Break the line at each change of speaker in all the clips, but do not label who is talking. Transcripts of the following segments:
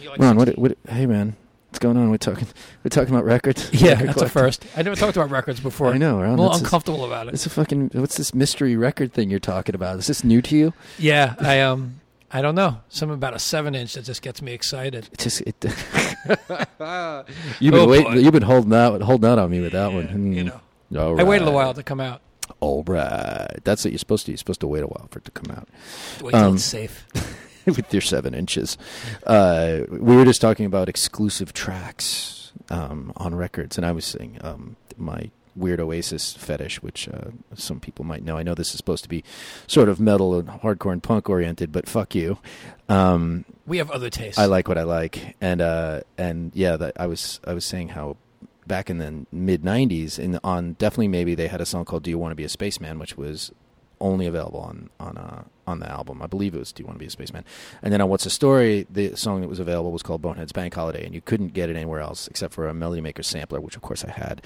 you're like
Ron, what,
16.
what? Hey, man, what's going on? We're talking. We're talking about records.
Yeah,
Record
that's a
collecting.
first. I never talked about records before.
I
I'm
know,
a
Ron.
little
that's a-
uncomfortable about it.
It's a fucking. What's this mystery record thing you're talking about? Is this new to you?
Yeah, I um, I don't know. Something about a seven inch that just gets me excited.
It just. It, you've been
Oh,
wait,
boy.
You've been holding out, holding out on me with that one.
Yeah, You
Hmm.
know,
All
I waited a
right.
while to come out.
All right, that's what you're supposed to. do. You're supposed to wait a while for it to come out
Wait till
Um,
it's safe.
with your seven inches. Uh, we were just talking about exclusive tracks um, on records, and I was saying um, my weird Oasis fetish, which uh, some people might know. I know this is supposed to be sort of metal and hardcore and punk oriented, but fuck you. Um,
We have other tastes.
I like what I like, and uh, and yeah, that I was I was saying how back in the mid '90s, in on definitely maybe they had a song called "Do You Want to Be a Spaceman," which was only available on on uh, on the album. I believe it was "Do You Want to Be a Spaceman," and then on "What's the Story," the song that was available was called "Bonehead's Bank Holiday," and you couldn't get it anywhere else except for a Melody Maker sampler, which of course I had,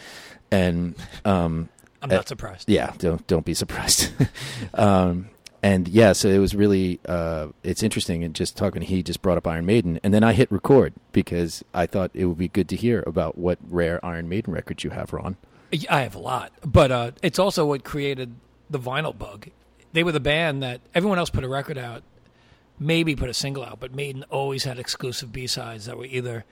and um,
I'm
uh,
not surprised.
yeah, don't don't be surprised. um, and yeah, so it was really uh, it's interesting. And just talking, he just brought up Iron Maiden, and then I hit record because I thought it would be good to hear about what rare Iron Maiden records you have, Ron.
Yeah, I have a lot, but uh, it's also what created the vinyl bug. They were the band that everyone else put a record out, maybe put a single out, but Maiden always had exclusive B sides that were either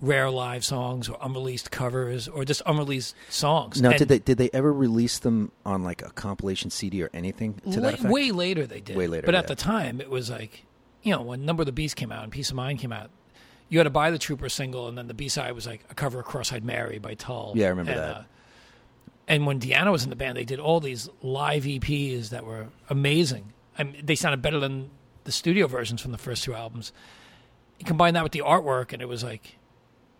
rare live songs or unreleased covers or just unreleased songs.
Now,
And
did they did they ever release them on like a compilation CD or anything to
la-
that effect?
Way later they did.
Way later,
But
yeah.
at the time, it was like, you know, when Number of the Beast came out and Peace of Mind came out, you had to buy the Trooper single, and then the B side was like a cover of Cross Eyed Mary by Tull.
Yeah, I remember
and,
that.
uh, and when Deanna was in the band, they did all these live EPs that were amazing. I mean, they sounded better than the studio versions from the first two albums. You combine that with the artwork, and it was like,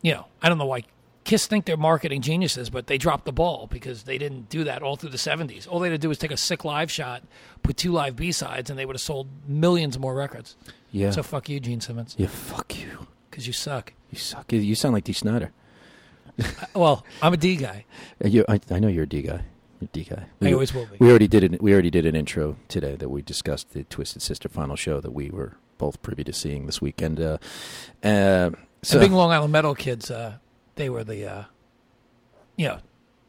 you know, I don't know why Kiss think they're marketing geniuses, but they dropped the ball because they didn't do that all through the 70s. All they had to do was take a sick live shot, put two live B-sides, and they would have sold millions more records.
yeah,
So fuck you, Gene Simmons,
yeah, fuck you,
because you suck.
you suck. You- You sound like D. Snyder.
Well, I'm a D guy.
Uh, You, I, I know you're a D guy. You're a D guy.
I
We-
always will be.
We already did an, we already did an intro today that we discussed the Twisted Sister final show that we were both privy to seeing this weekend. Uh, uh, so
the big Long Island Metal kids, uh, they were the, uh, you know,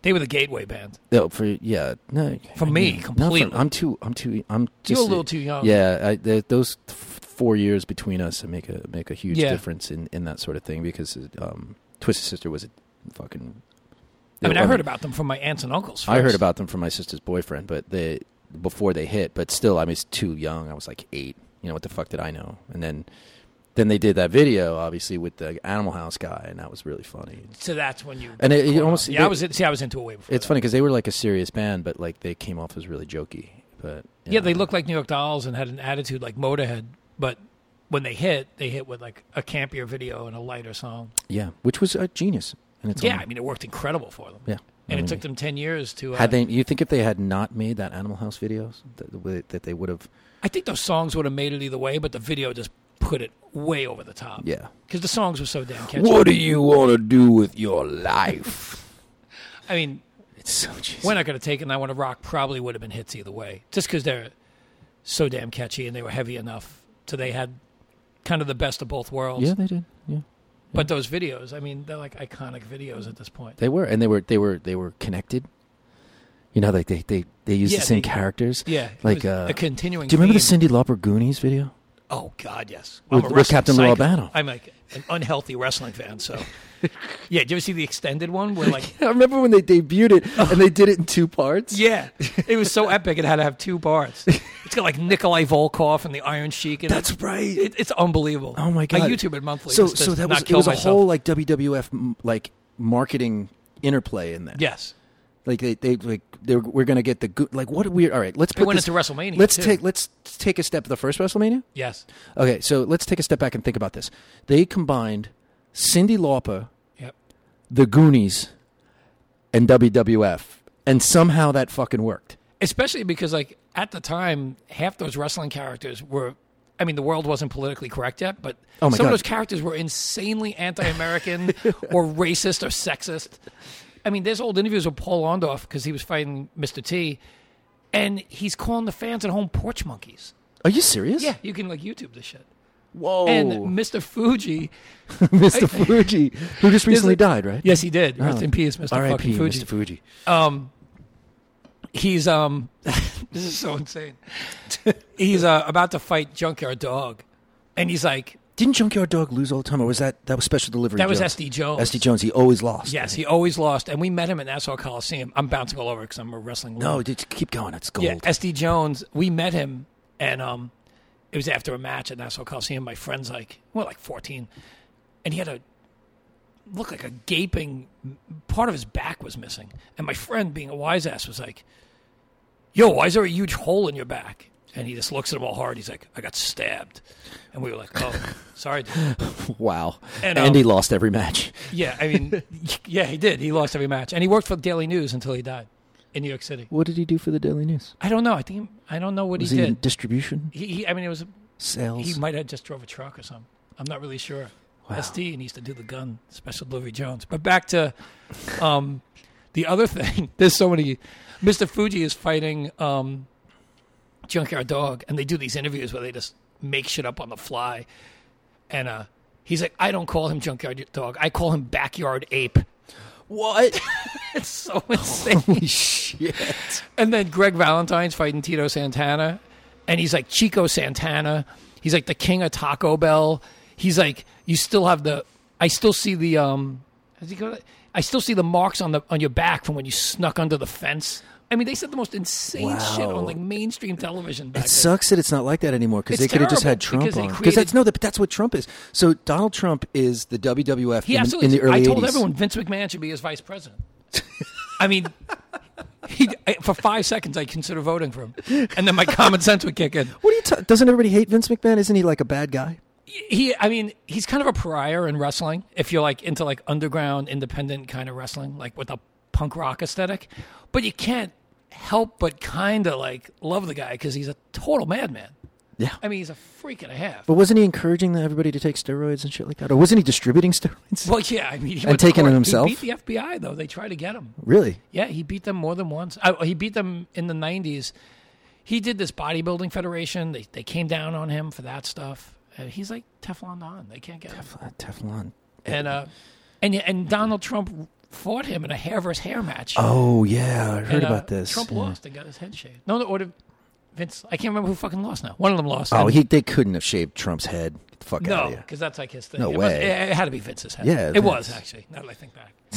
they were the gateway band.
no, for yeah, no,
For me,
no,
completely.
I'm too. I'm too. I'm
You
just
were a little too young.
Yeah, I, th those f- four years between us make a make a huge
Yeah.
difference in, in that sort of thing because um, Twisted Sister was a fucking.
I mean, I heard about them from my aunts and uncles. First.
I heard about them from my sister's boyfriend, but they before they hit. But still, I was too young. I was like eight. You know what the fuck did I know? And then, then they did that video, obviously with the Animal House guy, and that was really funny.
So that's when you.
And it- it almost-
yeah, I was see, I was into it way before.
It's
that.
funny because they were like a serious band, but like they came off as really jokey. But you
Yeah,
know.
they looked like New York Dolls and had an attitude like Motorhead, but when they hit, they hit with like a campier video and a lighter song.
yeah, which was a genius. And it's
yeah,
on-
I mean it worked incredible for them.
yeah.
And
I mean,
it took them ten years to. Uh,
Had they, you think if they had not made that Animal House videos, that, that they would have?
I think those songs would have made it either way, but the video just put it way over the top.
Yeah.
because the songs were so damn catchy.
What do you want to do with your life?
I mean,
it's so cheesy.
we're not going to take it. And I want to rock probably would have been hits either way, just because they're so damn catchy and they were heavy enough, so they had kind of the best of both worlds.
yeah, they did. Yeah.
But those videos, I mean, they're like iconic videos at this point.
They were, and they were, they were, they were connected. You know, like they they they used
Yeah,
the same
they-
characters.
Yeah, it
like
was
uh,
a continuing.
Do you remember the
theme.
Cindy Lauper Goonies video?
Oh God, yes.
With-
I'm a
with
wrestling
Captain
psycho.
Lorabano.
I'm like an unhealthy wrestling fan. So, yeah. Did you ever see the extended one where like,
I remember when they debuted it, and they did it in two parts.
yeah, it was so epic. It had to have two parts. It's got like Nikolai Volkov and the Iron Sheik. And
that's right.
it, it's unbelievable.
oh my god!
I YouTube it monthly.
So
just to
so that
not
was it
kill
was a
myself.
whole like WWF m- like marketing interplay in there.
Yes,
Like they they like they were, we're gonna get the good like what we all right. Let's
it
put
went
this,
into WrestleMania.
let's
too.
take let's take a step the first WrestleMania.
yes,
Okay, so let's take a step back and think about this. They combined Cindy Lauper,
Yep.
the Goonies, and WWF, and somehow that fucking worked.
especially because like at the time, half those wrestling characters were. I mean, the world wasn't politically correct yet, but
Oh, my
some
God.
of those characters were insanely anti-American or racist or sexist. I mean, there's old interviews with Paul Ondorf because he was fighting Mr. T, and he's calling the fans at home porch monkeys.
Are you serious?
Yeah, you can like YouTube this shit.
Whoa,
And Mr. Fuji,
Mr. Fuji, who just recently died, right?
yes, he did. Rest
Oh.
in peace, Mr.
R.I.P.
Fucking Fuji.
Mr. Fuji.
um, he's um, this is so insane. he's uh, about to fight Junkyard Dog, and he's like,
Didn't Junkyard Dog lose all the time, or was that that was Special Delivery?
"That was
Jones?
SD Jones."
SD Jones. He always lost.
Yes, he always lost, and we met him at Nassau Coliseum. I'm bouncing all over because I'm a wrestling.
No,
lover.
just keep going. It's gold.
yeah, SD Jones. We met him, and um, it was after a match at Nassau Coliseum. My friend's like, well, like 14, and he had a look like a gaping part of his back was missing, and my friend, being a wise ass, was like, "Yo, why is there a huge hole in your back?" And he just looks at him all hard. He's like, "I got stabbed," and we were like, "Oh, sorry." Dude.
Wow.
And,
And,
um,
he lost every match.
Yeah, I mean, yeah, he did. He lost every match, and he worked for the Daily News until he died in New York City.
What did he do for the Daily News?
I don't know. I think I don't know what
Was
he
he, in
did.
distribution,
He, he, I mean, it was
sales?
he might have just drove a truck or something. I'm not really sure.
Wow.
SD and he used to do the gun special delivery Jones. But back to um, the other thing. There's so many. Mr. Fuji is fighting um, Junkyard Dog, and they do these interviews where they just make shit up on the fly. And uh, he's like, I don't call him Junkyard Dog. I call him Backyard Ape.
what?
It's so insane.
Holy shit!
And then Greg Valentine's fighting Tito Santana, and he's like Chico Santana. He's like the king of Taco Bell. He's like you still have the. I still see the um. How's he go? I still see the marks on the on your back from when you snuck under the fence. I mean, they said the most insane shit
Wow.
on like mainstream television back
It
then.
sucks that it's not like that anymore
It's
because they could have just had
terrible
Trump
because they
on. Because
created-
that's no, but that's what Trump is. So Donald Trump is the WWF
He
in,
absolutely.
in the early
I told
80s.
everyone Vince McMahon should be his vice president. I mean, he I, for five seconds I consider voting for him, and then my common sense would kick in.
What are you? Ta- doesn't everybody hate Vince McMahon? Isn't he like a bad guy?
he i mean he's kind of a pariah in wrestling if you're like into like underground independent kind of wrestling like with a punk rock aesthetic but you can't help but kind of like love the guy because he's a total madman
Yeah.
i mean he's a freak and a half
But wasn't he encouraging everybody to take steroids and shit like that? Or wasn't he distributing steroids?
well yeah i mean he
And
went to
taking it
court.
himself?
he beat the fbi though they tried to get him
Really?
yeah he beat them more than once I, he beat them in the 90s he did this bodybuilding federation they, they came down on him for that stuff and he's like teflon don they can't get him
Teflon. Teflon.
and uh, and and Donald Trump fought him in a hair versus hair match.
Oh yeah, I heard
And, uh,
about this.
Trump
Yeah.
lost and got his head shaved. No, no, or did Vince. I can't remember who fucking lost now. One of them lost.
Oh,
And-
he they couldn't have shaved Trump's head. Get the fuck out of
no,
here.
because that's like his thing.
No
it was-
way.
it, it had to be Vince's head.
Yeah,
it
Vince.
was actually. Now that I think back,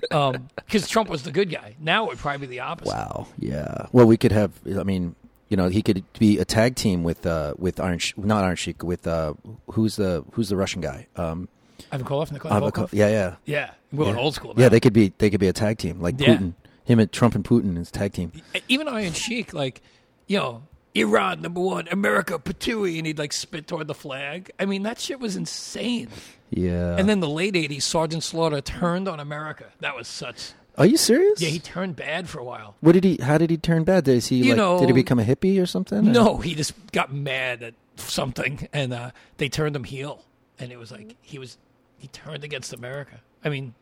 because Trump was the good guy. Now it would probably be the opposite.
Wow. Yeah. Well, we could have. I mean, you know, he could be a tag team with uh with Iron Sh- not Iron Sheik with uh who's the who's the Russian guy? Um,
Ivan Koloff, Nikolai
Avakov.
Volkov.
Yeah, yeah,
Yeah, we're going
Yeah.
old school. Now.
yeah. They could be they could be a tag team like
Yeah.
Putin. Him and Trump and Putin is tag team.
even Iron Sheik, like, you know, Iran number one, America patooey, and he'd like spit toward the flag. I mean, that shit was insane.
Yeah.
And then the late 80s, Sergeant Slaughter turned on America. That was such.
Are you serious?
Yeah, he turned bad for a while.
What did he? How did he turn bad? Did he
You
like? did he
know-
become a hippie or something?
No, he just got mad at something and uh, they turned him heel. And it was like he was. He turned against America. I mean,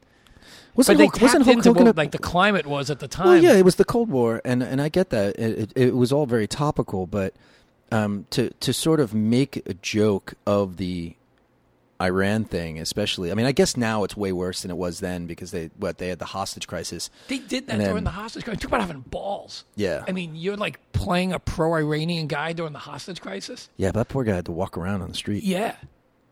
but
Wasn't
they
Hulk,
tapped
wasn't Hulk
into
Hogan
what
a-
like the climate was at the time.
Well, Oh, yeah, it was the Cold War, and, and I get that. It, it, it was all very topical, but um, to to sort of make a joke of the Iran thing, especially. I mean, I guess now it's way worse than it was then because they what they had the hostage crisis.
They did that
And then-
during the hostage crisis. Talk about having balls.
Yeah.
I mean, you're like playing a pro Iranian guy during the hostage crisis.
Yeah, but that poor guy had to walk around on the street
Yeah.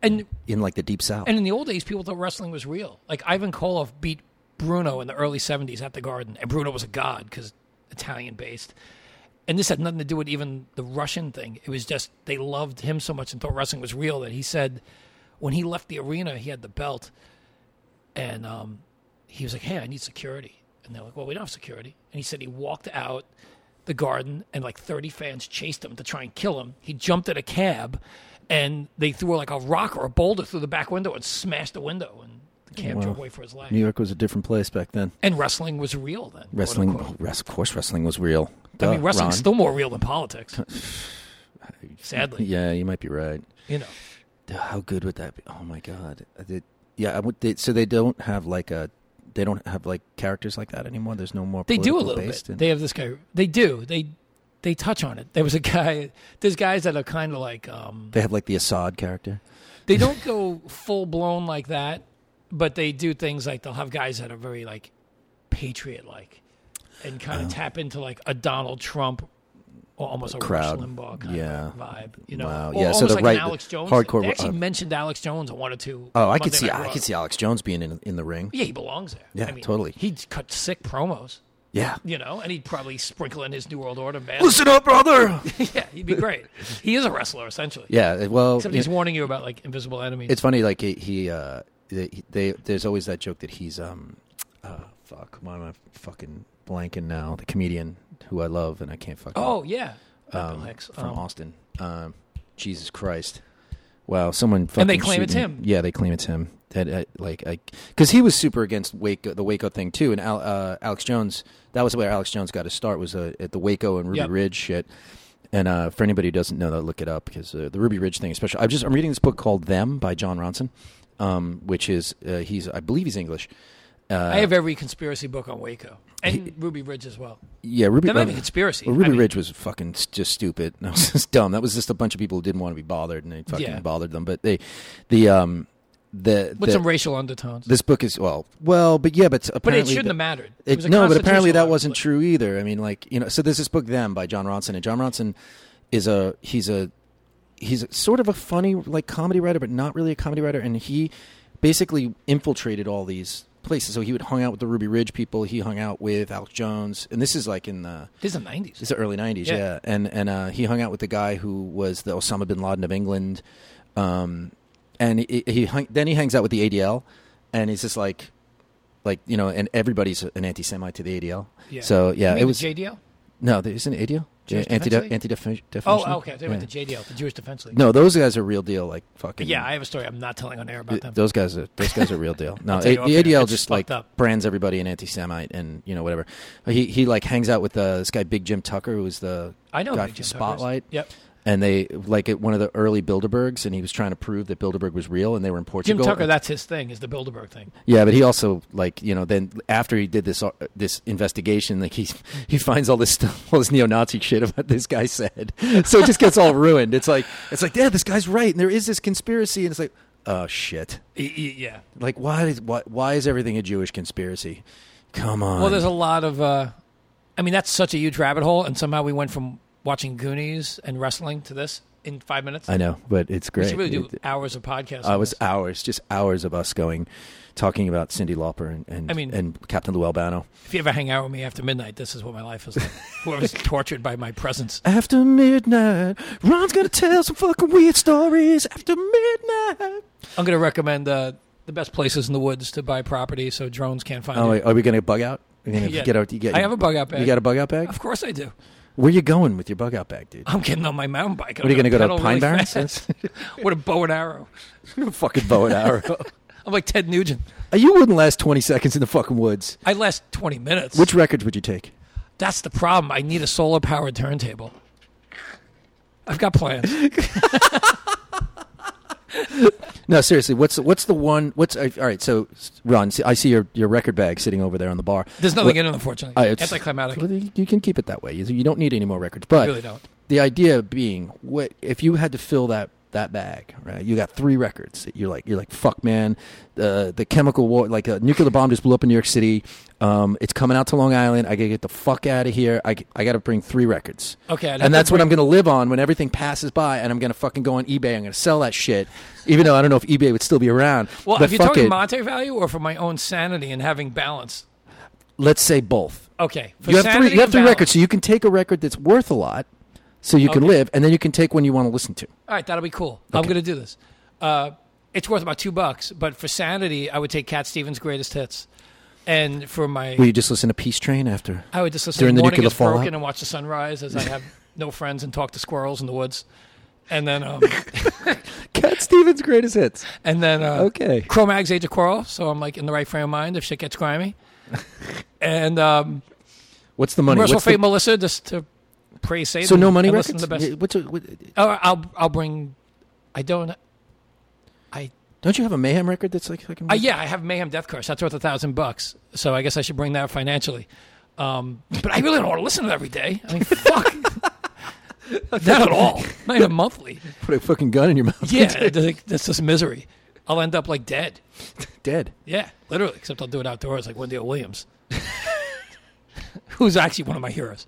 And
in like the deep south.
and in the old days, people thought wrestling was real. Like Ivan Koloff beat Bruno in the early 70s at the Garden, and Bruno was a god because Italian based. And this had nothing to do with even the Russian thing. It was just they loved him so much and thought wrestling was real that he said when he left the arena, he had the belt. And um, he was like, hey, I need security. And they're like, well, we don't have security. And he said he walked out the garden and like 30 fans chased him to try and kill him. He jumped at a cab and they threw like a rock or a boulder through the back window and smashed the window. And the cab drove away for his life.
New York was a different place back then.
And wrestling was real then. quote
Wrestling,
unquote.
oh, res- of course, wrestling was real.
I
Duh,
mean, wrestling's
Ron.
still more real than politics. Sadly,
Yeah, you might be right.
you know.
Duh, How good would that be? Oh my god! I did- yeah, I would. They, so they don't have like a, they don't have like characters like that anymore. There's no more.
They do a
political
little
based
bit.
in-
They have this guy. They do. They they touch on it. There was a guy. There's guys that are kind of like um,
They have like the Assad character.
they don't go full blown like that, but they do things like they'll have guys that are very like patriot like, and kind
Oh.
of tap into like a Donald Trump or almost a
Crowd.
Rush Limbaugh kind
Yeah.
of vibe, you know?
Wow.
Or
Yeah, so
almost
the
like
right-
an Alex Jones.
hardcore-
They actually
uh,
mentioned Alex Jones on one or two.
Oh, I
Monday
could see
Night
I
Raws.
could see Alex Jones being in in the ring.
Yeah, he belongs there.
Yeah,
I mean,
totally.
He'd cut sick promos,
Yeah.
you know, and he'd probably sprinkle in his New World Order man.
Listen up, brother.
yeah, he'd be great. he is a wrestler essentially.
yeah. Well,
Except he's warning you about like invisible enemies.
it's funny. Like he, he uh, they, he- they, there's always that joke that he's um, uh, fuck. Why am I fucking blanking now? The comedian who I love and I can't fucking.
oh yeah, Not Bill
um,
Hicks.
from
Um,
Austin. Um, Jesus Christ! Wow, someone fucking
And they claim it's
shooting-
him.
Yeah, they claim it's him. That uh, like I because he was super against Waco, the Waco thing too, and Al, uh, Alex Jones. That was where Alex Jones got his start was uh, at the Waco and Ruby
Yep.
Ridge shit. And uh, for anybody who doesn't know that, look it up because uh, the Ruby Ridge thing, especially. I'm just I'm reading this book called Them by John Ronson, um, which is uh, he's I believe he's English. Uh,
I have every conspiracy book on Waco and Ruby Ridge as well.
yeah, Ruby.
They're not
uh,
even conspiracy.
Well, Ruby
I mean,
Ridge was fucking s- just stupid. That was just dumb. That was just a bunch of people who didn't want to be bothered, and they fucking
Yeah.
bothered them. But they, the um, the,
with
the-
some racial undertones,
this book is well, well, but yeah, but
but
apparently
it shouldn't
the-
have mattered.
it-
was a
no, but apparently that
constitutional
wasn't
article.
true either. I mean, like you know, so there's this book "Them" by John Ronson, and John Ronson is a he's a he's a, sort of a funny like comedy writer, but not really a comedy writer, and he basically infiltrated all these places. So he would hung out with the Ruby Ridge people. He hung out with Alex Jones, and this is like in the
This is the nineties.
it's the early '90s, yeah.
Yeah.
And and uh, he hung out with the guy who was the Osama bin Laden of England, um, and he, he hung, then he hangs out with the ADL, and he's just like, like you know, and everybody's an anti-Semite to the ADL. So yeah, it was
JDL.
no, there isn't ADL. Yeah,
Jewish
anti
Defense League?
anti definition.
Oh, okay. They
yeah.
went to JDL, the Jewish Defense League.
no, those guys are real deal. Like fucking
yeah, I have a story I'm not telling on air about them.
Those guys are those guys are real deal. No,
tell you
A-
off
the
air.
ADL
It's
just
fucked
like
up.
brands everybody an anti-Semite and you know whatever. He he like hangs out with uh, this guy Big Jim Tucker who was the
I know
guy
Big Jim
from
Tucker's.
Spotlight
Yep.
and they like at one of the early Bilderbergs, and he was trying to prove that Bilderberg was real, and they were in
Jim
Portugal.
Tucker, that's his thing, is the Bilderberg thing.
yeah, but he also like you know then after he did this uh, this investigation, like he he finds all this stuff, all this neo-Nazi shit about this guy said, so it just gets all ruined. It's like it's like yeah, this guy's right, and there is this conspiracy, and it's like oh shit,
E- e- Yeah.
like why is why, why is everything a Jewish conspiracy? Come on,
Well, there's a lot of. Uh, I mean, that's such a huge rabbit hole, and somehow we went from watching Goonies and wrestling to this in five minutes.
I know, but it's
we
great.
should really do
It-
hours of podcasts.
I
on
was
this.
hours, just hours of us going, talking about Cindy Lauper and, and
I mean-
and Captain Lou Albano.
If you ever hang out with me after midnight, this is what my life is like. Whoever's tortured by my presence.
After midnight, Ron's gonna tell some fucking weird stories. After midnight.
I'm going to recommend uh, the best places in the woods to buy property so drones can't find
Oh,
you.
wait, are we gonna bug out? We're gonna
Yeah.
get out. You get,
I have a bug out bag.
You got a bug out bag?
Of course I do.
Where you going with your bug out bag, dude?
I'm getting on my mountain bike. I'm
What are you gonna go to
pedal
Pine
really
Barrens?
fast with a bow and arrow.
fucking bow and arrow.
I'm like Ted Nugent.
you wouldn't last twenty seconds in the fucking woods.
I last 20 minutes.
Which records would you take?
That's the problem. I need a solar powered turntable. I've got plans.
No, seriously. What's what's the one? What's all right? So, Ron, see, I see your, your record bag sitting over there on the bar.
There's nothing
What-
in it, unfortunately.
Uh, it's-
Anticlimactic.
Well, You can keep it that way. You- You don't need any more records. But
I really don't.
the idea being, what if you had to fill that that bag? Right, you got three records. that You're like, you're like, fuck, man. The the chemical war, like a nuclear bomb just blew up in New York City. Um, it's coming out to Long Island. I gotta get the fuck out of here. I, I gotta bring three records.
Okay, I'd have
and
to
that's what
bring-
I'm gonna live on when everything passes by. And I'm gonna fucking go on eBay. I'm gonna sell that shit, even though I don't know if eBay would still be around.
Well,
But
if you're
fuck
talking
it.
monetary value or for my own sanity and having balance.
let's say both.
Okay. For
you have three.
sanity
You have
and
three
balance.
records, so you can take a record that's worth a lot, so you can
Okay.
live, and then you can take one you want to listen to.
All right, that'll be cool. I'm going to do this. Uh, it's worth about two bucks, but for sanity, I would take Cat Stevens' greatest hits. And for my,
Will you just listen to Peace Train after?
I would just listen
during
to
the
Morning
nuclear
is Broken
fallout?
and watch the sunrise as I have no friends and talk to squirrels in the woods. And then, um,
Cat Stevens' greatest hits.
and then, uh,
Okay.
Cro-Mag's Age of Quarrel. So I'm like in the right frame of mind if shit gets grimy. and, um,
What's the money?
Russell
What's the-
Fate Melissa just to praise Satan.
so no money
and
records.
listen to the best.
Yeah, what's a- what-
Oh, I'll I'll bring. I don't. uh, I
don't you have a Mayhem record that's like fucking?
uh, yeah, I have Mayhem Death Curse. That's worth a thousand bucks. So I guess I should bring that financially. Um, but I really don't want to listen to it every day. I mean, fuck. Not at all. Not even monthly.
Put a fucking gun in your mouth.
Yeah, that's like- that's just misery. I'll end up like dead.
Dead.
Yeah, literally. Except I'll do it outdoors, like Wendell Williams, who's actually one of my heroes.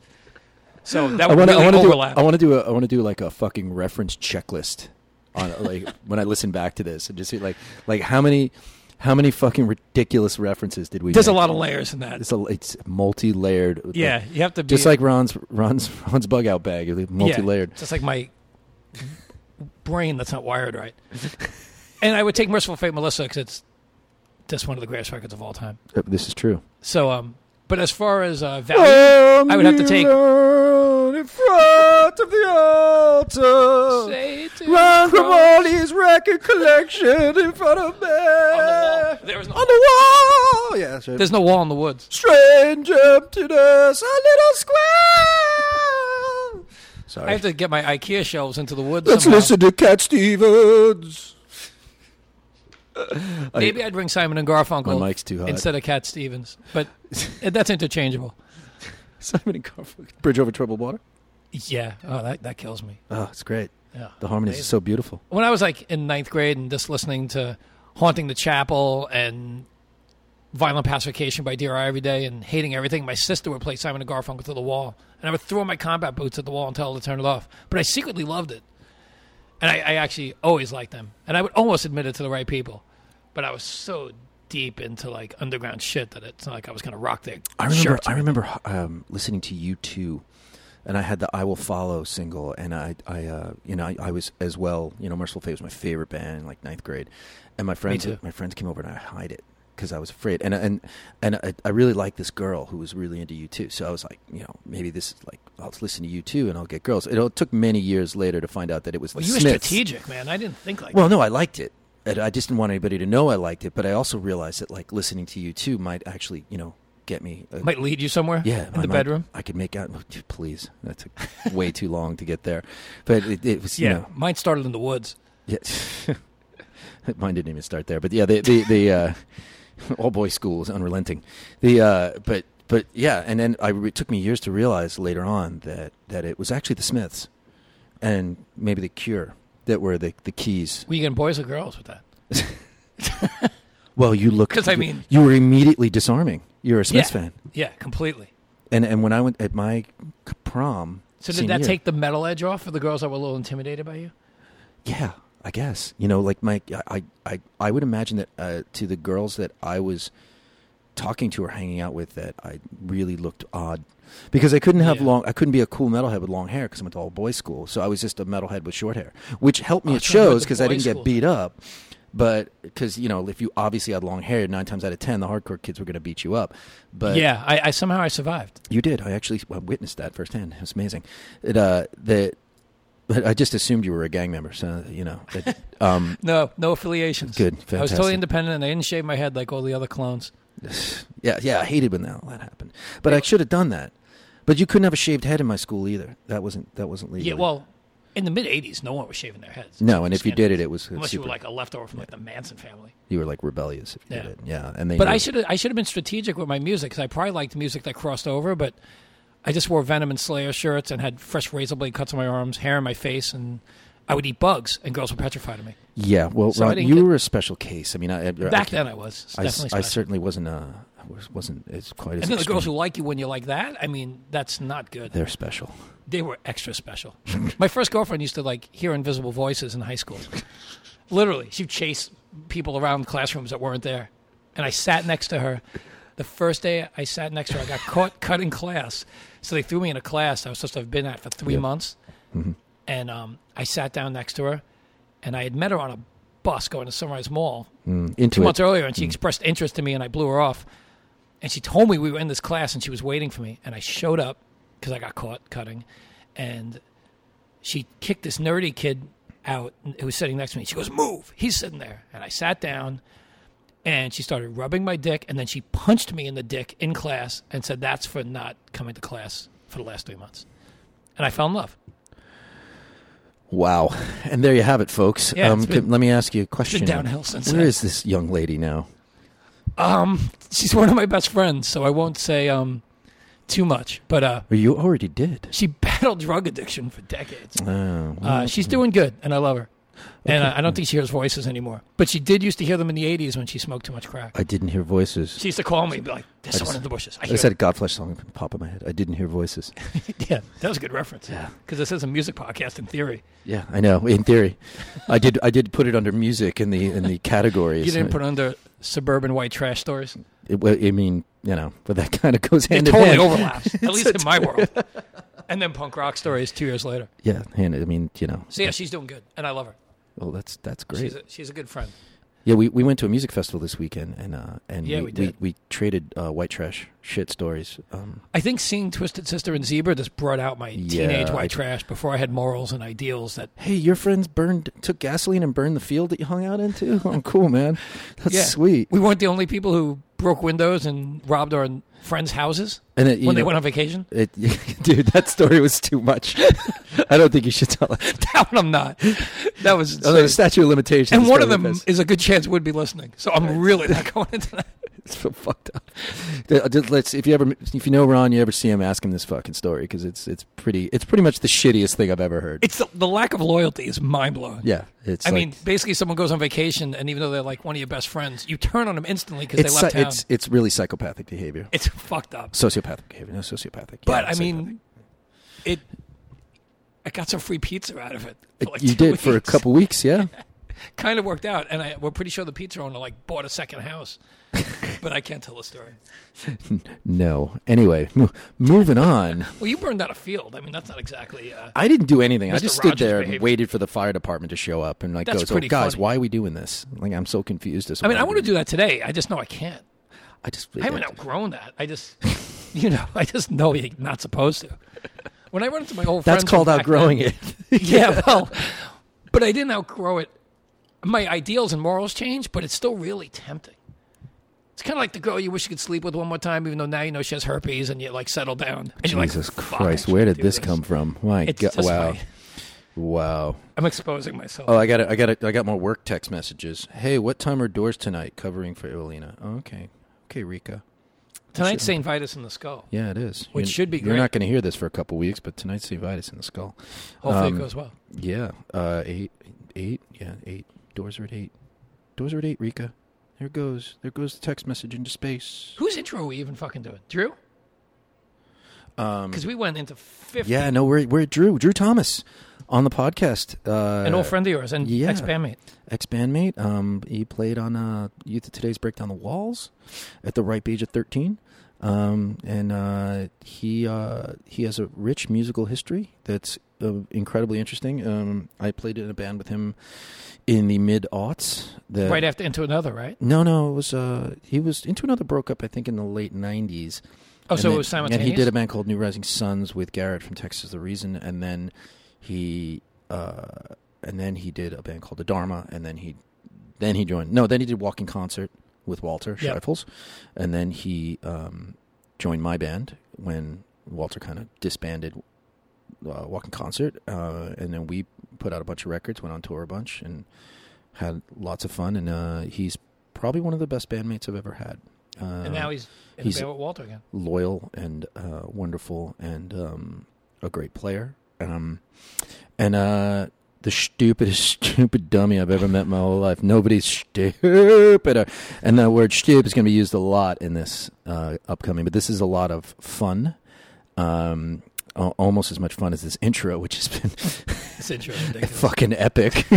So that
I
would
want to.
really
I want to do.
overlap.
I want to do. A, I want to do like a fucking reference checklist on like when I listen back to this and just see like like how many how many fucking ridiculous references did we?
There's a
make?
lot of layers in that.
It's a, it's multi-layered. like,
Yeah, you have to be
just like Ron's Ron's Ron's bug out bag, it's
yeah,
multi-layered.
just like my brain that's not wired right. and I would take Merciful Fate Melissa because it's just one of the greatest records of all time.
Uh, This is true.
So, um, but as far as uh, value, I would have to take-
in front of the altar.
Say to
Run from
Christ.
all his record collection in front of me.
wall. There was no-
on the wall. Yeah, that's right.
There's no wall in the woods.
strange emptiness, a little square. Sorry.
I have to get my IKEA shelves into the woods.
Let's
somehow.
listen to Cat Stevens.
Maybe I'd bring Simon and Garfunkel
My mic's too hot.
instead of Cat Stevens, but that's interchangeable.
Simon and Garfunkel. Bridge over troubled water.
Yeah, oh, that that kills me.
Oh, it's great.
Yeah.
The harmonies are so beautiful.
When I was like in ninth grade and just listening to "Haunting the Chapel" and "Violent Pacification" by DRI every day and hating everything, my sister would play Simon and Garfunkel to the wall, and I would throw my combat boots at the wall and tell her to turn it off. But I secretly loved it, and I, I actually always liked them, and I would almost admit it to the right people, but I was so deep into like underground shit that it's not like I was gonna rock their
I remember.
shirts.
I remember um, listening to you two, and I had the "I Will Follow" single, and I, I, uh, you know, I, I was as well. You know, Merciful Fate was my favorite band in like ninth grade, and my friends,
too.
my friends came over and I hide it because I was afraid, and and and I, I really liked this girl who was really into you two, so I was like, you know, maybe this is like I'll listen to you two and I'll get girls. It all took many years later to find out that it was
Well,
the
you were
Smiths.
strategic, man. I didn't think like
Well, no, I liked it. And I just didn't want anybody to know I liked it, but I also realized that like listening to you two might actually, you know, get me a,
that. Might lead you somewhere.
yeah,
in
I
the
might-
bedroom.
I could make out. oh, Please, that took way too long to get there, but it, it was
Yeah,
you know,
mine started in the woods.
yeah. Mine didn't even start there, but yeah, the the, the uh, all boys school is unrelenting. The uh, but but yeah, and then I it took me years to realize later on that that it was actually the Smiths, and maybe the Cure that were the the keys.
Were you getting boys or girls with that?
Well, you looked
'Cause I mean-
you, were immediately disarming. You're a Smiths
yeah.
fan,
Yeah, completely.
and and when I went at my prom,
So did
senior
that
year-
take the metal edge off for the girls that were a little intimidated by you?
Yeah, I guess you know, like my, I, I, I would imagine that uh, to the girls that I was talking to or hanging out with, that I really looked odd because I couldn't have
Yeah.
long, I couldn't be a cool metalhead with long hair because I went to all boys school, so I was just a metalhead with short hair, which helped me
Oh,
at
that's right, you went
shows
to
because I
boys
didn't
school.
get beat up. But because you know, if you obviously had long hair, nine times out of ten, the hardcore kids were going to beat you up. But
yeah, I, I somehow I survived.
you did. I actually I witnessed that firsthand. It was amazing. It, uh, that, but I just assumed you were a gang member, so you know. That, um,
No, no affiliations.
Good,
I was totally
fantastic.
independent and I didn't shave my head like all the other clones.
Yeah, yeah, I hated when that, that happened. But I should have done that. But you couldn't have a shaved head in my school either. That wasn't that wasn't legal.
Yeah, well, in the mid '80s, no one was shaving their heads.
no, and if you did it, it was
unless you
super,
were like a leftover from like the Manson family.
you were like rebellious if you
Yeah.
did it. Yeah, and they
But
knew-
I should I should have been strategic with my music because I probably liked music that crossed over, but I just wore Venom and Slayer shirts and had fresh razor blade cuts on my arms, hair in my face, and I would eat bugs, and girls were petrified of me.
Yeah, well,
So I
Ron,
didn't
you
get-
were a special case. I mean, I, I
Back
can't-
then, I was It's
I,
definitely.
I
special.
certainly wasn't. Uh, I was- wasn't as quite
And
as.
then the
extreme.
girls who like you when you're like that, I mean, that's not good.
They're special.
They were extra special. My first girlfriend used to like hear invisible voices in high school. Literally, she'd chase people around classrooms that weren't there. And I sat next to her. The first day I sat next to her, I got caught cutting class. So they threw me in a class I was supposed to have been at for three
Yeah.
months. And um, I sat down next to her, and I had met her on a bus going to Sunrise Mall
Mm, into
two
it.
months earlier, and she expressed interest in me, and I blew her off. And she told me we were in this class, and she was waiting for me. And I showed up because I got caught cutting, and she kicked this nerdy kid out who was sitting next to me. She goes, "Move!" He's sitting there, and I sat down, and she started rubbing my dick, and then she punched me in the dick in class and said, "That's for not coming to class for the last three months." And I fell in love.
Wow, and there you have it, folks.
Yeah,
um,
it's been-
can- let me ask you a question.
downhill since
Where
then.
is this young lady now?
Um, she's one of my best friends, so I won't say um, too much. But uh,
Well, you already did.
she battled drug addiction for decades.
Oh, well,
Uh, she's doing good, and I love her. And I, I don't think she hears voices anymore. But she did used to hear them in the 80s when she smoked too much crack.
I didn't hear voices.
She used to call me and be like, there's
I
someone
just-
in the bushes. I
I
hear
said Godflesh song pop in my head. I didn't hear voices.
it." Yeah, that was a good reference. Yeah. Because this is a music podcast in theory.
Yeah, I know. In theory, I did. I did put it under music in the in the categories.
You didn't put under suburban white trash stories.
It, well, I mean, you know, but that kind of goes
It
hand in
totally
hand.
overlaps, at least in my world. And then punk rock stories two years later.
Yeah, hand. I mean, you know.
So yeah, she's doing good, and I love her.
Well, that's that's great.
She's a, she's a good friend.
Yeah, we, we went to a music festival this weekend, and uh, and
Yeah,
we,
we did.
We, traded uh, white trash shit stories. Um,
I think seeing Twisted Sister and Zebra just brought out my
Yeah,
teenage white
I-
trash before I had morals and ideals that
hey, your friends burned took gasoline and burned the field that you hung out into. oh, cool, man. That's
Yeah.
sweet.
we weren't the only people who broke windows and robbed our friends' houses
And it, you
when they
know,
went on vacation.
it, dude, that story was too much. I don't think you should tell it.
That one I'm not. That was
Although the
insane.
statute of limitations.
and
is
one of
probably
them
best.
is a good chance would be listening. So I'm really not going into that.
It's so fucked up. The- uh, just Let's if you ever if you know Ron, you ever see him, ask him this fucking story because it's it's pretty it's pretty much the shittiest thing I've ever heard.
It's the, the lack of loyalty is mind blowing.
yeah, it's.
I
like-
mean, basically, someone goes on vacation, and even though they're like one of your best friends, you turn on them instantly because they
it's
left
si-
town.
it's it's really psychopathic behavior.
It's fucked up.
sociopathic behavior, no sociopathic.
But
Yeah,
I
psychopathic.
mean, it. I got some free pizza out of it. For like two
you did for a
weeks.
couple weeks, yeah.
Kind of worked out, and I, we're pretty sure the pizza owner like bought a second house. but I can't tell the story.
No. Anyway, mo- moving on.
Well, you burned out a field. I mean, that's not exactly. Uh,
I didn't do anything. I
Mr.
just stood
Rogers'
there
behavior.
and waited for the fire department to show up and like
That's
goes, "Oh,
pretty
guys,
funny.
why are we doing this?" Like I'm so confused. As
I mean, I want to
to
do that today. I just know I can't.
I just.
I haven't outgrown that. I just, you know, I just know you're not supposed to. When I run into my old friends,
That's
from
called
back
outgrowing
then-
it.
yeah, well, but I didn't outgrow it. My ideals and morals change, but it's still really tempting. It's kind of like the girl you wish you could sleep with one more time, even though now you know she has herpes and you like settle down. And you're like,
Jesus
"Fuck, I
Christ,
can't
where did
do
this come from? My
It's
God,
just
wow,
my-
wow.
I'm exposing myself.
Oh, I got, I got, I got more work text messages. Hey, what time are doors tonight? Covering for Evelina. Oh, okay, okay, Rika.
Tonight's St. Vitus in the Skull.
Yeah, it is.
Which
You're-
should be
You're
great.
not going to hear this for a couple weeks, but tonight's Vitus in the skull.
Hopefully
Um,
it goes well.
Yeah, uh, eight, eight. Yeah, eight. Doors are at eight. Doors are at eight, Rika. There goes, there goes the text message into space.
Whose intro are we even fucking doing? Drew?
Mm. Um,
Because we went into 50.
yeah, no, we're we're at Drew, Drew Thomas, on the podcast. Uh,
An old friend of yours and
yeah.
ex bandmate.
ex bandmate. Um, he played on uh, Youth of Today's Break Down the Walls at the ripe age of 13. Um, and uh, he uh, he has a rich musical history that's uh, incredibly interesting. Um, I played in a band with him in the mid aughts.
Right after Into Another, right?
No, no, it was uh, he was into another broke up. I think in the late '90s.
Oh,
And
so
then-
it was simultaneous?
And he did a band called New Rising Suns with Garrett from Texas the Reason, and then he uh, and then he did a band called The Dharma, and then he then he joined. No, then he did Walking Concert with Walter
Yep.
Schreifels, and then he um, joined my band when Walter kind of disbanded uh, Walking Concert, uh, and then we put out a bunch of records, went on tour a bunch, and had lots of fun. And uh, he's probably one of the best bandmates I've ever had. Uh,
and now he's in
he's-
a band with Walter again.
loyal and uh, wonderful and um, a great player. Um, and uh, the stupidest, stupid dummy I've ever met in my whole life. Nobody's stupider. And that word stupid is going to be used a lot in this uh, upcoming, but this is a lot of fun. Um, al- almost as much fun as this intro, which has been
This intro is ridiculous.
fucking epic.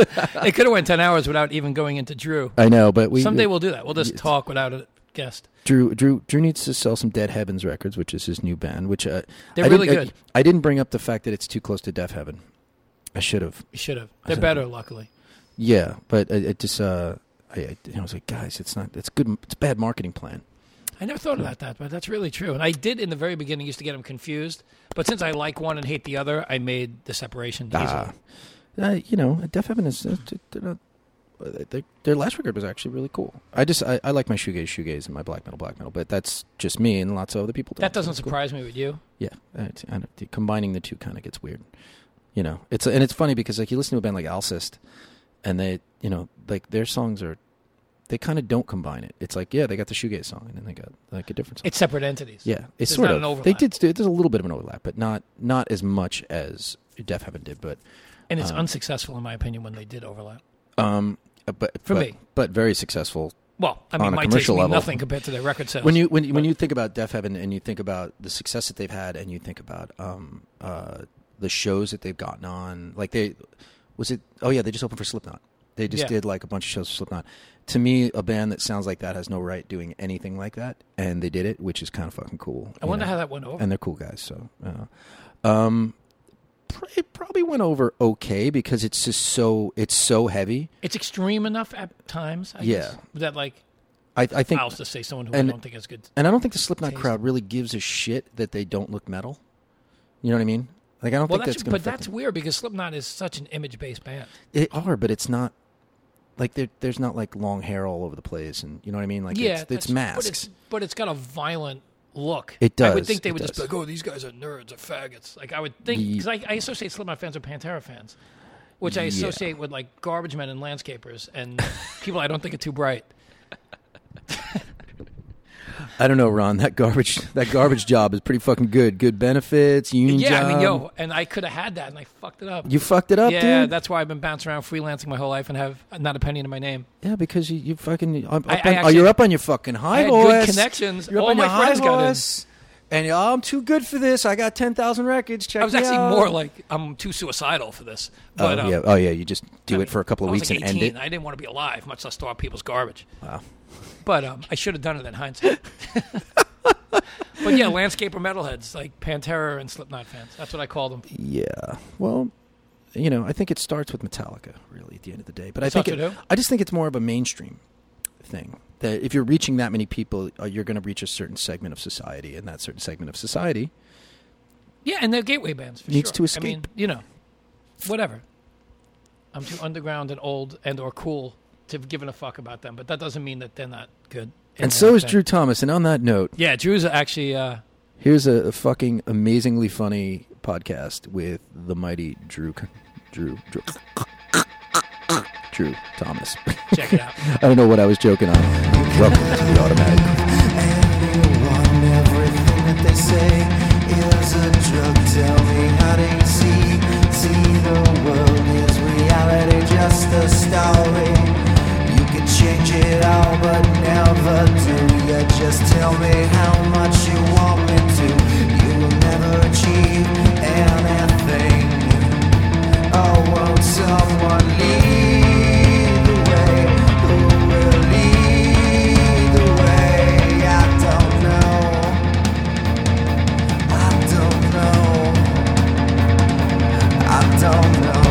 It could have went 10 hours without even going into Drew.
I know, but we
Someday we'll do that. We'll just
Yes.
talk without a guest.
Drew Drew Drew needs to sell some Dead Heavens records, which is his new band. Which uh,
They're
I didn't-
really
I-
good.
I, didn't bring up the fact that it's too close to Deaf Heaven. I should have.
You should have.
I
They're
said-
better, luckily.
Yeah, but it, it just uh, I, I, you know, I was like, guys, it's not. It's good. It's a bad marketing plan.
I never thought about that, but that's really true. And I did in the very beginning used to get them confused. But since I like one and hate the other, I made the separation
Ah,
easily.
uh, you know, Deaf Heaven is. uh, They're not, uh, their- their last record was actually really cool. I just I, I like my shoegaze shoegaze and my black metal black metal, but that's just me and lots of other people.
That
don't.
doesn't
It's cool.
surprise me with you.
Yeah, I, it's- I don't, combining the two kind of gets weird. You know, it's and it's funny because like you listen to a band like Alcest, and they, you know, like their songs are they kind of don't combine it. It's like yeah, they got the shoegaze song, and then they got like a different song.
It's separate entities.
yeah, it's
there's
sort
not
of
an overlap.
they did. st- There's a little bit of an overlap, but not not as much as Def Heaven did. But
and it's
um,
unsuccessful in my opinion when they did overlap.
um, but
For
but,
me.
but very successful
Well, I
On
mean,
a
my taste
commercial
mean
level.
nothing compared to their record sales.
when you when, when you think about Def Heaven and you think about the success that they've had and you think about um, uh, the shows that they've gotten on, like they was it? Oh yeah, they just opened for Slipknot. They just
Yeah.
did like a bunch of shows for Slipknot. To me, a band that sounds like that has no right doing anything like that, and they did it, which is kind of fucking cool.
I
you
wonder
know?
how that went over.
and they're cool guys. So, uh, um, pr- it probably went over okay because it's just so it's so heavy.
it's extreme enough at times. I
Yeah.
guess, that like
I, I think,
I'll just say someone who
and-
I don't think is good.
and I don't think the Slipknot
Taste.
crowd really gives a shit that they don't look metal. You know what I mean? Like I don't
Well,
think
that's,
that's, gonna
but that's weird because Slipknot is such an image-based band.
they are, but it's not like there- there's not like long hair all over the place, and you know what I mean? Like
yeah,
it's,
that's-
it's
But it's,
masks.
but it's got a violent look.
It
I would
does,
think they
it
would just be
does.
like, "Oh, these guys are nerds or faggots." Like I would think
Ye-
because I, I associate Slipknot fans with Pantera fans, which I
Yeah.
associate with like garbage men and landscapers and people I don't think are too bright.
I don't know, Ron. That garbage that garbage job is pretty fucking good. Good benefits, union
Yeah, I mean,
job.
yo, and I could have had that, and I fucked it up.
you fucked it up,
yeah,
dude.
that's why I've been bouncing around freelancing my whole life and have not a penny to my name.
Yeah, because you, you fucking I'm up
I- I
on- oh,
actually-
you're up on your fucking high
I had
horse.
good connections.
You're up
All
on
my
your high
friends got in.
horse. And you're, "Oh, I'm too good for this. I got ten thousand records. Check
I was
me
actually
out."
more like I'm too suicidal for this. But
oh,
um,
yeah. oh yeah, you just do
I
it for a
mean,
couple
I
of
was
weeks
like
and end
18.
it.
I didn't want to be alive, much less throw out people's garbage.
Wow.
But um, I should have done it in hindsight. but yeah, landscaper metalheads like Pantera and Slipknot fans. That's what I call them.
Yeah. Well, you know, I think it starts with Metallica, really, at the end of the day. But I
Starts
think it,
with who?
I just think it's more of a mainstream thing. That if you're reaching that many people, uh, you're going to reach a certain segment of society, and that certain segment of society.
Yeah, and they're gateway bands for
Needs
sure.
to
I mean,
escape.
you know, whatever. I'm too underground and old and or cool to have given a fuck about them, but that doesn't mean that they're not good. in their
And so is
thing.
Drew Thomas. And on that note,
Yeah, Drew's actually. Uh,
Here's a, a fucking amazingly funny podcast with the mighty Drew, C- Drew, Drew, Drew Thomas.
check it out.
I don't know what I was joking on. Welcome to the automatic.
Everyone, everything that they say is a drug. Tell me how do you see? See the world is reality just a story. You could change it all, but never do. Yeah, just tell me how much you want me to. You will never achieve anything. Oh, won't someone lead the way? Who will lead the way? I don't know. I don't know. I don't know.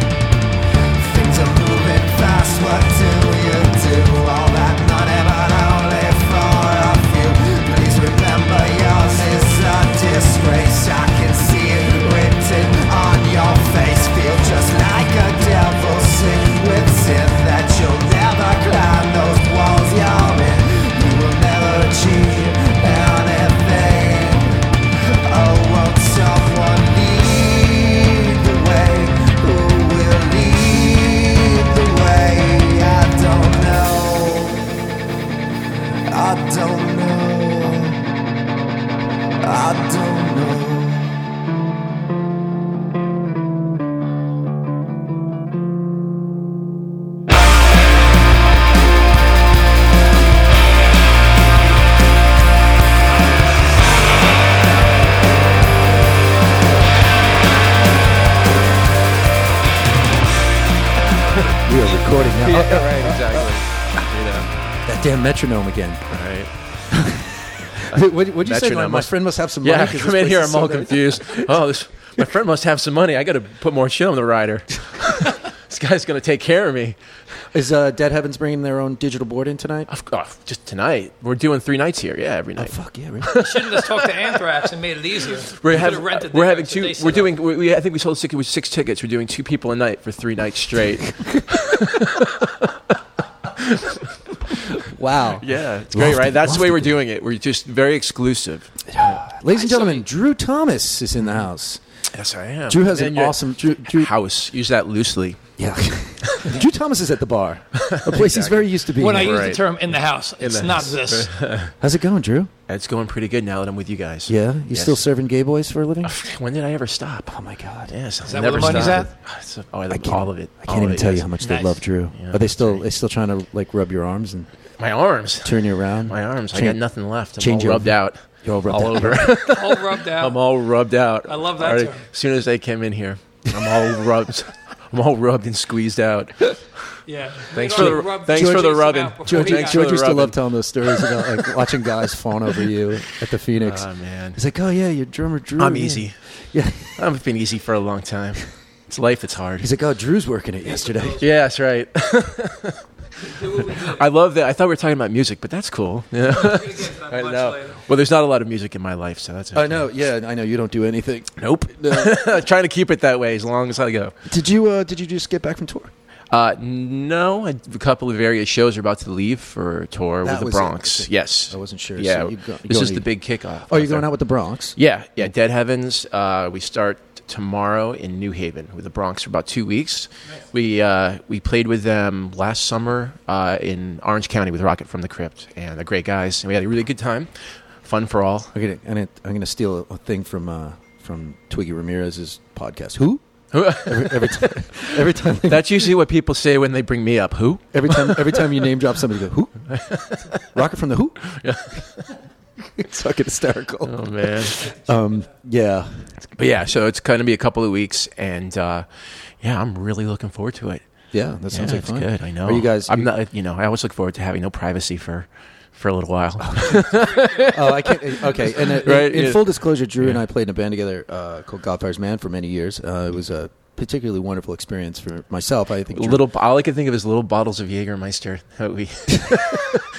Things are moving fast, what do you do? All that money, but only for a few. Please remember yours is a disgrace. I can see it written on your face. Feel just like a devil sick with sin that you'll never climb those walls you're in. You will never achieve anything. Oh, won't someone lead the way? Who will lead the way? I don't know. I don't know. I don't know.
We are recording now. Oh,
right, exactly. You know,
that damn metronome again.
all right.
What, what'd you say?
Metronome.
Ron? My friend must have some
Yeah,
money.
I
'cause this
come in
place
here,
is
I'm
so
all
dirty.
confused. Oh, this, my friend must have some money. I got to put more shit on the rider. this guy's going to take care of me.
Is uh, Dead Heavens bringing their own digital board in tonight?
Of course, just tonight. We're doing three nights here. Yeah, every
Oh,
night.
fuck yeah, man.
Shouldn't have talked to Anthrax and made it easier.
We're,
You could
have-
have rented
we're
their
having
nights that
two.
they set
We're
up.
doing. We, we, I think we sold six, it was six tickets. We're doing two people a night for three nights straight.
Wow.
yeah, it's great, right? That's the way we're doing it. We're just very exclusive.
Ladies and gentlemen, Drew Thomas is in the house.
Yes, I am.
Drew has
And
an
you're-
awesome Drew, Drew,
house. Use that loosely.
yeah. Drew Thomas is at the bar, a place he's very used to being.
When I
at.
use the
Right.
term in the house, it's
the
not
house.
this.
How's it going, Drew?
It's going pretty good now that I'm with you guys.
Yeah, you
Yes. Oh,
still serving gay boys for a living?
When did I ever stop?
Oh my god,
Yes,
that where the money's
Oh, I
I
love
can't-
all of it.
I
All
can't
of
even
it,
tell
yes.
you how much they
Nice.
love Drew.
Yeah,
Are they
that's
still?
great.
They still trying to like rub your arms and
My arms.
turn you around?
My arms. I
Change-
got nothing left. I'm
change
all
your-
rubbed out.
You're all rubbed
all
out.
over.
All Oh, rubbed out.
I'm all rubbed out.
I love that
Already-
term.
As soon as they came in here, I'm all rubbed. I'm all rubbed and squeezed out.
yeah. We'd
Thanks for the-
already rubbed
thanks for
Jason
the
out
rubbing.
before
George-
he
George,
got
for
George
the
used to
rubbing.
love telling those stories about like watching guys fawn over you at the Phoenix.
Oh man,
He's like, "Oh yeah, your drummer Drew."
I'm
yeah."
easy.
Yeah.
I've been easy for a long time. It's life. It's hard.
He's like, "Oh, Drew's working it yesterday."
Yeah, that's right. I love that. I thought we were talking about music, but that's cool. Yeah. I know. Well, there's not a lot of music in my life, so that's.
I
okay.
know. Yeah, I know. You don't do anything.
Nope. Trying to keep it that way as long as I go.
Did you? Uh, did you just get back from tour?
Uh, no, a couple of various shows are about to leave for a tour
That
with
was
the
it.
Bronx.
Okay.
Yes.
I wasn't sure.
Yeah.
So you go-
this
going
is
to-
the big kickoff.
Oh, you're going out with the Bronx.
Yeah, yeah. Dead Heavens. Uh, we start tomorrow in New Haven with the Bronx for about two weeks. We uh, we played with them last summer uh, in Orange County with Rocket from the Crypt, and they're great guys. And we had a really good time. Fun for all.
I'm gonna, I'm gonna, I'm gonna steal a thing from uh, from Twiggy Ramirez's podcast. Who? every, every time, every time,
That's usually what people say when they bring me up. Who?
every time, every time you name drop somebody, you go who? Rocket from the Who?
Yeah.
it's fucking hysterical.
man.
Um, yeah,
But yeah, so it's going to be a couple of weeks, and uh, yeah, I'm really looking forward to it.
yeah, that sounds
yeah,
like
it's
fun.
good. I know.
Are you guys?
I'm not. You know, I always look forward to having no privacy for for a little while.
oh, I can't. Okay, and uh,
Right,
in
yeah.
full disclosure, Drew and
Yeah.
I played in a band together uh, called Godfire's Man for many years. Uh, it was a particularly wonderful experience for myself. I think Drew-
little. All I can think of is little bottles of Jägermeister. That we.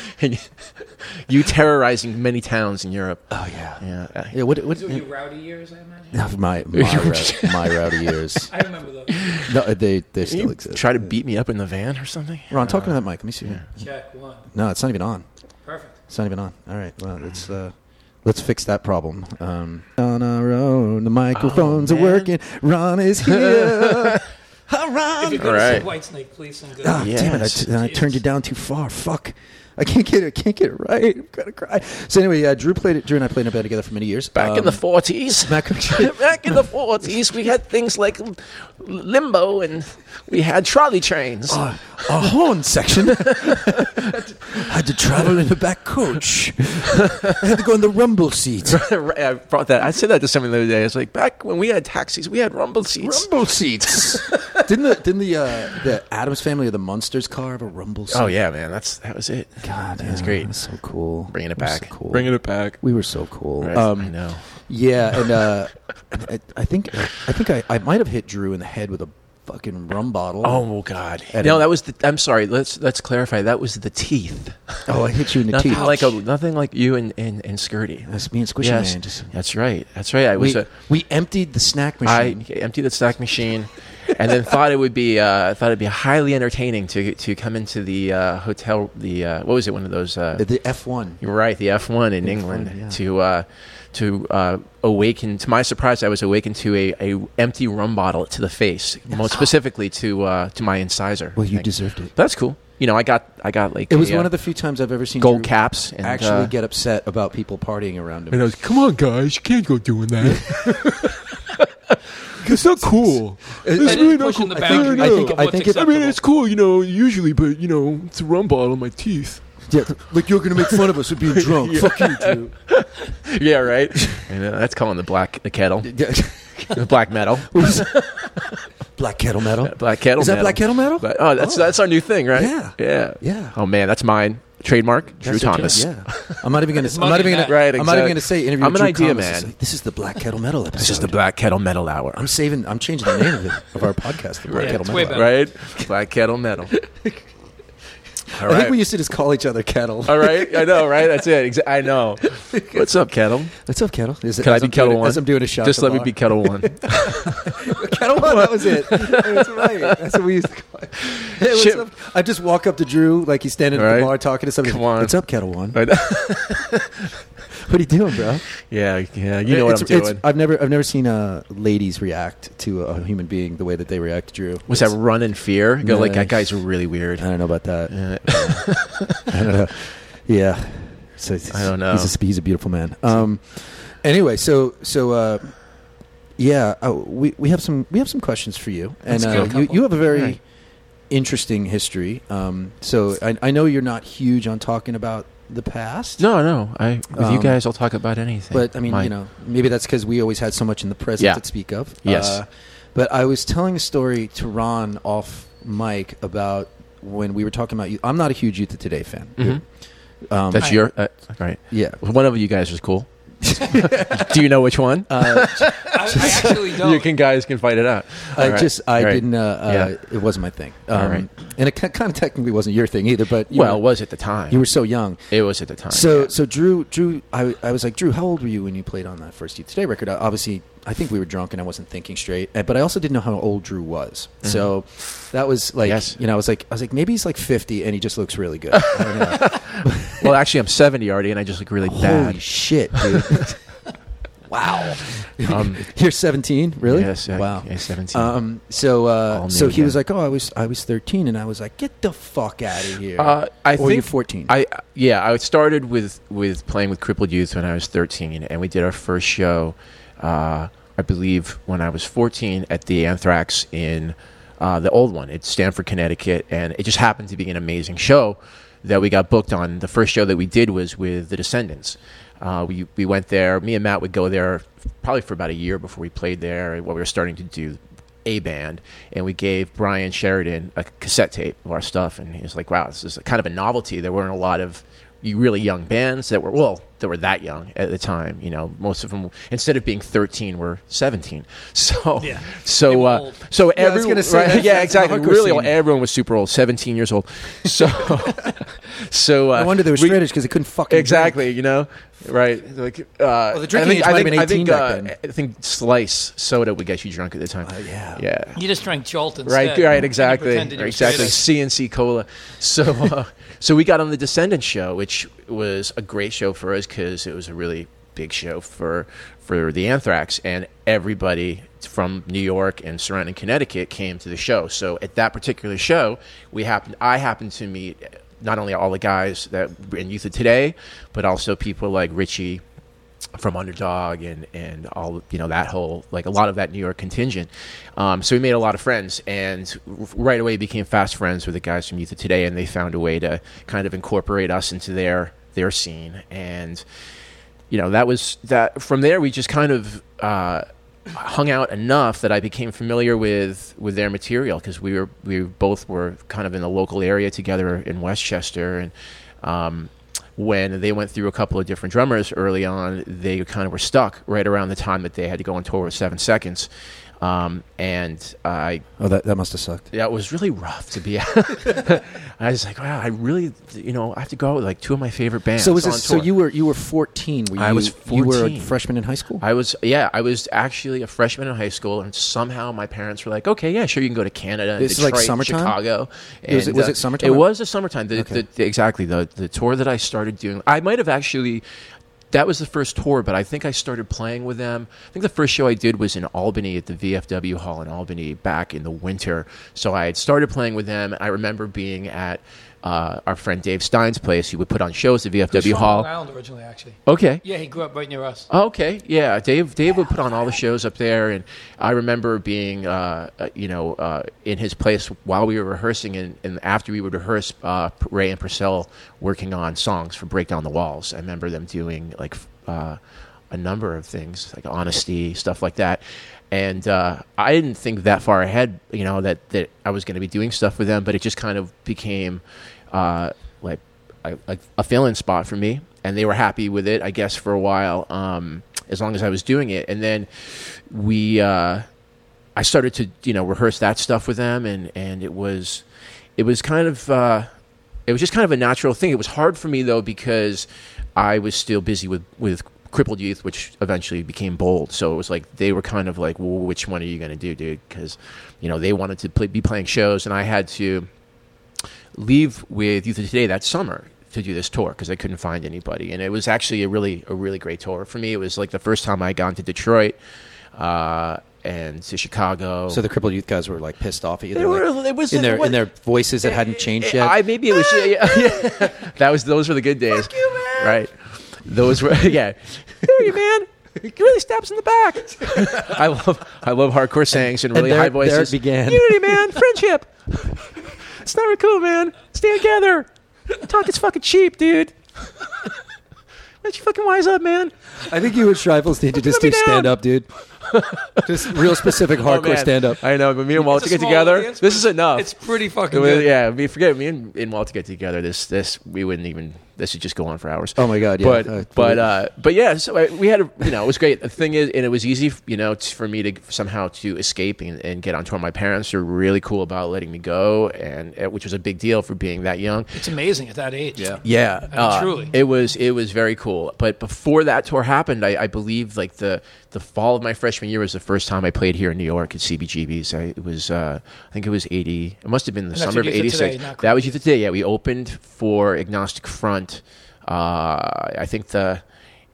and you- you terrorizing many towns in Europe.
Oh yeah.
Yeah.
Yeah, what, what,
Those were your rowdy years, I imagine.
Of my my, rou- my rowdy years.
I remember those.
No, uh, they they
Can
still
you Uh,
exist.
Try to beat me up in the van or something.
Ron, talk into that mic. Let me see.
Check one.
No, it's not even on.
Perfect.
It's not even on. All right. Well, let's uh, let's fix that problem. Um, on our own, the microphones are
Oh, man.
working. Ron is here. Hi,
If
Ron.
you're going to
Alright.
see White Snake, please sing good.
Ah,
Yes.
damn it! I, t- I turned you down too far. Fuck. I can't get it. I can't get it right. I'm gonna cry. So anyway, uh, Drew played it. Drew and I played in a band together for many years.
Back in the
Um,
forties.
Mac-
Back in the forties, we had things like limbo, and we had trolley trains.
a, Um, a horn section. had to travel in a back coach. I had to go in the rumble seat.
Right, I brought that. I said that to someone the other day. It's like back when we had taxis, we had rumble seats.
Rumble seats. didn't the didn't the uh, the Adams family of the Munsters carve a rumble seat?
Oh yeah, man. That's that was it.
God,
That's
yeah,
great.
That's so cool.
Bringing
We
it
were so
back.
cool.
it back.
We were so cool.
Right. I
Um,
know.
yeah, and uh, I, I think I think I, I might have hit Drew in the head with a fucking rum bottle.
Oh God.
Edit.
No, that was the. I'm sorry. Let's let's clarify. That was the teeth.
Oh, I hit you in the
nothing
teeth.
like a nothing like you and and, and Skirty.
That's me and Squishy
Yes,
Man. Just,
that's right. That's right. I was.
we,
a-
we emptied the snack
I
machine.
emptied the snack machine, and then thought it would be uh, thought it'd be highly entertaining to to come into the uh, hotel. The uh, what was it? One of those. Uh,
the, the F one.
You're right, the F1 in England
F1, yeah.
to uh, to uh, awaken. To my surprise, I was awakened to a, a empty rum bottle to the face, most specifically to uh, to my incisor.
Well, you
Thank-
deserved it.
That's cool. You know, I got I got like
It was
a,
one
uh,
of the few times I've ever seen
gold
Drew
caps. And,
actually
uh,
get upset about people partying around him.
And I was, come on, guys, you can't go doing that. it's not cool.
That
It's
is
really not
pushing
cool.
the
I,
boundary
I
know.
think-
of
I
what's
think it-
I
acceptable.
mean, it's cool, you know, usually, but, you know, it's a rum bottle in my teeth.
Yeah, like you're gonna make fun of us for being drunk. Fuck you, Drew.
yeah, right. and, uh, that's calling the black the kettle
Yeah.
the black metal.
What was- Black Kettle Metal.
Black kettle.
Is that
metal.
Black Kettle Metal?
But, oh, that's
Oh.
that's our new thing, right?
Yeah.
yeah,
Yeah.
Oh man, that's mine. Trademark. Drew
That's what-
Thomas.
Yeah.
I'm not even gonna. I'm not
Mugging
even gonna.
that.
Right,
I'm not even
exactly.
gonna say interview.
I'm an
Drew
idea
Thomas.
man.
It's like,
This is the Black Kettle Metal episode.
This is the Black Kettle Metal Hour.
I'm saving. I'm changing the name of, it, of our podcast. The Black
Yeah,
Kettle
it's
Metal.
way better.
right? Black Kettle Metal. All
I think
right.
we used to just call each other Kettle.
All right. I know, right? That's it. Exa- I know. What's up, Kettle?
What's up, Kettle? Is it,
Can I
as
be
I'm
Kettle
doing,
One?
As I'm doing a shot.
Just
at the
let me
bar.
be Kettle One.
Kettle One. That was it. That's right. That's what we used to call it. Hey, what's
Shit.
up? I just walk up to Drew like he's standing at
Right.
the bar talking to somebody.
Come on.
What's up, Kettle One?
Right?
What are you doing, bro?
yeah, yeah. You know what I'm
It's- it's-
doing.
I've never, I've never seen uh, ladies react to a human being the way that they react to Drew.
Was that run in fear? Go like
Nice.
that guy's really weird.
I don't know about that.
Yeah.
I don't know. Yeah. So it's-
I don't know.
He's a, he's a beautiful man. Um. Anyway, so so uh, yeah, uh, we we have some we have some questions for you, and
Let's
uh,
go.
you you have a very
Alright.
interesting history. Um. So I I know you're not huge on talking about the past.
No, no. I with you
Um,
guys, I'll talk about anything.
But I mean,
My-
you know, maybe that's because we always had so much in the present
Yeah.
to speak of. Uh,
Yes.
but I was telling a story to Ron off mic about when we were talking about you. I'm not a huge Youth of Today fan.
Mhm.
Um,
that's
I-
your uh, right.
yeah.
One of you guys is cool. Do you know which one?
Uh,
I, I actually don't.
You can guys can fight it out.
I
All right.
just I
All right.
didn't. Uh, uh, It wasn't my thing. Um,
All right.
And it kind of technically wasn't your thing either. But you
Well, it
were,
was at the time.
you were so young.
it was at the time.
So
yeah.
so Drew Drew I, I was like Drew, how old were you when you played on that first Youth Today record? I, obviously, I think we were drunk and I wasn't thinking straight, uh, but I also didn't know how old Drew was. So that was like
Mm-hmm. Yes.
you know I was like I was like maybe he's like fifty and he just looks really good. I don't know.
well, actually, I'm 70 already, and I just look really
Holy
bad.
shit, dude! wow,
Um,
you're seventeen, really?
Yes. I-
wow.
yeah, 17.
Um. So, uh,
All
so
new
he was
again.
like, "Oh, I was, I was 13," and I was like, "Get the fuck out of here!"
Uh, I
or you're
think
14.
I yeah, I started with with playing with crippled youth when I was 13, and we did our first show, uh, I believe, when I was 14 at the Anthrax in uh, the old one at Stamford, Connecticut, and it just happened to be an amazing show that we got booked on. The first show that we did was with the Descendants. Uh, we we went there. Me and Matt would go there probably for about a year before we played there. What we were starting to do a band and we gave Brian Sheridan a cassette tape of our stuff and he was like wow this is kind of a novelty there weren't a lot of really young bands that were well that were that young at the time you know most of them instead of being 13 were 17
Yeah.
so
They
so
were
uh,
old.
so
Yeah, I was
everyone
gonna say,
right,
that's-
yeah
that's the
exactly
hardcore
really
scene.
everyone was super old 17 years old so so uh,
No wonder they were
we-
straight because they couldn't fucking drink.
Exactly, you know, right? Like, uh, well,
the drinking age might have been 18 back then. Uh,
I think slice soda would get you drunk at the time.
yeah.
yeah.
You just drank Jolt instead.
Right,
And
right,
you
exactly,
pretended you were
exactly.
straight.
CNC Cola. So, uh, so we got on the Descendants show, which was a great show for us because it was a really big show for for the Anthrax, and everybody from New York and surrounding Connecticut came to the show. So, at that particular show, we happened. I happened to meet not only all the guys that were in Youth of Today, but also people like Richie from Underdog and and all you know that whole like a lot of that New York contingent. Um, so we made a lot of friends, and r- right away became fast friends with the guys from Youth of Today, and they found a way to kind of incorporate us into their their scene and you know that was that from there we just kind of uh, hung out enough that I became familiar with with their material because we were we both were kind of in the local area together in Westchester and um, when they went through a couple of different drummers early on they kind of were stuck right around the time that they had to go on tour with Seven Seconds um, and I
Oh, that, that must have sucked.
yeah, it was really rough to be. I was like, wow, I really, you know, I have to go out with like two of my favorite bands.
So was
on
this? So
tour.
you were you were fourteen. Were you,
I was
You were a
14.
freshman in high school.
I was yeah, I was actually a freshman in high school, and somehow my parents were like, "Okay, yeah, sure, you can go to Canada, and
This is
Detroit,
like summertime?
Chicago." uh,
Was it- was it summertime?
It was a summertime. The,
Okay.
the, the- exactly the the tour that I started doing. I might have actually. That was the first tour, but I think I started playing with them. I think the first show I did was in Albany at the VFW Hall in Albany back in the winter. So I had started playing with them. I remember being at uh, our friend Dave Stein's place. He would put on shows at
He's from
VFW
Long
Hall.
Island originally, actually.
Okay.
Yeah, he grew up right near us.
Oh, okay, yeah. Dave Dave would put on all the shows up there, and I remember being, uh, uh, you know, uh, in his place while we were rehearsing, and, and after we would rehearse, uh, P- Ray and Purcell working on songs for "Break Down the Walls." I remember them doing like. f- Uh, a number of things like honesty, stuff like that. And uh, I didn't think that far ahead, you know, that that I was going to be doing stuff with them, but it just kind of became uh, like a, like a fill-in spot for me, and they were happy with it, I guess, for a while, um, as long as I was doing it. And then we, uh, I started to you know rehearse that stuff with them, and and it was, it was kind of, uh, it was just kind of a natural thing. It was hard for me though because I was still busy with with crippled youth which eventually became bold so it was like they were kind of like well, which one are you going to do dude because you know they wanted to play, be playing shows and i had to leave with Youth of Today that summer to do this tour because I couldn't find anybody, and it was actually a really a really great tour for me. It was like the first time I had gone to Detroit uh, and to Chicago.
So the crippled youth guys were like pissed off at you.
They
They're,
were-
like,
it was-
in their
what- eh,
in their voices that hadn't changed yet.
I maybe it was yeah, yeah. that was those were the good days, right? Those were yeah. there you man. You really steps in the back. I love I love hardcore sayings and, really
there-
high voices.
there it began.
Unity, man. Friendship. it's not cool, man. Stay together. Talk is fucking cheap, dude. Why don't you fucking wise up, man?
I think you and Shrivels need to just
Put me do down. stand-up,
dude. just real specific
Oh, man. I know, but me and Walt
It's a
to get
small
together.
audience,
this
but
is enough.
It's pretty
Uh, It
fucking
was-
good.
yeah, we forget me and, and Walt to get together. This this we wouldn't even. This would just go on for hours.
Oh my God, yeah.
But
I
but
believe-
uh, but yeah. So I, we had a, you know it was great. The thing is, and it was easy you know t- for me to somehow to escape and, and get on tour. My parents were really cool about letting me go, and uh, which was a big deal for being that young.
It's amazing at that age. Yeah.
Yeah, uh,
mean, truly.
it was it was very cool. But before that tour happened, I, I believe like the the fall of my freshman year was the first time I played here in New York at CBGB's. I, it was uh, I think it was eighty. It must have been the
that's
summer of
what you did
eighty
today,
six.
not
That was you today. Yeah, we opened for Agnostic Front. Uh, I think the.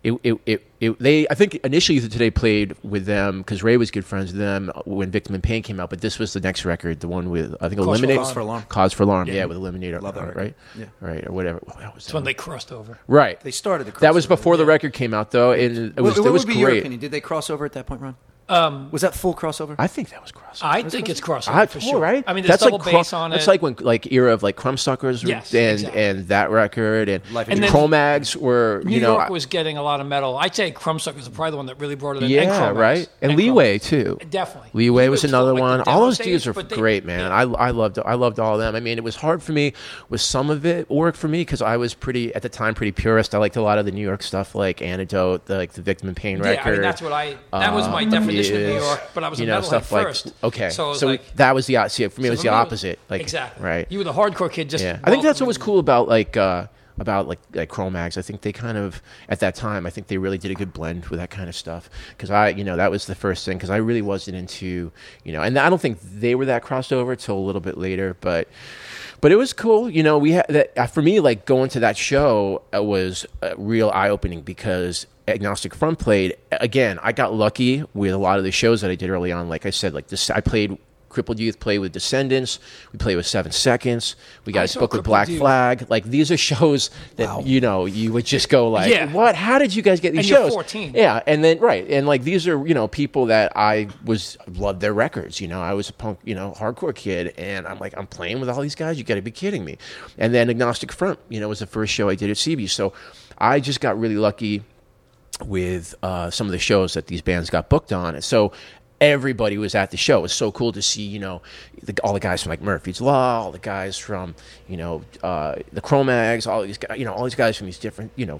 It, it, it, it, they I think initially Youth of Today played with them because Ray was good friends with them uh, when Victim and Pain came out, but this was the next record, the one with I think
for
Eliminate
Alarm. Cause for
Alarm.
Cause for Alarm, yeah, with Eliminator,
Love that record.
right,
Yeah.
right or whatever. What was
It's
that?
when they crossed over.
Right.
They started the
that was
crossover,
before the
yeah.
record came out, though, and it was,
what
it was
would be
great.
your opinion? Did they cross over at that point, Ron? Um, was that full crossover?
I think that was cross.
I think it's crossover
I,
Ah, for
oh,
sure.
right?
I mean, there's
that's
double
like cro-
bass on it.
That's like when like era of like Crumbsuckers
Yes,
and
exactly.
and that record and
Life
in
and
Jail.
Chromags were
New
you know
York was getting a lot of metal. I'd say Crumbsuckers is probably the one that really brought it in. and
yeah
Chrome
right
X.
and,
Chrome
Leeway
X.
too.
Definitely.
Leeway was another
like the
one. All those
devil
dudes
days,
are
but they-
great, man. I, I loved I loved all of them. I mean, it was hard for me with some of it worked for me because I was pretty at the time pretty purist. I liked a lot of the New York stuff, like Antidote, the, like the Victim and Pain
Yeah,
record.
I mean that's what I. That was my
um,
definition of New
is,
York, but I was
you
a
know,
metalhead
stuff like-
first.
Okay,
so, it was like,
that was the opposite for me. it was
for
the
me,
opposite, like
exactly
right.
You were the hardcore kid. Just
yeah, I think that's what
welcoming
was cool about like uh, about like like Chromax. I think they kind of at that time, I think they really did a good blend with that kind of stuff. Because I, you know, that was the first thing. Because I really wasn't into, you know, and I don't think they were that crossed over till a little bit later, but but it was cool. You know, we had that uh, for me. Like going to that show uh, was uh, real eye opening because Agnostic Front played again. I got lucky with a lot of the shows that I did early on. Like I said, like this, I played. Crippled Youth played with Descendants. We played with Seven Seconds. We got
saw
booked with
Crippled
Black
Youth.
Flag. Like these are shows that you know you would just go like,
Yeah.
"What? How did you guys get these
And you're
shows?"
14.
Yeah, and then right, and like these are you know people that I was loved their records. You know, I was a punk, you know, hardcore kid, and I'm like, I'm playing with all these guys. You got to be kidding me! And then Agnostic Front, you know, was the first show I did at CB. So I just got really lucky with uh, some of the shows that these bands got booked on. And so everybody was at the show. It was so cool to see, you know, the, all the guys from like Murphy's Law, all the guys from, you know, uh, the Chromags, all these guys, you know, all these guys from these different, you know,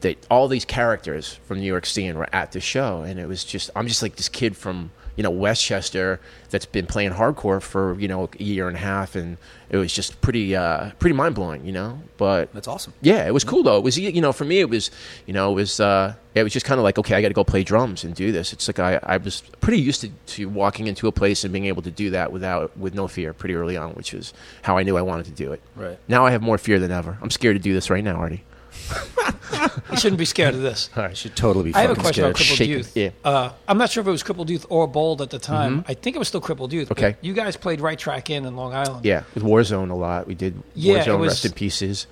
that all these characters from New York scene were at the show. And it was just, I'm just like this kid from, you know, Westchester that's been playing hardcore for, you know, a year and a half. And it was just pretty, uh, pretty mind blowing, you know, but
That's awesome.
yeah, it was cool though. It was you know for me it was you know it was uh, it was just kind of like okay I got to go play drums and do this. It's like I, I was pretty used to, to walking into a place and being able to do that without with no fear pretty early on, which is how I knew I wanted to do it.
Right.
now I have more fear than ever. I'm scared to do this right now, Artie.
You shouldn't be scared of this.
I should totally be.
I have a
fucking
question about
scared.
crippled youth.
yeah.
Uh, I'm not sure if it was crippled youth or bold at the time. I think it was still crippled youth. but
Okay.
You guys played right track in in Long Island.
Yeah, with Warzone a lot. We did
Yeah, it
Warzone
was-
Rest in Pieces.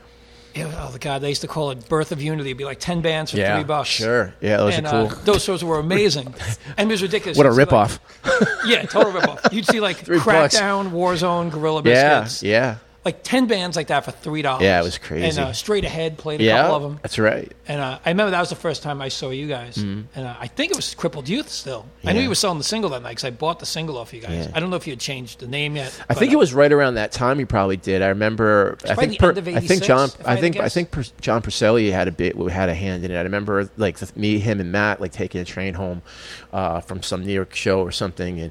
It was- oh god, they used to call it Birth of Unity. It'd be like ten bands for three bucks.
sure. Yeah, those
And,
are cool.
uh, those shows were amazing, and it was ridiculous.
what a
You'd see, like-
ripoff!
yeah, total ripoff. You'd see like
bucks.
Crackdown, Warzone, Gorilla
Yeah,
Biscuits.
yeah.
like ten bands like that for three dollars.
Yeah, it was crazy.
And uh, straight ahead played a
yeah,
couple of them.
that's right.
And uh, I remember that was the first time I saw you guys. And uh, I think it was Crippled Youth still. I knew
Mm-hmm. Yeah.
you were selling the single that night because I bought the single off you guys.
Yeah.
I don't know if you had changed the name yet.
I
but, uh,
think it was right around that time. You probably did. I remember. I
probably
think.
the
Per,
end of
I think John.
86, if I
I
had to
think. I
guess.
think per, John Purcelli had a bit. Had a hand in it. I remember like the, me, him, and Matt like taking a train home uh, from some New York show or something, and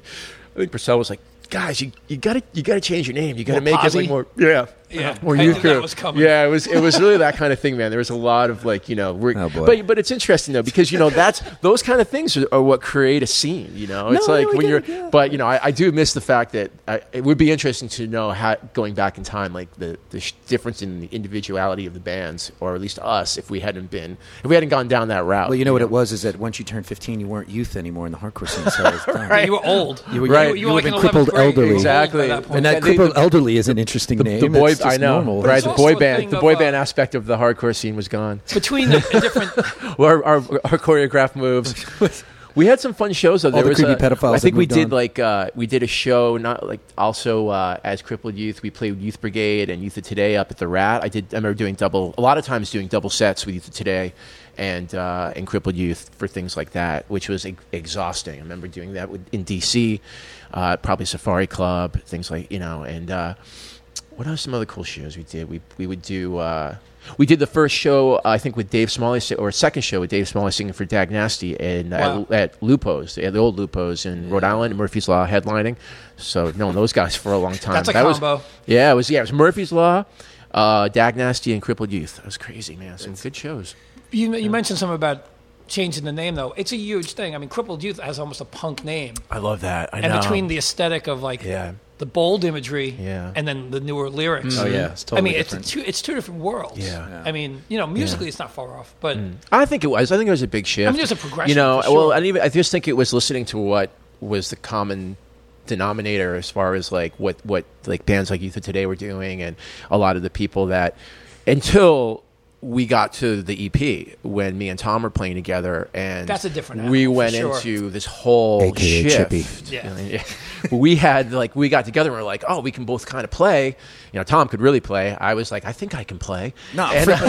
I think Purcell was like, "Guys, you, you gotta you gotta change your name. You gotta
More
make it
posy?
like more yeah."
Yeah,
more
I knew
youth
that
group.
was coming.
Yeah, it was it was really that kind of thing, man. There was a lot of like you know, we're,
Oh, boy.
but but it's interesting though because you know that's those kind of things are, are what create a scene. You know, it's
No,
like
no, I
when
get
you're,
it, yeah.
but you know, I, I do miss the fact that I, it would be interesting to know how going back in time, like the the sh- difference in the individuality of the bands, or at least us, if we hadn't been if we hadn't gone down that route.
Well, you know what it was is that once you turned 15, you weren't youth anymore in the hardcore scene. So it was done.
You were old. You
were-
Right.
You,
You
were like
would've
in
been crippled
11th grade. You were old
elderly.
by
Exactly.
that point.
And that
they-
crippled
the-
elderly is an interesting name.
the boy,
It's just
I know,
normal.
right?
it's
The
also
boy
a thing
band, the
of,
boy
uh,
band aspect of the hardcore scene was gone.
Between the the different
our, our, our choreographed moves. We had some fun shows though.
All the creepy
a-
pedophiles
I think
have
we
moved
did
on.
like uh, we did a show, not like also uh, as crippled youth. We played Youth Brigade and Youth of Today up at the Rat. I did. I remember doing double a lot of times doing double sets with Youth of Today and uh, and crippled youth for things like that, which was e- exhausting. I remember doing that with, in DC, uh, probably Safari Club, things like you know and. Uh, what are some other cool shows we did? We we would do. Uh, we did the first show, I think, with Dave Smalley, si- or second show with Dave Smalley singing for Dag Nasty in, uh,
Wow.
at, at Lupo's, at the old Lupo's in Rhode Island, Murphy's Law headlining. So known those guys for a long time.
That's a
That was-
combo.
yeah, it was yeah, it was Murphy's Law, uh, Dag Nasty, and Crippled Youth. That was crazy, man. Some good shows.
You, you mentioned something about changing the name though. It's a huge thing. I mean, crippled youth has almost a punk name,
I love that. I
and between the aesthetic of like
Yeah.
the bold imagery,
Yeah. Mm.
and then the newer lyrics.
Oh, yeah. It's
I
totally
mean, it's
different.
two it's two different worlds.
Yeah. Mm.
Yeah.
I mean, you know, musically it's not far off, but
I think it was. I think it was a big shift.
I mean, there's a progression,
You know,
for
well,
sure.
and even I just think it was listening to what was the common denominator as far as like what what like bands like Youth of Today were doing, and a lot of the people that until we got to the EP when me and Tom were playing together, and
That's a different
We
animal, for
went
sure.
into this whole
AKA
shift.
Chippy.
Yeah.
Yeah. we had like we got together and we are like, oh, we can both kind of play. You know, Tom could really play. I was like, I think I can play.
No,
And-
freak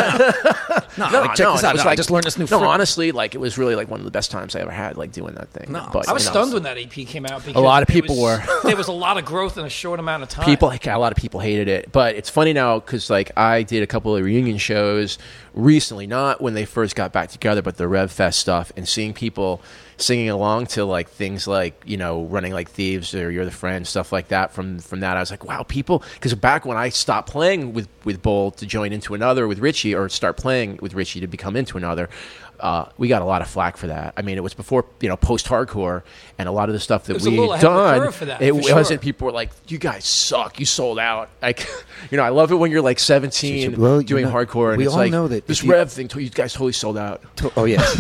No, like, check
no,
this
and it
out.
was
No, I just learned this new
No,
fruit.
honestly, like it was really like one of the best times I ever had, like doing that thing.
No,
but,
I was
you know,
stunned when that EP came out because
lot of
it
people
was-
were.
there was a lot of growth in a short amount of time.
People, like, a lot of people hated it, but it's funny now because like I did a couple of reunion shows recently, not when they first got back together, but the Rev Fest stuff, and seeing people singing along to like things like you know running like thieves or you're the friend stuff like that from from that i was like wow people because back when i stopped playing with with bowl to join into another with richie or start playing with richie to become into another uh, we got a lot of flack for that. I mean, it was before you know post hardcore, and a lot of the stuff that
was a
we
little
had
ahead of the
done,
curve for that,
it
for
wasn't.
sure.
People were like, "You guys suck. You sold out." Like, you know, I love it when you're like 17
Well, you
doing
know,
hardcore, and
we
it's
all
like
know that
this
if you-
rev thing. You guys totally sold out,
To- Oh, yes.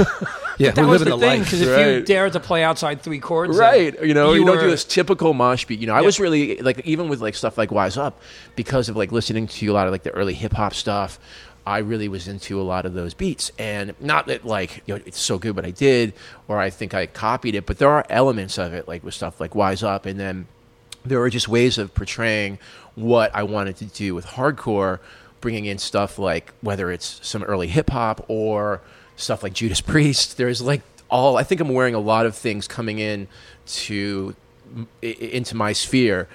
yeah.
That
we
was
live in
the thing
life.
because if you
right.
dared to play outside three chords, then
right? You know, you, don't do
were-
this typical mosh beat. You know, I was really like even with like stuff like Wise Up because of like listening to a lot of like the early hip hop stuff. I really was into a lot of those beats, and not that like you know, it's so good, but I did, or I think I copied it. But there are elements of it, like with stuff like Wise Up, and then there were just ways of portraying what I wanted to do with hardcore, bringing in stuff like whether it's some early hip hop or stuff like Judas Priest. There's like all I think I'm wearing a lot of things coming in to i- into my sphere,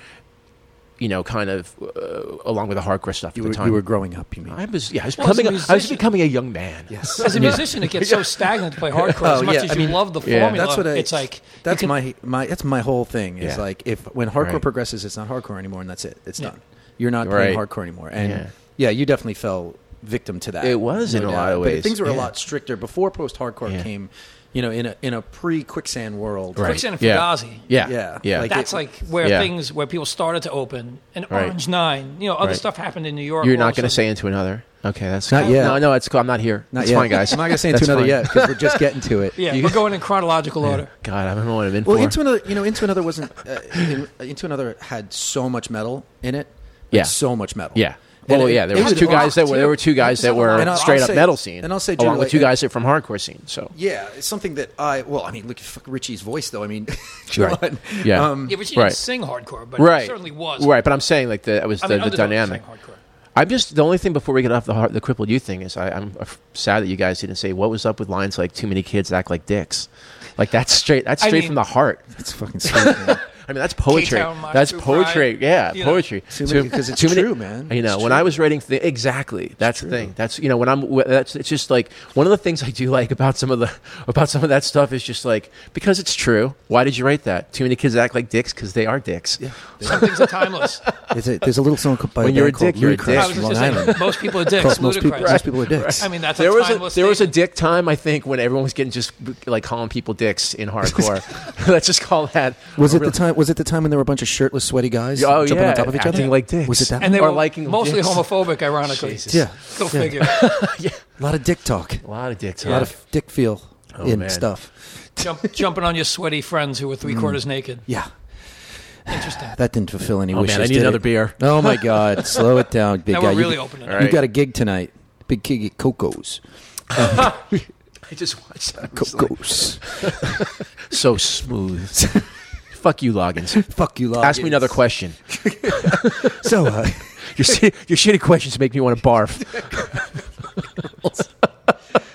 you know, kind of uh, along with the hardcore stuff
You
at
were,
the time.
you were growing up, you mean?
I was yeah, I was
Well, as a
becoming a, I was
musician-
becoming a young man.
yes.
As a musician, it gets so stagnant to play hardcore. as
Oh,
much
yeah,
as
I
you
mean,
love the
yeah.
formula,
That's what I,
it's like you
That's
can-
my my. That's my whole thing. Is
Yeah.
like if when hardcore
Right.
progresses, it's not hardcore anymore, and that's it. It's
Yeah.
done. You're not playing
Right.
hardcore anymore, and
Yeah.
yeah. you definitely fell victim to that.
It was in a lot of
But
ways,
things were a
yeah.
lot stricter before post hardcore
Yeah.
came. You know, in a in a pre quicksand world,
Quicksand and
Yeah.
Fugazi.
Yeah,
Yeah.
yeah.
Like,
That's
it-
like where
Yeah.
things where people started to open and
Right.
Orange Nine. You know, other
Right.
stuff happened in New York.
You're
all
not
of a
going to
sudden.
say into another. Okay, that's
Not
cool.
yet.
No, no, it's cool. I'm not here.
Not
it's
yet.
fine, guys.
I'm not gonna say into
That's
another
fine.
yet because we're just getting to it.
Yeah,
You-
we're going in chronological order.
God, I don't know what I'm in
Well,
for.
into another, you know, into another uh, wasn't uh, in, into another had so much metal in it. Like,
Yeah.
so much metal.
Yeah. Well,
And it-
yeah, there
it
was
would
two
rock,
guys that were there
too.
were two guys that were
And I'll- I'll
straight up
say-
metal scene,
and I'll say,
along
Drew,
with
like,
two
uh,
guys that from hardcore scene. So
Yeah, it's something that I well, I mean, look at fuck Richie's voice though. I mean, come
Right.
on.
Yeah.
Um,
Yeah, but she
Right.
didn't sing hardcore, but
right,
it certainly was.
right. But I'm saying like the, that was
I
the,
mean,
the
Underdog sang
dynamic.
hardcore.
I'm just the only thing before we get off the heart, the crippled youth thing is I, I'm af- sad that you guys didn't say what was up with lines like too many kids act like dicks, like that's straight that's
I
straight
mean-
from the heart.
it's fucking sweet, man.
I mean that's poetry.
K-Town, Motley
That's
Crue,
poetry.
Pride,
yeah,
you know.
poetry.
Too
Too-
many- 'cause it's
too many-
true, man.
You know,
It's
when I was writing, th- exactly. That's the thing. That's you know, when I'm wh- that's it's just like one of the things I do like about some of the about some of that stuff is just like because it's true. Why did you write that? Too many kids act like dicks because they are dicks.
Some things are timeless.
There's a, there's a little song by
When
a
you're
band
a dick,
called
you're a
Ludacris
dick.
I
Yes,
was
from
just
Long
gonna say,
Island.
most people are dicks.
Most, most people,
Ludacris.
most people are dicks.
I mean, that's
there
a
was
timeless
a, there was a
statement.
dick time I think when everyone was getting just like calling people dicks in hardcore. Let's just call that.
was
a
it the
real-
time? Was it the time when there were a bunch of shirtless, sweaty guys
Oh
jumping
yeah,
on top of each
acting
other?
like dicks.
Was it that?
and they
Or
were
liking
mostly
dicks.
homophobic, ironically.
yeah,
Go
yeah.
figure.
A lot of dick talk,
A lot of dicks.
a lot of dick feel
Oh,
in
man.
stuff.
Jump, jumping on your sweaty friends who were
Mm.
three quarters naked.
Yeah,
Interesting.
that didn't fulfill any
Oh
wishes.
man, I need
did
another
it?
beer.
Oh my God, slow it down, big
Now
guy.
we're really
you,
opening
All
up.
right.
you got a gig tonight, big gig at Coco's.
I just watched that. recently.
Coco's.
So smooth. Fuck you, Loggins.
Fuck you, Loggins.
Ask me another question.
So, uh,
Your shi- your shitty questions make me want to barf.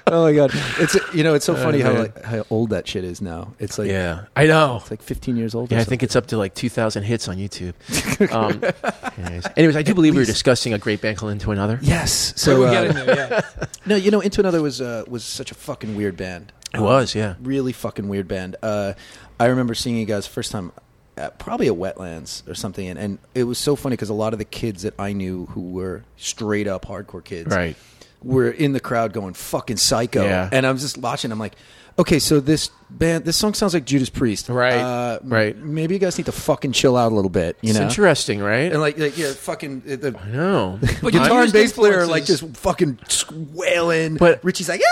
oh my god, it's you know it's so funny how
Oh, man.
like, how old that shit is now. It's like
Yeah, I know.
it's like 15 years old. or
Yeah, I
something.
think it's up to like 2,000 hits on YouTube. Um, anyways. Anyways, I do believe we were discussing a great band called Into Another.
Yes.
We
So
were
uh,
getting there, yeah.
no, you know, Into Another was uh, was such a fucking weird band.
It was, yeah.
Really fucking weird band. Uh, I remember seeing you guys first time, at probably at Wetlands or something, and, and it was so funny because a lot of the kids that I knew who were straight up hardcore kids,
Right.
were in the crowd going fucking psycho,
Yeah.
and I'm just watching. I'm like. Okay, so this band, this song sounds like Judas Priest,
Right,
Uh, m-
right.
Maybe you guys need to fucking chill out a little bit, you
It's
know.
interesting, right?
And like, like yeah, fucking uh, the
I know.
But you
guitar and
used
bass player are like
influences.
just fucking wailing.
But-
But Richie's like, ah!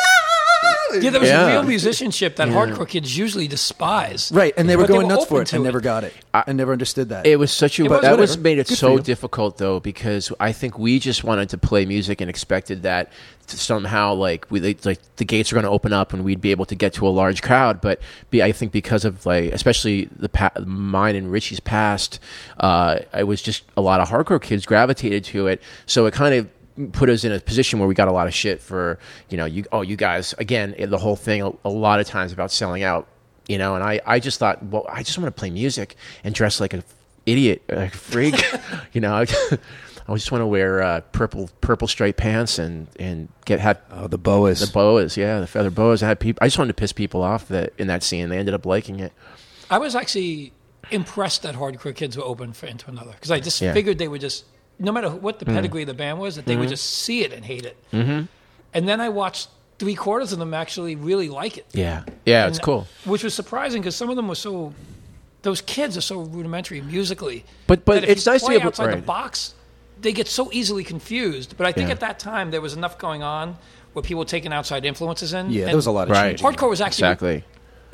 Yeah, there was
Yeah.
a real musicianship that hardcore kids usually despise.
right, and they were
But they
going
were
nuts for
open
it.
to
I
it.
never got it. I, never understood that.
It was such a
was
that was
whatever.
made it
Good for
so
you.
difficult though because I think we just wanted to play music and expected that to somehow like we like like, the gates are going to open up and we'd be able to get to a large crowd. But be, I think because of like especially the pa- mine and Richie's past, uh, it was just a lot of hardcore kids gravitated to it. So it kind of put us in a position where we got a lot of shit for you know you oh you guys again the whole thing a, a lot of times about selling out you know and i i just thought well i just want to play music and dress like an idiot like a freak you know i, I just want to wear uh, purple purple striped pants and and get have
oh, the boas.
the boas yeah the feather boas i had people i just wanted to piss people off that in that scene they ended up liking it
I was actually impressed that hardcore kids were open for Into Another because I just
Yeah.
figured they would just, no matter what the
Mm.
pedigree of the band was, that they
Mm-hmm.
would just see it and hate it. Mm-hmm. And then I watched three quarters of them actually really like it.
yeah yeah it's
And-
cool
Which was surprising because some of them were so. Those kids are so rudimentary musically.
But- but
that if
it's
you
nice to
play
be able-
outside the
right.
box. They get so easily confused. But I think
Yeah.
at that time there was enough going on where people were taking outside influences in.
yeah,
and
there was a lot of
Right.
right.
Hardcore was actually
exactly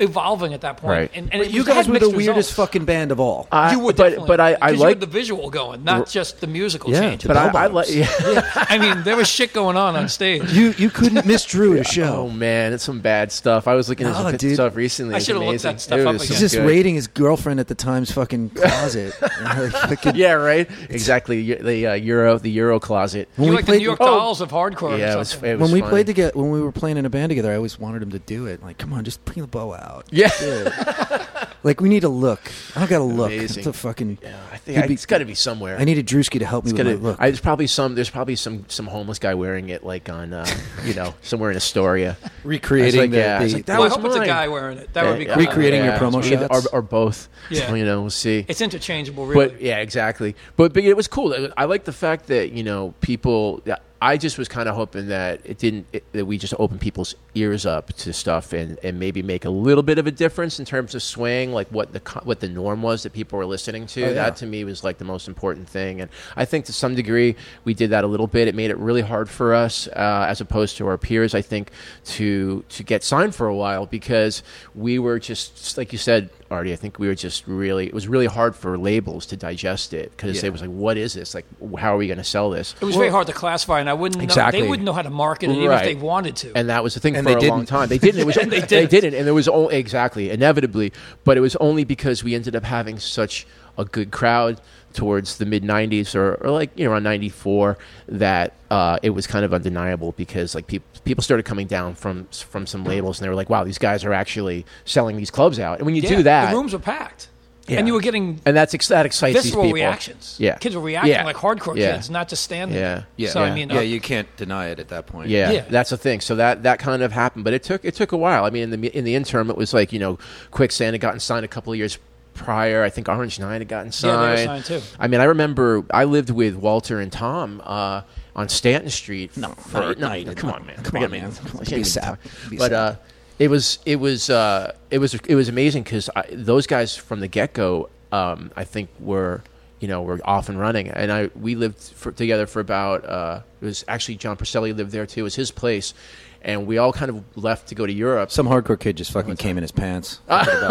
evolving at that point.
Right.
And, and it
You
was- it
guys
had
were the
mixed
weirdest
results.
fucking band of all.
I-
You were
but
definitely,
but i i
because you
like
had the visual going, not just the musical
Yeah,
change.
the
but
But
i, I like
bell-bottoms.
yeah
I mean, there was shit going on on stage.
you you couldn't miss Drew at a
Oh
show.
man, it's some bad stuff. I was looking at
No,
some bit-
dude.
stuff recently.
I
It's
should've looked
amazing.
that stuff
It
up
was
again.
He's
so
just
good.
raiding his girlfriend at the time's fucking closet. And, like, fucking-
Yeah, right. Exactly. Y- The uh, Euro, the Euro closet.
When
you
we
like the
played-
New York
oh,
Dolls of hardcore.
Yeah, it
or
was,
something.
it was
When we
fun.
played together, when we were playing in a band together, I always wanted him to do it. Like, come on, just bring the bow out.
Yeah.
Do it. like we need a look. I got a look.
Amazing.
It's a fucking.
I think I,
He'd be-
it's got to be somewhere.
I needed Drewski to help me
it's
with
gotta,
my look.
I, there's probably some. There's probably some some homeless guy wearing it, like on uh, you know somewhere in Astoria.
recreating
I was like,
the,
yeah, I
the-
was like, that
Well, I
was
hope it's a
mine.
guy wearing it. That would be
Yeah,
cool.
Recreating your promo
Either-
shots?
or, or both.
Yeah.
you know, we'll see.
It's interchangeable, really.
But yeah, exactly. But but it was cool. I like the fact that you know people. I- I just was kind of hoping that it didn't it, that we just open people's ears up to stuff and, and maybe make a little bit of a difference in terms of swing, like what the co- what the norm was that people were listening
Oh,
to. That to me was like the most important thing, and I think to some degree we did that a little bit. It made it really hard for us uh, as opposed to our peers, I think, to to get signed for a while because we were just just like you said, Artie. I think we were just really it was really hard for labels to digest it because it was like, what is this? Like, how are we going to sell this?
It was very hard to classify, and I wouldn't
Exactly.
know. They wouldn't know how to market it even if
Right.
they wanted to.
And that was the thing
And
for
they
a long
didn't.
time. They didn't. It was, they, didn't. they didn't. And there was only, exactly, inevitably, but it was only because we ended up having such a good crowd towards the mid 90s or, or like, you know, around 94 that uh, it was kind of undeniable because like people, people started coming down from, from some labels and they were like, wow, these guys are actually selling these clubs out. And when you
Yeah,
do that,
the rooms were packed,
Yeah.
and you were getting
and that's, ex- that excites these
visceral
people.
reactions.
Yeah.
kids were reacting
Yeah.
like hardcore
Yeah.
kids, not just standing.
Yeah.
Yeah.
Yeah.
So I
Yeah.
mean,
yeah,
uh,
you can't deny it at that point.
Yeah,
Yeah.
that's the thing. So that that kind of happened, but it took it took a while. I mean, in the in the interim, it was like you know, quicksand had gotten signed a couple of years prior. I think Orange Nine had gotten
Yeah, they were
signed.
signed too.
I mean, I remember I lived with Walter and Tom uh, on Stanton Street. No, for, no, no, come on, man, come on, man. Be
sap. Be
But uh, it was it was uh, it was it was amazing because those guys from the get go, um, I think were. You know, were off and running, and I we lived for, together for about. Uh, it was actually John Porcelli lived there too. It was his place, and we all kind of left to go to Europe.
Some hardcore kid just fucking came in his pants.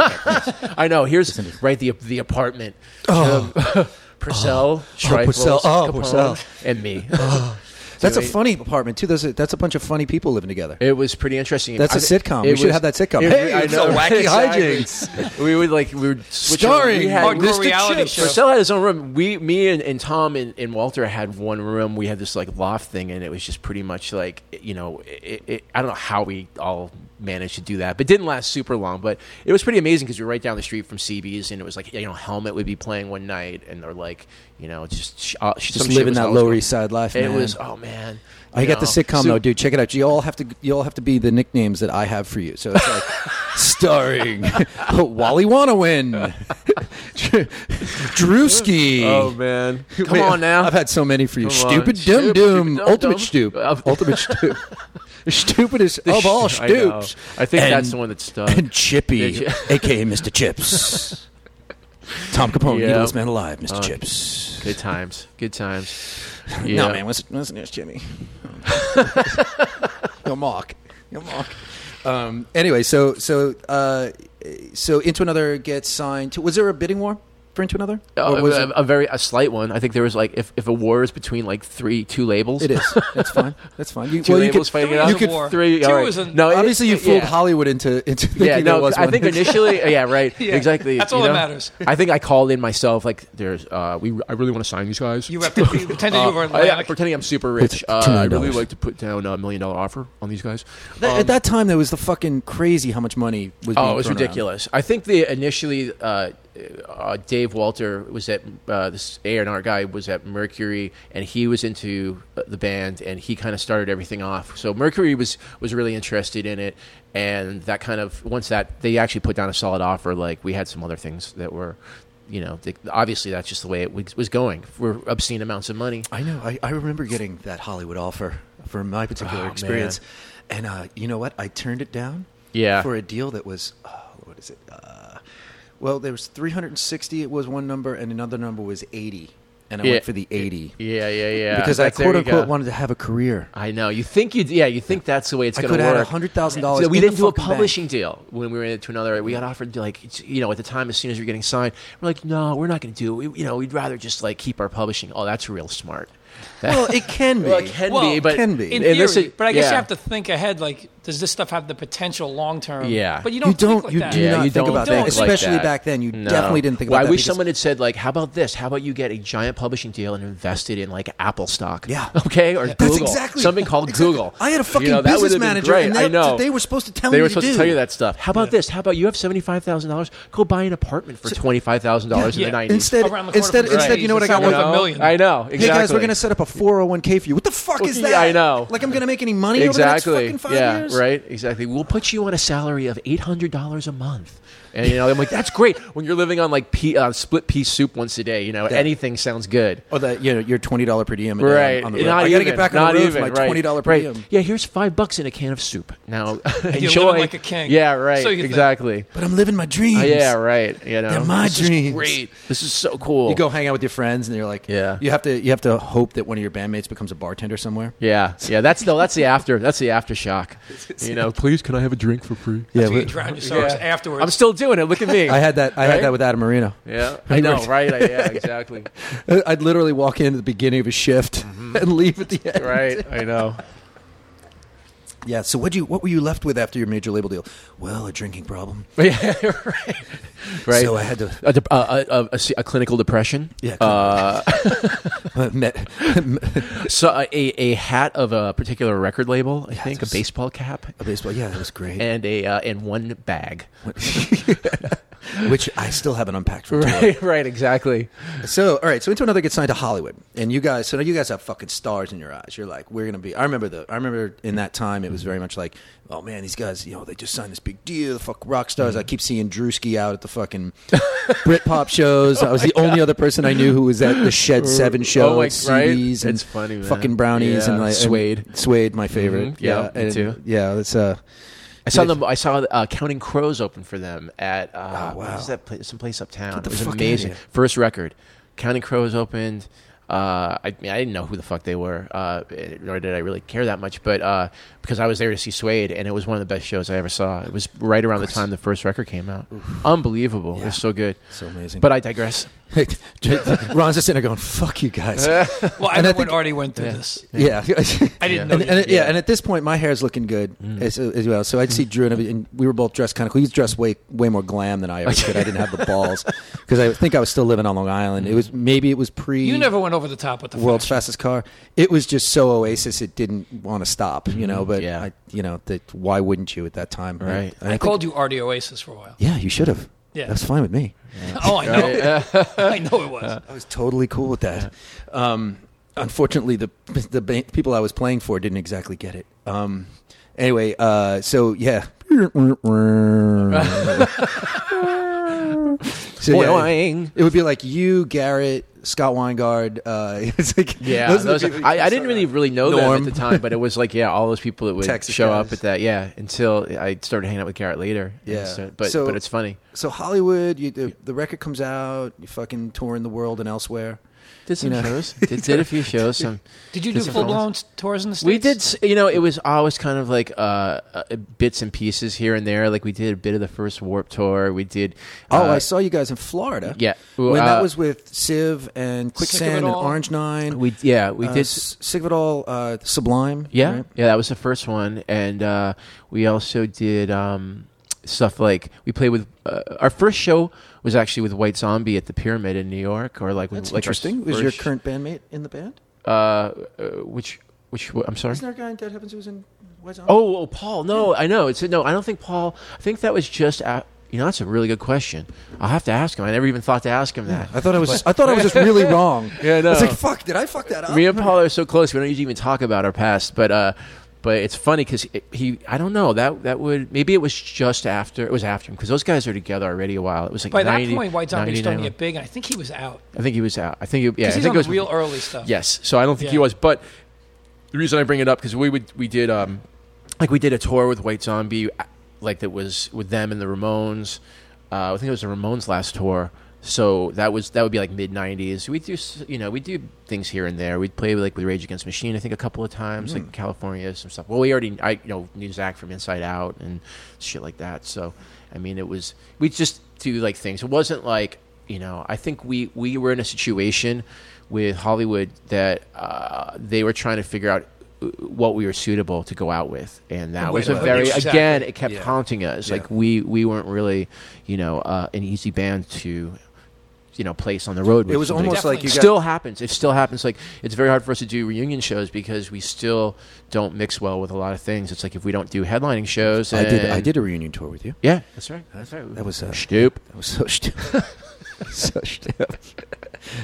I know. Here's right the the apartment. Um, Purcell, Schreifels,
Purcell. Oh,
Capone,
Purcell. Oh.
and me.
That's a
Dude.
funny apartment too. That's a, that's a bunch of funny people living together.
It was pretty interesting.
That's a
thi-
sitcom.
it
We should have that sitcom. Hey, it's a wacky
hijinks. we would like we would switch
Starring
we
hardcore
Mr.
reality
Chips.
show.
Purcell had his own room. We, me, and, and Tom and, and Walter had one room. We had this like loft thing, and it was just pretty much like you know, it, it, I don't know how we all managed to do that, but it didn't last super long. But it was pretty amazing because we were right down the street from CB's, and it was like you know, Helmet would be playing one night, and they're like you know, just sh- uh, sh-
Just
some shit
living
was
that
always
Lower
going-
East Side life.
It
man.
was oh man.
I
you
got the
know.
sitcom
So-
though, dude. Check it out. You all have to. You all have to be the nicknames that I have for you. So it's like starring Wally Wanawin, Drewski.
Oh man! Come
Wait,
on now!
I've had so many for you.
Come on.
stupid,
Stupid,
dumb, doom,
dumb,
ultimate
dumb.
stoop,
Of-
ultimate stoop, The stupidest of all
I know. Uh,
stoops.
I think that's
And-
the one that stuck.
And Chippy,
Yeah,
aka Mr. Chips. Tom Capone,
Yeah. Uh,
evilest man alive, Mr. Chips.
Good times. Good times. Yeah.
No man, what's what's the news, Jimmy? Yo, Mark. Yo, Mark. Um, anyway, so so uh, so into another gets signed. To, was there a bidding war for into another?
Uh,
Or was
a, a very a slight one. I think there was like if, if a war is between like three two labels.
it is. That's fine. That's fine. You,
Two
well, you
labels
could,
fighting
Three
it out.
is a war.
Three.
Two
all right.
is an-
no, it-
obviously, you
yeah.
fooled Hollywood into into thinking
Yeah,
there
no,
was
I
one.
think initially, yeah, right,
Yeah.
exactly.
That's
you
all that
know?
matters.
I think I called in myself, like, there's, uh, we, I really want to sign these guys.
you rep- you pretended you were
Uh, yeah,
Atlantic.
pretending I'm super rich.
It's
Uh,
$2
I really
million.
like to put down a million dollar offer on these guys.
That- at that time, there was the fucking crazy how much money was.
um, Oh,
being
it was
thrown around.
ridiculous. I think the initially uh, uh, Dave Walter was at uh, this A and R guy was at Mercury, and he was into uh, the band, and he kind of started everything off. So Mercury was was really interested in it, and that kind of once that they actually put down a solid offer. Like we had some other things that were. You know, they, obviously that's just the way it was was going for obscene amounts of money.
I know. I, I remember getting that Hollywood offer for my particular
Oh,
experience, and uh, you know what? I turned it down.
Yeah.
For a deal that was, oh, what is it? Uh, well, there was 360. It was one number, and another number was 80, and I
Yeah.
went for the 80
Yeah, yeah, yeah.
because I
That's- there you
quote unquote
go.
wanted to have a career.
I know. You think you yeah. You think that's the way it's
I
going
could
to
add
work.
$100,000
So we
in the
didn't do
fucking
a
bank.
publishing deal when we were to another. We got offered like it's- you know at the time as soon as we are getting signed, we're like, no, we're not going to do it. We, you know, we'd rather just like keep our publishing. Oh, that's real smart.
Well, it can be.
Well, it can
Well,
be, but
can be.
in
and
theory,
this is-
but I guess
yeah.
you have to think ahead. Like, does this stuff have the potential long term?
Yeah.
but you don't.
you don't.
Think like
You
that.
do
Yeah,
not
you
think
don't
about
think
that,
like
especially
that.
back then. You
No.
definitely didn't think
Well,
about that.
I wish
because-
someone had said like, "How about this? How about you get a giant publishing deal and invest it in like Apple stock?
Yeah.
okay, or
That's
Google,
exactly
something called
exactly.
Google.
I had a
You
fucking
know, that
business
would've been
manager,
great.
and they,
I know.
they were supposed to tell
They
me
were
to
supposed
do.
to tell you that stuff. How about this? How about you have seventy five thousand dollars? Go buy an apartment for twenty five thousand dollars in
Yeah.
the nineties.
Instead,
Around the corner
instead,
from the
instead, you know what I
It's
got?
not
One
worth a million.
I know. Exactly.
Hey guys, we're gonna set up a 401k for you. What the fuck is
Yeah,
that?
I know.
Like I'm gonna make any money
exactly.
over the next fucking five
yeah,
years.
right. Exactly. We'll put you on a salary of eight hundred dollars a month, and you know I'm like, that's great when you're living on like pea, uh, split pea soup once a day. You know, anything sounds good.
Or that you know your twenty dollar per diem. a day
Right.
On the road.
Not
I gotta
even,
get back on
not
the road
even,
for my
right.
twenty dollar per
right.
diem.
Yeah, here's five bucks in a can of soup. Now
living
enjoy
like a king.
Yeah, right.
So you think.
exactly.
But I'm living my dreams.
Uh, yeah, right. You know,
They're my
this is
dreams.
great. This is so cool.
You go hang out with your friends, and you're like,
Yeah.
You have to you have to hope that one of your bandmates becomes a bartender somewhere.
Yeah, yeah. That's no. That's the after. That's the aftershock. You know,
Please, can I have a drink for free?
Yeah,
So you drown yourselves afterwards.
I'm still doing it. Look at me.
I had that. I
Right?
had that with Adam Marino.
Yeah, I know, right? I, yeah, exactly.
I'd literally walk in at the beginning of a shift and leave at the end.
Right, I know.
Yeah. So what you what were you left with after your major label deal? Well, a drinking problem.
yeah, right. Right.
So I had to
a, dep- a, a, a, a clinical depression.
Yeah,
Uh,
met,
so uh, a, a hat of a particular record label, I think, a baseball cap,
a baseball. Yeah, that was great.
and a uh, and one bag.
which I still haven't unpacked from. today.
Right, right, exactly.
So all right. So into another gets signed to Hollywood, and you guys. So now you guys have fucking stars in your eyes. You're like, we're gonna be. I remember the. I remember in that time, it was very much like, oh man, these guys. You know, they just signed this big deal. Fuck rock stars.
Mm-hmm.
I keep seeing Drewski out at the fucking Britpop shows. I was the only other person I knew who was at the Shed Seven show.
Oh, like,
CDs
right?
and
It's funny, man.
fucking brownies
Yeah.
and like
Suede.
and Suede, my favorite.
Mhm. Yeah, me
and,
too.
Yeah, that's uh.
I saw them. I saw uh, Counting Crows open for them at uh,
Oh,
what
wow.
is that place? Some place uptown.
Get the
it was
fuck outta
amazing.
here.
First record. Counting Crows opened. Uh, I mean, I didn't know who the fuck they were, uh, nor did I really care that much. But uh, because I was there to see Suede, and it was one of the best shows I ever saw. It was right around the time the first record came out. Unbelievable! It was so good.
So amazing.
But I digress.
Ron's just in there going, "Fuck you guys."
well, I
and I
know
think-
when Artie went through this.
Yeah.
I didn't
And,
know. you-
and, yeah. and at this point, my hair's looking good
Mm.
as, as well. So I'd see Drew, and, and we were both dressed kind of cool. He was dressed way way more glam than I ever could. I didn't have the balls because I think I was still living on Long Island. It was maybe it was pre
Mm. you never went over the top with the
world's
fashion.
fastest car. It was just so Oasis. It didn't want to stop, you know. But
Yeah.
I, you know, that why wouldn't you at that time? I-
Right.
I,
Mm-hmm. I
think-
called you Artie Oasis for a while.
Yeah, you should have.
Yeah.
That's fine with me.
Oh, I know. I know it was.
I was totally cool with that. Um, unfortunately, the the ba- people I was playing for didn't exactly get it. Um, anyway, uh, so yeah. so yeah,
Boing.
it would be like you, Garrett, Scott Weingard. Uh, it's like
Yeah,
those are the
those-
people you
I, I
saw
didn't really
around.
really know
Norm.
them at the time, but it was like yeah, all those people that would
Texas
show
guys.
up at that yeah until I started hanging out with Garrett later. And
Yeah.
so- but
So-
but it's funny.
So Hollywood, you, the, the record comes out, you fucking tour in the world and elsewhere.
Did some shows. did, did a few shows. Some.
Did you do
Just
full blown tours in the states?
We did. s- You know, it was always kind of like uh, uh, bits and pieces here and there. Like we did a bit of the first Warp tour. We did.
Oh,
uh,
I saw you guys in Florida.
yeah.
when that
Uh,
was with Civ and Quicksand and
All.
Orange Nine.
We yeah we
uh,
did.
S- Sick of It All, uh, Sublime.
Yeah,
right?
yeah, that was the first one, and uh, we also did um, stuff like we played with uh, our first show was actually with White Zombie at the Pyramid in New York, or like
That's
like our
interesting. Was your
first-
current bandmate in the band?
uh, uh, which which I'm sorry.
Isn't there a guy in Dead Heavens who was in Wes Zombie?
Oh, oh, Paul. No, I know. It's no. I don't think Paul. I think that was just. A, you know, that's a really good question. I'll have to ask him. I never even thought to ask him that.
Oh, I thought I was. Just, I thought I was just really wrong.
Yeah, I
I was
know.
like, "Fuck! Did I fuck that up?"
Me and Paul are so close. We don't usually even talk about our past, but uh, but it's funny because he. I don't know that that would maybe it was just after it was after him because those guys are together already a while. It was like
By
90
that point, White Zombie was starting to
99.
get big, and I think he was out.
I think he was out. I think he, yeah. I
Because
think
he's on
it was
real early stuff.
Yes. So I don't think he
Yeah.
was. But the reason I bring it up because we would we did um like we did a tour with White Zombie uh, like that was with them and the Ramones. Uh, I think it was the Ramones last tour. So that was that would be like mid '90s. We do s- you know we do things here and there. We'd play like with Rage Against the Machine. I think a couple of times like California some stuff. Well, we already I you know knew Zach from Inside Out and shit like that. So I mean it was we just do like things. It wasn't like you know I think we we were in a situation with Hollywood that uh, they were trying to figure out uh, what we were suitable to go out with, and that
Wait,
was a
uh,
very
exactly.
again it kept
Yeah.
haunting us.
Yeah.
Like we we weren't really you know uh, an easy band to you know place on the road. With
It was
somebody.
almost like you got.
still happens. It still happens. Like it's very hard for us to do reunion shows because we still don't mix well with a lot of things. It's like if we don't do headlining shows,
I did. I
and-
did a reunion tour with you.
Yeah, that's right. That's right.
That was. Uh,
Stoop.
that was so stupid. so stupid.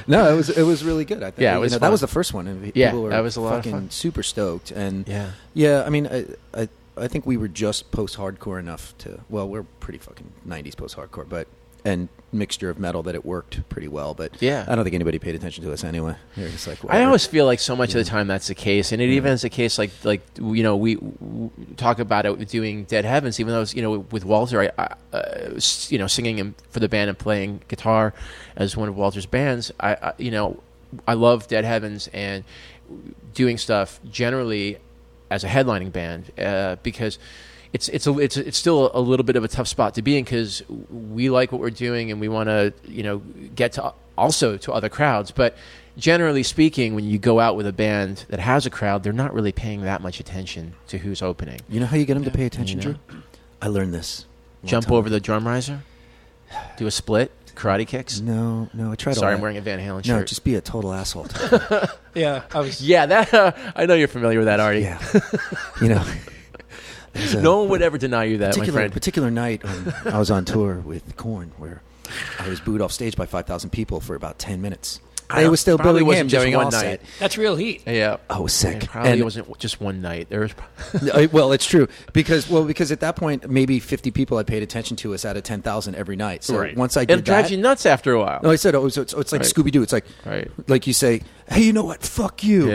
no, it was it was really good. I think.
Yeah, it
You
was
know,
fun.
that was the first one, and
Yeah,
people were
that was a lot of
fucking
fun.
super stoked. And
Yeah.
yeah, I mean, I I, I think we were just post hardcore enough to well, we're pretty fucking '90s post hardcore, but and mixture of metal that it worked pretty well. But
Yeah.
I don't think anybody paid attention to us anyway. They're just like,
I
whatever.
always feel like so much of the time that's the case, and it even is the case. Like like you know we, w talk about it with doing Dead Heavens, even though it's, you know with Walter, I, I uh, s- you know singing him for the band and playing guitar as one of Walter's bands. I, I you know I love Dead Heavens and doing stuff generally as a headlining band uh, because it's it's a, it's it's still a little bit of a tough spot to be in because we like what we're doing and we want to you know get to also to other crowds, but generally speaking, when you go out with a band that has a crowd, they're not really paying that much attention to who's opening.
You know how you get them to pay attention,
You know.
Drew? I learned this. one
Jump
time.
over the drum riser, do a split, karate kicks.
No, no, I tried. all
Sorry, I'm
that.
wearing a Van Halen
No,
shirt.
just be a total asshole.
Yeah, I was.
yeah, that uh, I know you're familiar with that, Artie.
yeah, you know. there's a-
No one would ever deny you that, my
particular
friend.
particular night when I was on tour with Corn, where I was booed off stage by five thousand people for about ten minutes.
I
They were still
probably
booing
wasn't
him
just
during
one
all
night.
set.
That's real heat.
Yeah,
I was
And
sick.
probably
And-
it wasn't just one night. There was.
Uh, well, it's true because well because at that point maybe fifty people had paid attention to us out of ten thousand every night. So once I did
it drives
that,
you nuts after a while.
no, I said oh, so it's, so it's like
Right.
Scooby Doo. It's like
Right.
like you say, hey, you know what? Fuck you.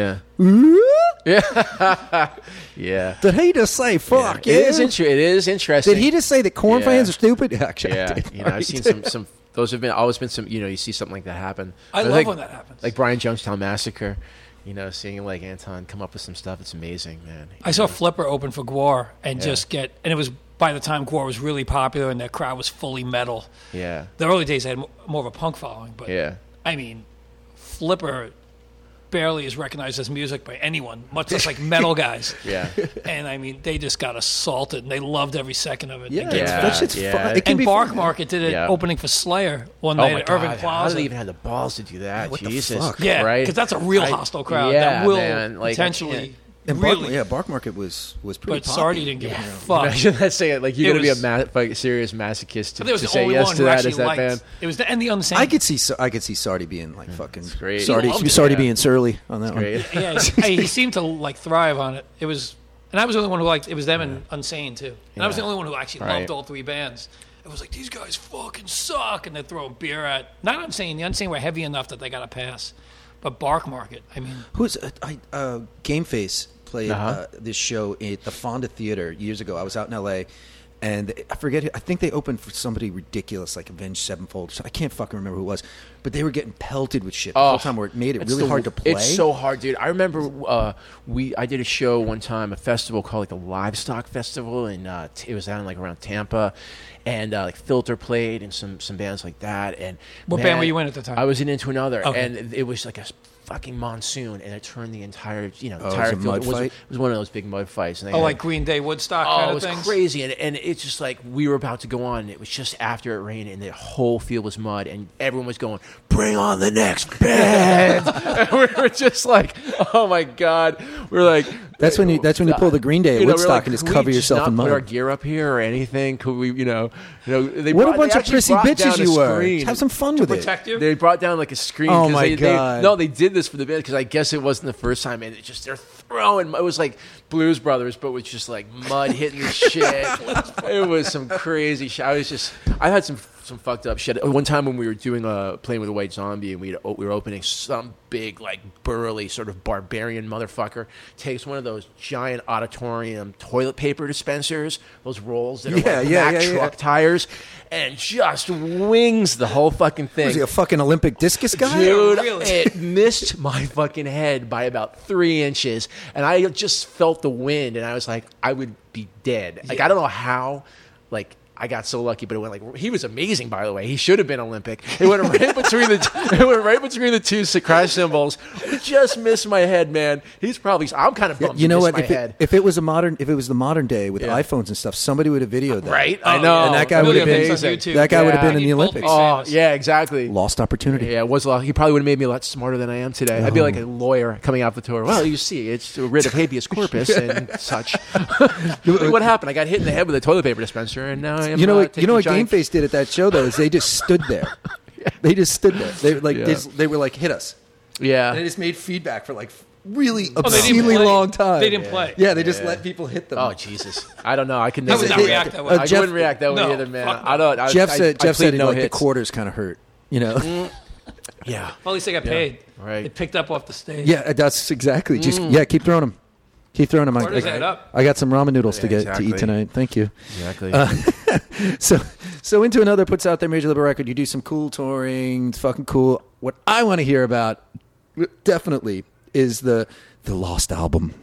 Yeah. yeah.
Did he just say fuck?
It is
yeah?
inter- it is interesting.
Did he just say that corn
Yeah.
fans are stupid? Actually, I
Yeah,
did.
you know, I've seen some some. Those have been always been some. You know, you see something like that happen.
I
But
love
like-
when that happens.
Like Brian Jonestown Massacre. You know, seeing like Anton come up with some stuff. It's amazing, man.
I saw Flipper open for Guar and just get, and it was by the time Guar was really popular and their crowd was fully metal.
Yeah.
The early days had mo- more of a punk following, but
Yeah.
I mean, Flipper barely is recognized as music by anyone, much less like metal guys.
Yeah. Oh
And I mean, they just got assaulted, and they loved every second of it. They
Yeah,
get-
it's-
Yeah,
that shit's
yeah.
fun. It can
And
be
Bark
fun.
Market did an
Yeah.
opening for Slayer one
Oh
night
my
at Irving
god! How do
Plaza.
they even have the balls to do that?
What the
Jesus,
fuck?
yeah,
right?
because that's a real
I-
hostile crowd
yeah,
that will
man, like, I
potentially
And
really.
Bark, yeah, Bark Market was was pretty.
but Sardi
poppy.
didn't give a
can't-
fuck.
Imagine that saying like you're
It
gonna be a
was-
ma- like, serious masochist to,
I think it was
to
the
say
only
yes
one
to
who
that.
actually
Is that
liked.
band?
It was the and the unsane.
I could see Sa- I could see Sardi being like fucking
great.
Sardi,
He loved it,
Sardi
yeah.
being surly on that one.
Great.
Yeah, he, he seemed to like thrive on it. It was, and I was the only one who liked. It was them and Unsane too. And I was the
Yeah.
only one who actually
Right.
loved all three bands. It was like these guys fucking suck, and they're throwing beer at. Not Unsane. The Unsane were heavy enough that they got a pass, but Bark Market. I mean,
Who's uh, I, uh, Game Face played uh
Uh-huh.
this show at the Fonda Theater years ago. I was out in L.A. and I forget. who- I think they opened for somebody ridiculous like Avenged Sevenfold. So I can't fucking remember who it was, but they were getting pelted with shit the whole time, where it made it
Oh, It's
really
the-
hard to play.
It's so hard, dude. I remember uh, we I did a show one time, a festival called like the Livestock Festival, and uh, t- it was down like around Tampa, and uh, like Filter played and some some bands like that. And
What band were you in at the time?
I was in Into Another,
Okay.
and it was like a s- fucking monsoon, and it turned the entire you know
Oh, was
entire
a
field.
mud
it, was,
fight?
it was one of those big mud fights. And they
oh,
had-
like Green Day, Woodstock
Oh,
kind
it
of
was
things.
crazy, and, and it's just like we were about to go on. And it was just after it rained, and the whole field was mud, and everyone was going, "Bring on the next band!" and we were just like, "Oh my god!" We are like,
That's when you- that's when you pull the Green Day at
we were
Woodstock and just
"Could we
cover yourself
not
in
Put
mud?"
our gear up here or anything? Could we, you know, you know, they
What
brought-
a bunch
they
of
actually
prissy
brought
bitches
down a
you were!
screen.
Have some fun with it.
Protect you.
They brought down like a screen.
Oh
'cause
my
they, they-
God.
no, they did this for the band because I guess it wasn't the first time, and it just they're throwing. It was like Blues Brothers, but with just like mud hitting the shit. it was some crazy shit. I was just I had some some fucked up shit. One time when we were doing uh, playing with a white zombie, and we we were opening some big like burly sort of barbarian motherfucker takes one of those giant auditorium toilet paper dispensers, those rolls that are
Yeah,
like
yeah,
Mack
yeah, yeah.
truck tires, and just wings the whole fucking thing.
Was he a fucking Olympic discus guy?
Dude,
Really?
it missed my fucking head by about three inches, and I just felt the wind, and I was like, I would be dead. Like I don't know how, like. I got so lucky, but it went like he was amazing. By the way, he should have been Olympic. It went right between the it went right between the two crash cymbals. It just missed my head, man. He's probably I'm kind of bummed.
You
he
know
missed
what?
My
If
head.
it, if it was a modern, if it was the modern day with iPhones and stuff, somebody would have videoed that.
right?
Oh,
I know.
yeah.
And that guy
A
would
million
have been
things on
amazing.
YouTube.
that guy would have
Yeah.
been in the
You'd both be
Olympics.
Oh
famous.
yeah, exactly.
Lost opportunity.
Yeah, it was law. He probably would have made me a lot smarter than I am today. I'd be like a
Uh-huh.
lawyer coming out the tour. Well, you see, it's writ of habeas corpus and such. what happened? I got hit in the head with a toilet paper dispenser, and now I am.
You know
uh,
what? You
taking
know what
giant-
Game Face did at that show though is they just stood there. They just stood there. They were like
Yeah.
they, just, they were like hit us, and they
yeah.
just made feedback for like really
Oh,
they didn't
obscenely
play.
long time.
They didn't play.
Yeah, they just let people hit them.
Oh Jesus! I don't know. I can
I
never
would not
They-
react that way.
uh,
I
Jeff-
wouldn't react that way
No,
either, man.
fuck no.
I don't. I,
Jeff
I,
said
I
Jeff said
played
no
no
like the
hits. Mm.
quarters kind of hurt. You know.
Yeah.
Well, at least they got paid.
right.
They picked up off the stage.
Yeah, that's exactly. Just
Mm.
yeah, keep throwing them. Keep throwing them. I,
Orders
I,
add up.
I got some ramen noodles to
Yeah,
get to eat
exactly.
tonight. Thank you.
Exactly.
Uh, So, so into another puts out their major label record. You do some cool touring. It's fucking cool. What I want to hear about definitely is the the lost album.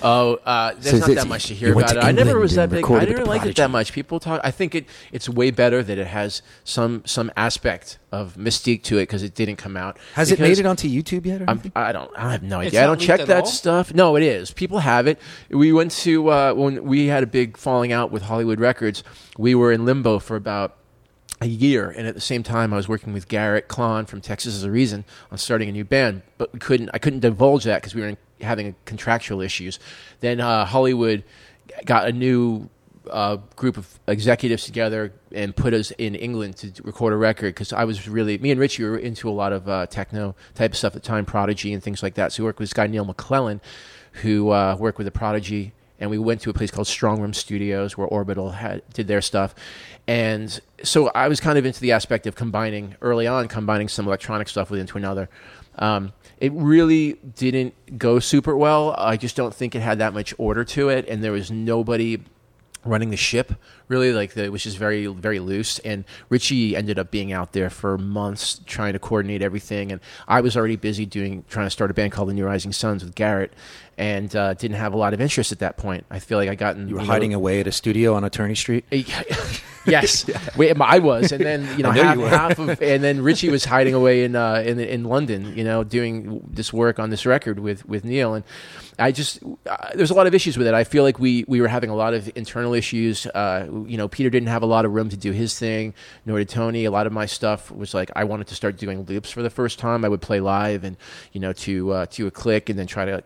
Oh, uh, there's
Says
not
it's-
that much to
he
hear
went
about
to
it. I never
England
was
and
that big. I
recorded with
didn't
the
like it
Prodigy.
that much. People talk. I think it it's way better that it has some some aspect of mystique to it because it didn't come out.
Has it made
Because
it onto YouTube yet? Or
I'm,
anything?
I don't. I have no
It's
idea. I
not
don't check
leaked at
that
all?
stuff. No, it is. People have it. We went to uh, when we had a big falling out with Hollywood Records. We were in limbo for about a year, and at the same time, I was working with Garrett Klon from Texas as a reason on starting a new band, but we couldn't. I couldn't divulge that because we were in, having contractual issues. Then uh, Hollywood got a new uh, group of executives together and put us in England to d- record a record because I was really me and Richie were into a lot of uh, techno type of stuff at the time, Prodigy and things like that. So we worked with this guy Neil McClellan, who uh, worked with the Prodigy, and we went to a place called Strong Room Studios where Orbital had, did their stuff, and so I was kind of into the aspect of combining early on, combining some electronic stuff with into another. Um, it really didn't go super well. I just don't think it had that much order to it, and there was nobody running the ship really like the, it was just very very loose and richie ended up being out there for months trying to coordinate everything and i was already busy doing trying to start a band called the new rising suns with garrett and uh, didn't have a lot of interest at that point i feel like i got in
you were hiding away at a studio on Attorney Street.
yes, Wait, I was, and then you know,
know
half,
you were.
half of, and then Richie was hiding away in uh, in in London, you know, doing this work on this record with with Neil, and I just uh, there's a lot of issues with it. I feel like we we were having a lot of internal issues. Uh, you know, Peter didn't have a lot of room to do his thing, nor did Tony. A lot of my stuff was like I wanted to start doing loops for the first time. I would play live and you know to uh, to a click, and then try to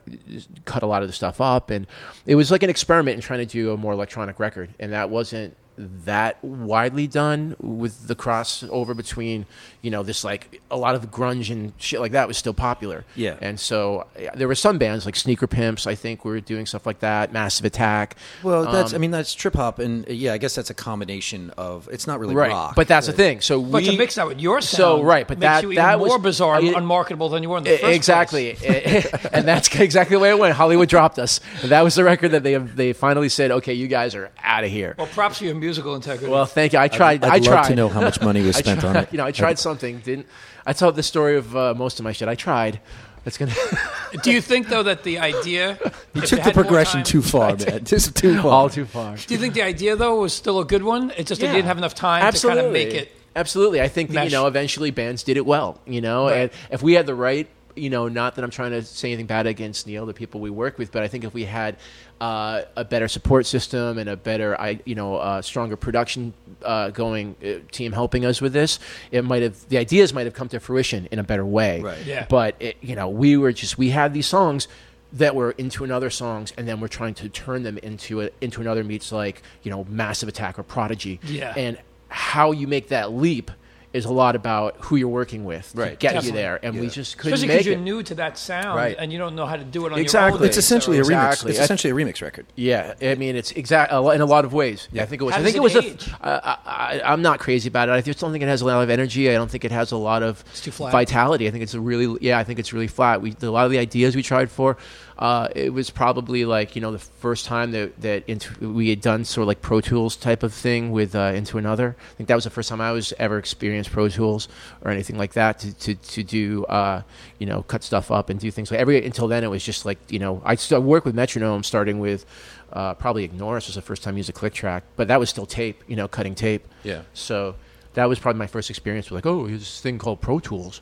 cut a lot of the stuff up, and it was like an experiment in trying to do a more electronic record, and that wasn't that widely done with the crossover between you know this like a lot of grunge and shit like that was still popular
Yeah.
and so yeah, there were some bands like sneaker pimps i think were doing stuff like that massive attack
Well, that's
Um,
I mean that's trip hop, and uh, yeah, I guess that's a combination of it's not really
Um, right
rock,
but that's the thing so
But
we
to mix that with your sound,
so right but
makes
that
you even
that was
more bizarre, and
I-
unmarketable than you were in the
E-
first place.
exactly and that's exactly the way it went hollywood dropped us and that was the record that they they finally said okay you guys are out of here
Well, props to your musical integrity.
well thank you i tried
I'd
I
love
tried
to know how much money was
I
spent
tried-
on it.
You know, I tried something. Didn't I tell the story of uh, most of my shit? I tried. That's gonna
Do you think though that the idea
You took the progression too far, man. Just too far.
all too far.
Do you think the idea though was still a good one? It's just that
Yeah.
you didn't have enough time to kind of make it.
Absolutely, I think that, you
mesh.
know eventually bands did it well. You know, and if we had the right, you know, not that I'm trying to say anything bad against Neil, the people we work with, but I think if we had uh, a better support system and a better, I you know, uh, stronger production uh, going uh, team helping us with this, it might have the ideas might have come to fruition in a better way.
Right.
Yeah.
But it, you know, we were just we had these songs that were into another songs, and then we're trying to turn them into a, into another meets like you know, Massive Attack or Prodigy.
Yeah.
And how you make that leap is a lot about who you're working with to
Right.
get
Definitely.
you there. And we just couldn't
Especially
make
because you're
it.
new to that sound
Right.
and you don't know how to do it on your own.
Exactly.
It's essentially a remix.
Exactly.
It's
That's-
essentially a remix record.
yeah, I mean it's exact in a lot of ways. I think it was.
How
I think
does
it was.
it
the-
age?
I, I, I- I'm not crazy about it. I just don't think it has a lot of energy. I don't think it has a lot of
too flat.
vitality. I think it's a really yeah. I think it's really flat. We a lot of the ideas we tried for, uh, it was probably like you know the first time that that into, we had done sort of like Pro Tools type of thing with uh, into another. I think that was the first time I was ever experienced Pro Tools or anything like that to to to do uh, you know cut stuff up and do things like every until then it was just like you know I still work with Metronome starting with uh, probably Ignore Us was the first time I used a click track, but that was still tape, you know, cutting tape.
Yeah.
So that was probably my first experience with like, oh, here's this thing called Pro Tools,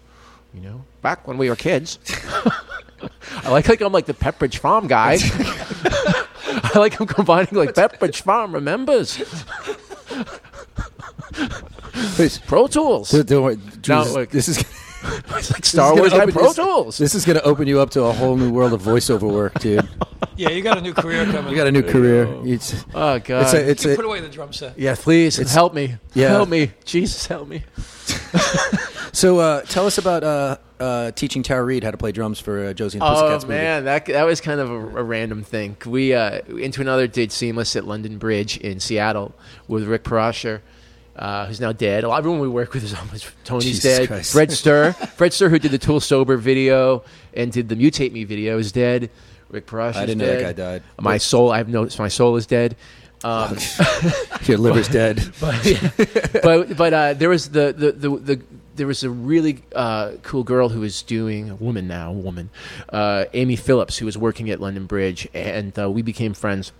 you know, back when we were kids. I like like I'm like the Pepperidge Farm guy. I like I'm combining like Pepperidge Farm remembers
Please.
Pro Tools.
Don't, don't worry. Jesus,
look.
this is
It's like Star
gonna
Wars by
open
Pro
this-
Tools.
This is going to open you up to a whole new world of voiceover work, dude.
Yeah, you got a new career coming.
You got a new career. It's
oh
it's
god.
a, it's
you
a,
put away the drum set.
yeah, please help me.
Yeah.
Help me. Jesus help me.
So uh, tell us about uh, uh, teaching Tara Reid how to play drums for uh, Josie and the Pussycats
oh
movie.
man, that that was kind of a, a random thing. We uh, into another did seamless at London Bridge in Seattle with Rick Parasher. Uh, who's now dead? A lot, everyone we work with is almost Tony's
Jesus
dead.
Christ.
Fred Stir, Fred Stir, who did the Tool Sober video and did the Mutate Me video, is dead. Rick Parasher,
I didn't know that
dead.
guy died.
My soul, I have no, my soul is dead. Um,
Your liver's dead.
but but uh, there was the, the, the, the there was a really uh, cool girl who was doing a woman now a woman uh, Amy Phillips who was working at London Bridge and uh, we became friends.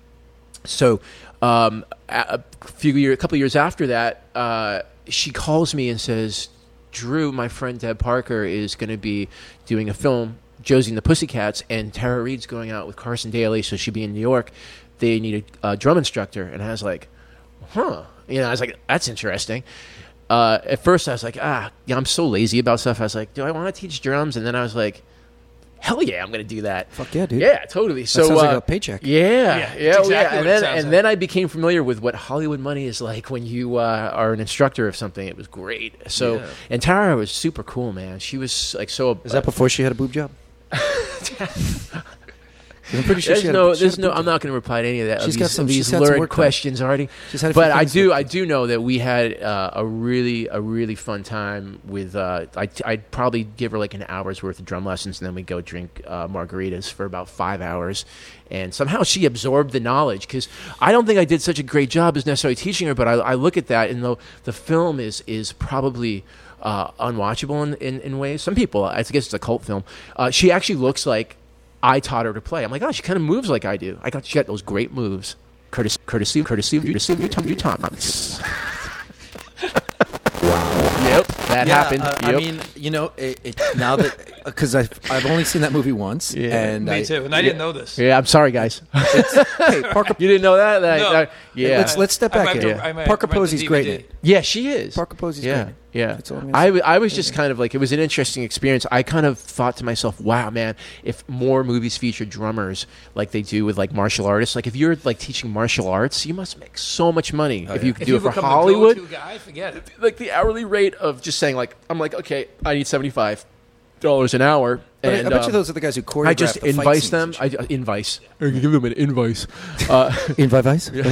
So um, a a few year, a couple years after that, uh, she calls me and says, "Drew, my friend Deb Parker is going to be doing a film, Josie and the Pussycats, and Tara Reid's going out with Carson Daly, so she'll be in New York. They need a, a drum instructor." And I was like, "Huh." You know, I was like, "That's interesting." Uh, at first, I was like, "Ah, yeah, I'm so lazy about stuff." I was like, "Do I want to teach drums?" And then I was like, "Hell yeah, I'm going to do that."
Fuck yeah, dude.
Yeah, totally. so
sounds like
uh,
a paycheck.
Yeah,
Yeah,
yeah,
it's
yeah.
exactly what
And,
it
then,
sounds
and
like.
then I became familiar with what Hollywood money is like when you uh, are an instructor of something. It was great. So, and Tara was super cool, man. She was like so.
Is that before she had a boob job? I'm pretty sure
there's
she had a-
no,
she had
there's
a
no.
boob
I'm
job.
not going to reply to any of that. of
She's
these,
got some-
of these
she's had some
lurid
work done.
questions already.
She's had a few
but I
things
do,
worked
I do know that we had uh, a really, a really fun time with. Uh, I, I'd probably give her like an hour's worth of drum lessons, and then we would go drink uh, margaritas for about five hours, and somehow she absorbed the knowledge because I don't think I did such a great job as necessarily teaching her. But I, I look at that, and though the film is is probably. Uh, unwatchable in, in, in ways. Some people, I guess it's a cult film. Uh, she actually looks like I taught her to play. I'm like, oh, she kind of moves like I do. I got she got those great moves. Courtesy, courtesy, courtesy, courtesy, you time, you time. Yep, that
Yeah,
happened.
uh,
yep.
I mean, you know, it, it, now that because I've I've only seen that movie once,
Yeah.
and
Me
I,
too. And I didn't know this.
yeah, I'm sorry, guys.
Hey, Parker,
You didn't know that? that
No.
that- yeah,
let's let's step
I
back
might
here.
have to- I might
Parker
rent the
Posey's great in
DVD.
it.
yeah, she is.
Parker Posey's
yeah,
great.
yeah.
That's all I'm gonna
I,
say.
w- I was just kind of like it was an interesting experience. I kind of thought to myself, wow, man, if more movies feature drummers like they do with like martial artists, like if you're like teaching martial arts, you must make so much money if you can
If
do
you
it for
become the
Hollywood.
go-to guy, forget it.
like the hourly rate of just saying like I'm like okay I need seventy five dollars an hour
But I-
and
I, bet you
um,
those are the guys who choreographed
I just
the fight
invite
scenes
them
and shit.
I uh, invite
I can give them an invoice.
Invite vice?
Uh,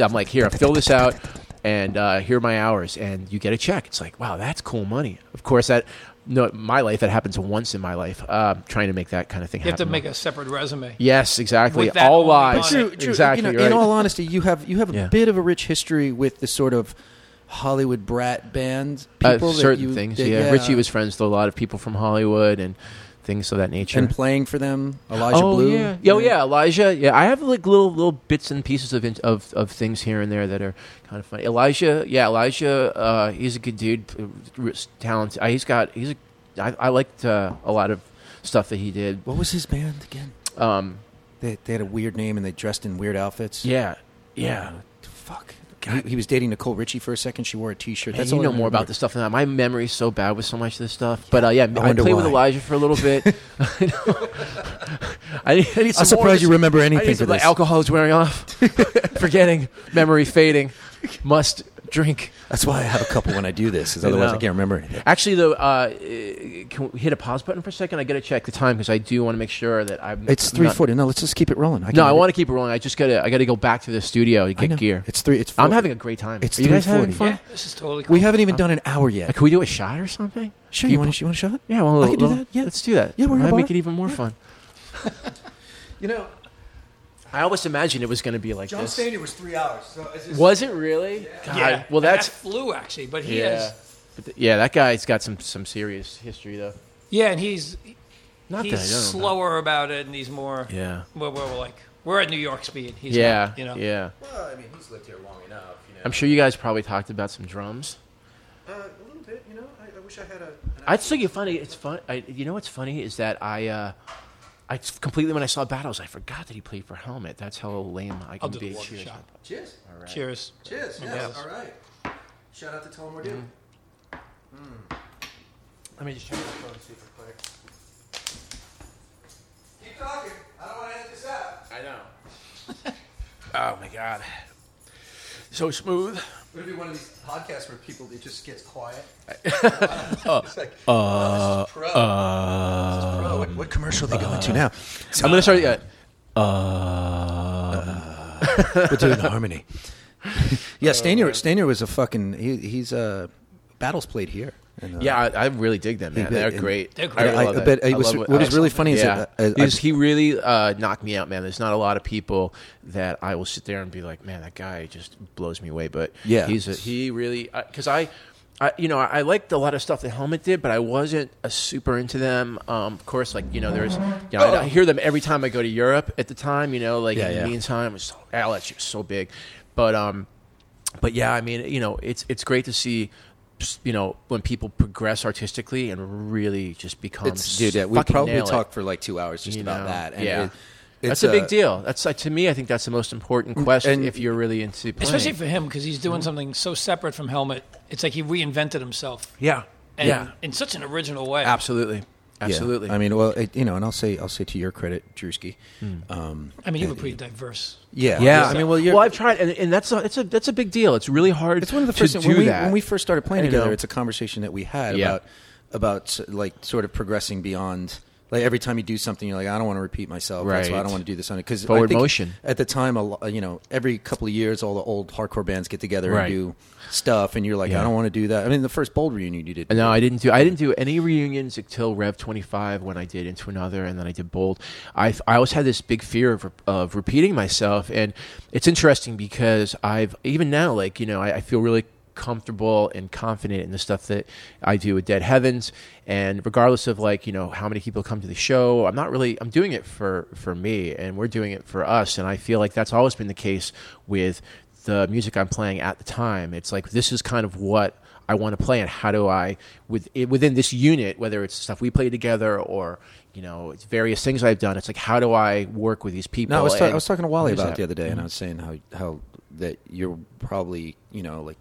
I'm like here fill this out and uh, here are my hours and you get a check it's like wow that's cool money of course that no my life that happens once in my life uh, trying to make that kind of thing
You have to
happen
make a separate resume.
yes exactly
With that
all
only
lies
on it.
Drew, Drew,
exactly
you know,
right.
In all honesty, you have you have a
Yeah.
bit of a rich history with the sort of Hollywood brat band
Uh,
people. that
certain
you- uh,
things
that-
yeah. Richie was friends with a lot of people from Hollywood and things of that nature
and playing for them. Elijah
oh,
Blue.
Yeah. Yeah, Oh yeah, Elijah. Yeah, I have like little little bits and pieces of in- of of things here and there that are kind of funny. Elijah, yeah, Elijah. Uh, he's a good dude, uh, r- talented. Uh, he's got he's. A, I, I liked uh, a lot of stuff that he did.
What was his band again?
Um,
They, they had a weird name and they dressed in weird outfits.
yeah, yeah.
Fuck. He, he was dating Nicole Richie for a second. She wore a T-shirt.
Man,
That's
you
all I
know more about
remember.
this stuff than that. My memory's so bad with so much of this stuff. But uh, yeah, I,
wonder
played with
why.
Elijah for a little bit. I, know. I need, I need some
I'm
more of
surprised you
this.
remember
I
anything
need
for
some, like,
this.
alcohol is wearing off, forgetting, memory fading, must drink.
That's why I have a couple when I do this, because otherwise I
know.
can't remember anything.
Actually, though, uh, can we hit a pause button for a second? I got to check the time because I do want to make sure that I'm.
It's
I'm not-
three forty. No, let's just keep it rolling. I
No, I want to keep it rolling. I just got to. I got to go back to the studio to get gear.
It's three. It's.
I'm
40.
having a great time.
It's
Are you guys having
3:40.
fun?
Yeah, this is totally cool.
We haven't even done an hour yet.
Can we do a shot or something?
Sure,
Can
you
you
want? You want a shot?
Yeah, well,
I can do
well,
that, yeah.
let's do that.
Yeah, we're in a
Might
bar.
make it even more fun.
You know,
I always imagined it was going to be like this.
was three hours. So it's just,
Was it really? God.
Yeah.
Well,
And
that's
that flew actually, but he
yeah.
is.
But th- yeah, that guy's got some some serious history though.
Yeah, and he's
Not
he's
that I don't know.
slower about it, and he's more.
Yeah.
Well, we're, we're like we're at New York speed. He's
Yeah.
not, you know.
Yeah.
well, I mean, he's lived here long enough. You know,
I'm sure you guys probably talked about some drums.
uh, a little bit. You know, I, I wish I had a.
I still get funny. It's fun. I, you know what's funny is that I, uh, I completely when I saw battles, I forgot that he played for Helmet. That's how lame I
I'll
can
do
be.
the water
Cheers.
shot.
Cheers.
Cheers.
Cheers.
yes, all
right. Shout out to Tom Mordew.
Let me just check my phone and see if I clear.
Keep talking. I don't want to edit this out.
I know. oh my god, so smooth.
Would it be one of these podcasts where people it just gets quiet? it's like, oh, this is pro. uh, What, commercial are they going to now?
I'm gonna start. Yeah,
Uh, We're doing harmony. um, Oh, yeah, Stanier, Stanier was a fucking. He, he's a battles played here. And, uh,
yeah, I, I really dig them, man.
did,
They're
and-
great.
They're
I,
great.
really
I-
love
I
it.
bet it
I
was-
love
what is really funny is
yeah.
that, uh, I-
He's- he really uh, knocked me out, man. There's not a lot of people that I will sit there and be like, man, that guy just blows me away. But
Yeah.
he's a, he really because I. I, you know, I liked a lot of stuff that Helmet did, but I wasn't a super into them. Um, of course, like you know, there's, you know, I, I hear them every time I go to Europe. At the time, you know, like
Oh. Yeah,
in
yeah.
the meantime, it was so, Alex was so big, but um, but yeah, I mean, you know, it's it's great to see, you know, when people progress artistically and really just become.
it's, dude, yeah, we
fucking
probably
nail it,
talked for like two hours just
you
about
know?
that. And
yeah,
it-
that's
it's,
a big
uh,
deal. That's like, to me, I think that's the most important question
and-
if you're really into playing.
especially for him because he's
Mm-hmm.
doing something so separate from Helmet. It's like he reinvented himself,
yeah,
and
yeah,
in such an original way.
absolutely,
Yeah.
absolutely.
I mean, well, it, you know, and I'll say, I'll say to your credit, Drewski. Um,
I mean, you were pretty diverse.
yeah,
yeah,
I mean, well, you're,
well, I've tried, and, and that's a, that's a that's a big deal. It's really hard.
It's one of the
to
first things
do
when we,
that.
when we first started playing
You know?
together. It's a conversation that we had
Yeah.
about about like sort of progressing beyond. Like every time you do something, you're like, I don't want to repeat myself. That's why I
Right.
don't want to do this on it because
Forward motion.
at the time. A lo- you know, every couple of years, all the old hardcore bands get together
Right.
and do stuff, and you're like,
Yeah.
I don't want to do that. I mean, the first Bold reunion you did,
No, I didn't do. I didn't do any reunions until Rev Twenty Five. When I did Into Another, and then I did Bold. I I always had this big fear of of repeating myself, and it's interesting because I've even now, like you know, I, I feel really comfortable and confident in the stuff that I do with Dead Heavens and regardless of like you know how many people come to the show I'm not really I'm doing it for for me and we're doing it for us and I feel like that's always been the case with the music I'm playing at the time it's like this is kind of what I want to play and how do I with within this unit, whether it's stuff we play together or you know it's various things I've done. It's like how do I work with these people?
No, I was, ta- I
and-
was talking to Wally
Who's
about it
that?
the other day, and I was saying how how that you're probably you know like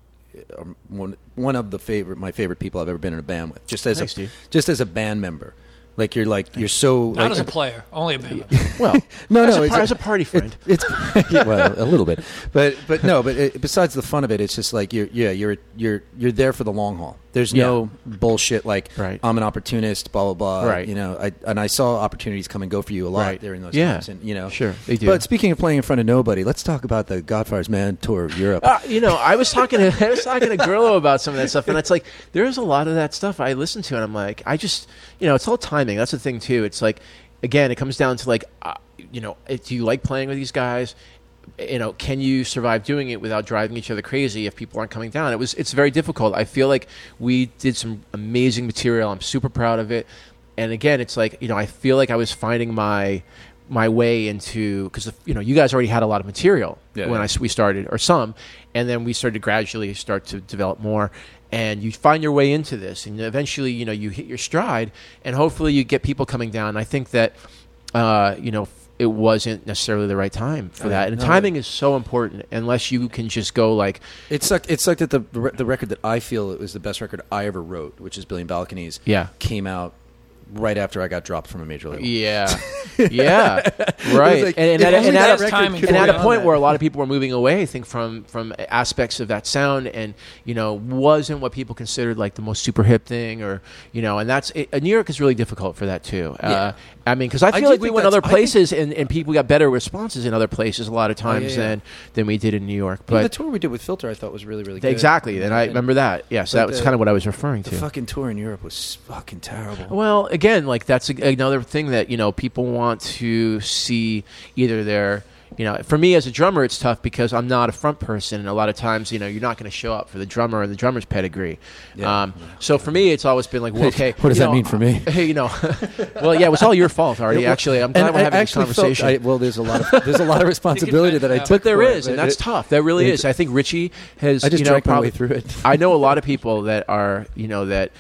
um, one one of the favorite my favorite people I've ever been in a band with, just as
Thanks,
a
dude.
just as a band member. Like you're like you're so
Not
like, uh,
as a player, only a member.
Well,
no,
as
no,
a,
it's
par- as a party friend.
it- it's yeah, well, a little bit, but but no, but it, besides the fun of it, it's just like you're yeah you're you're you're there for the long haul. There's no bullshit like
Right.
I'm an opportunist, blah blah blah.
Right.
You know, I and I saw opportunities come and go for you a lot
Right.
during those
Yeah.
times, and you know,
Sure, they do.
But speaking of playing in front of nobody, let's talk about the Godfather's Man tour of Europe.
Uh, you know, I was talking to I was talking to Grillo about some of that stuff, and it's like there's a lot of that stuff I listen to, and I'm like, I just, you know, it's all timing. That's the thing too. It's like, again, it comes down to like, uh, you know, it, do you like playing with these guys? You know, can you survive doing it without driving each other crazy if people aren't coming down? It was, it's very difficult. I feel like we did some amazing material. I'm super proud of it. And again, it's like you know, I feel like I was finding my my way into because you know you guys already had a lot of material
Yeah,
when
yeah.
I s- we started or some and then we started to gradually start to develop more and you find your way into this and eventually you know you hit your stride and hopefully you get people coming down i think that uh, you know it wasn't necessarily the right time for that and
no.
timing is so important unless you can just go like
It sucked. It sucked that the the re- the record that I feel it was the best record I ever wrote, which is Billion Balconies.
Yeah.
came out right after I got dropped from a major label.
yeah yeah right
like,
and, and,
if
at, a-
only
and
that
at, a-
record
time-
could
and
have
at a
been
point
on
where a
that.
lot of people were moving away i think from from aspects of that sound and you know wasn't what people considered like the most super hip thing or you know and that's it, uh, new york is really difficult for that too uh, i mean because i feel
do
like we
think
went
that's-
other
I think- Oh,
places and, and people got better responses in other places a lot of times
yeah.
than than we did in new york
But the
but
tour we did with Filter, I thought was really really good.
exactly and i remember that yeah so
But
that was
the-
kind of what i was referring
The
to
fucking tour in Europe was fucking terrible.
Well, again, like that's a, another thing that you know people want to see either their you know for me as a drummer it's tough because i'm not a front person and a lot of times you know you're not going to show up for the drummer and the drummer's pedigree um, so for me it's always been like well, okay
What does
you
that
know,
mean for me?
hey you know well yeah it was all your fault already actually i'm glad
And
we're
I
having this
actually felt-
conversation
I- well, there's a lot of there's a lot of responsibility that I
But
took.
but there
for it,
is, and that's
it-
tough. There really
it-
is. I think Richie has.
I just
you know,
drank my
probably-
way through it.
I know a lot of people that are, you know, that.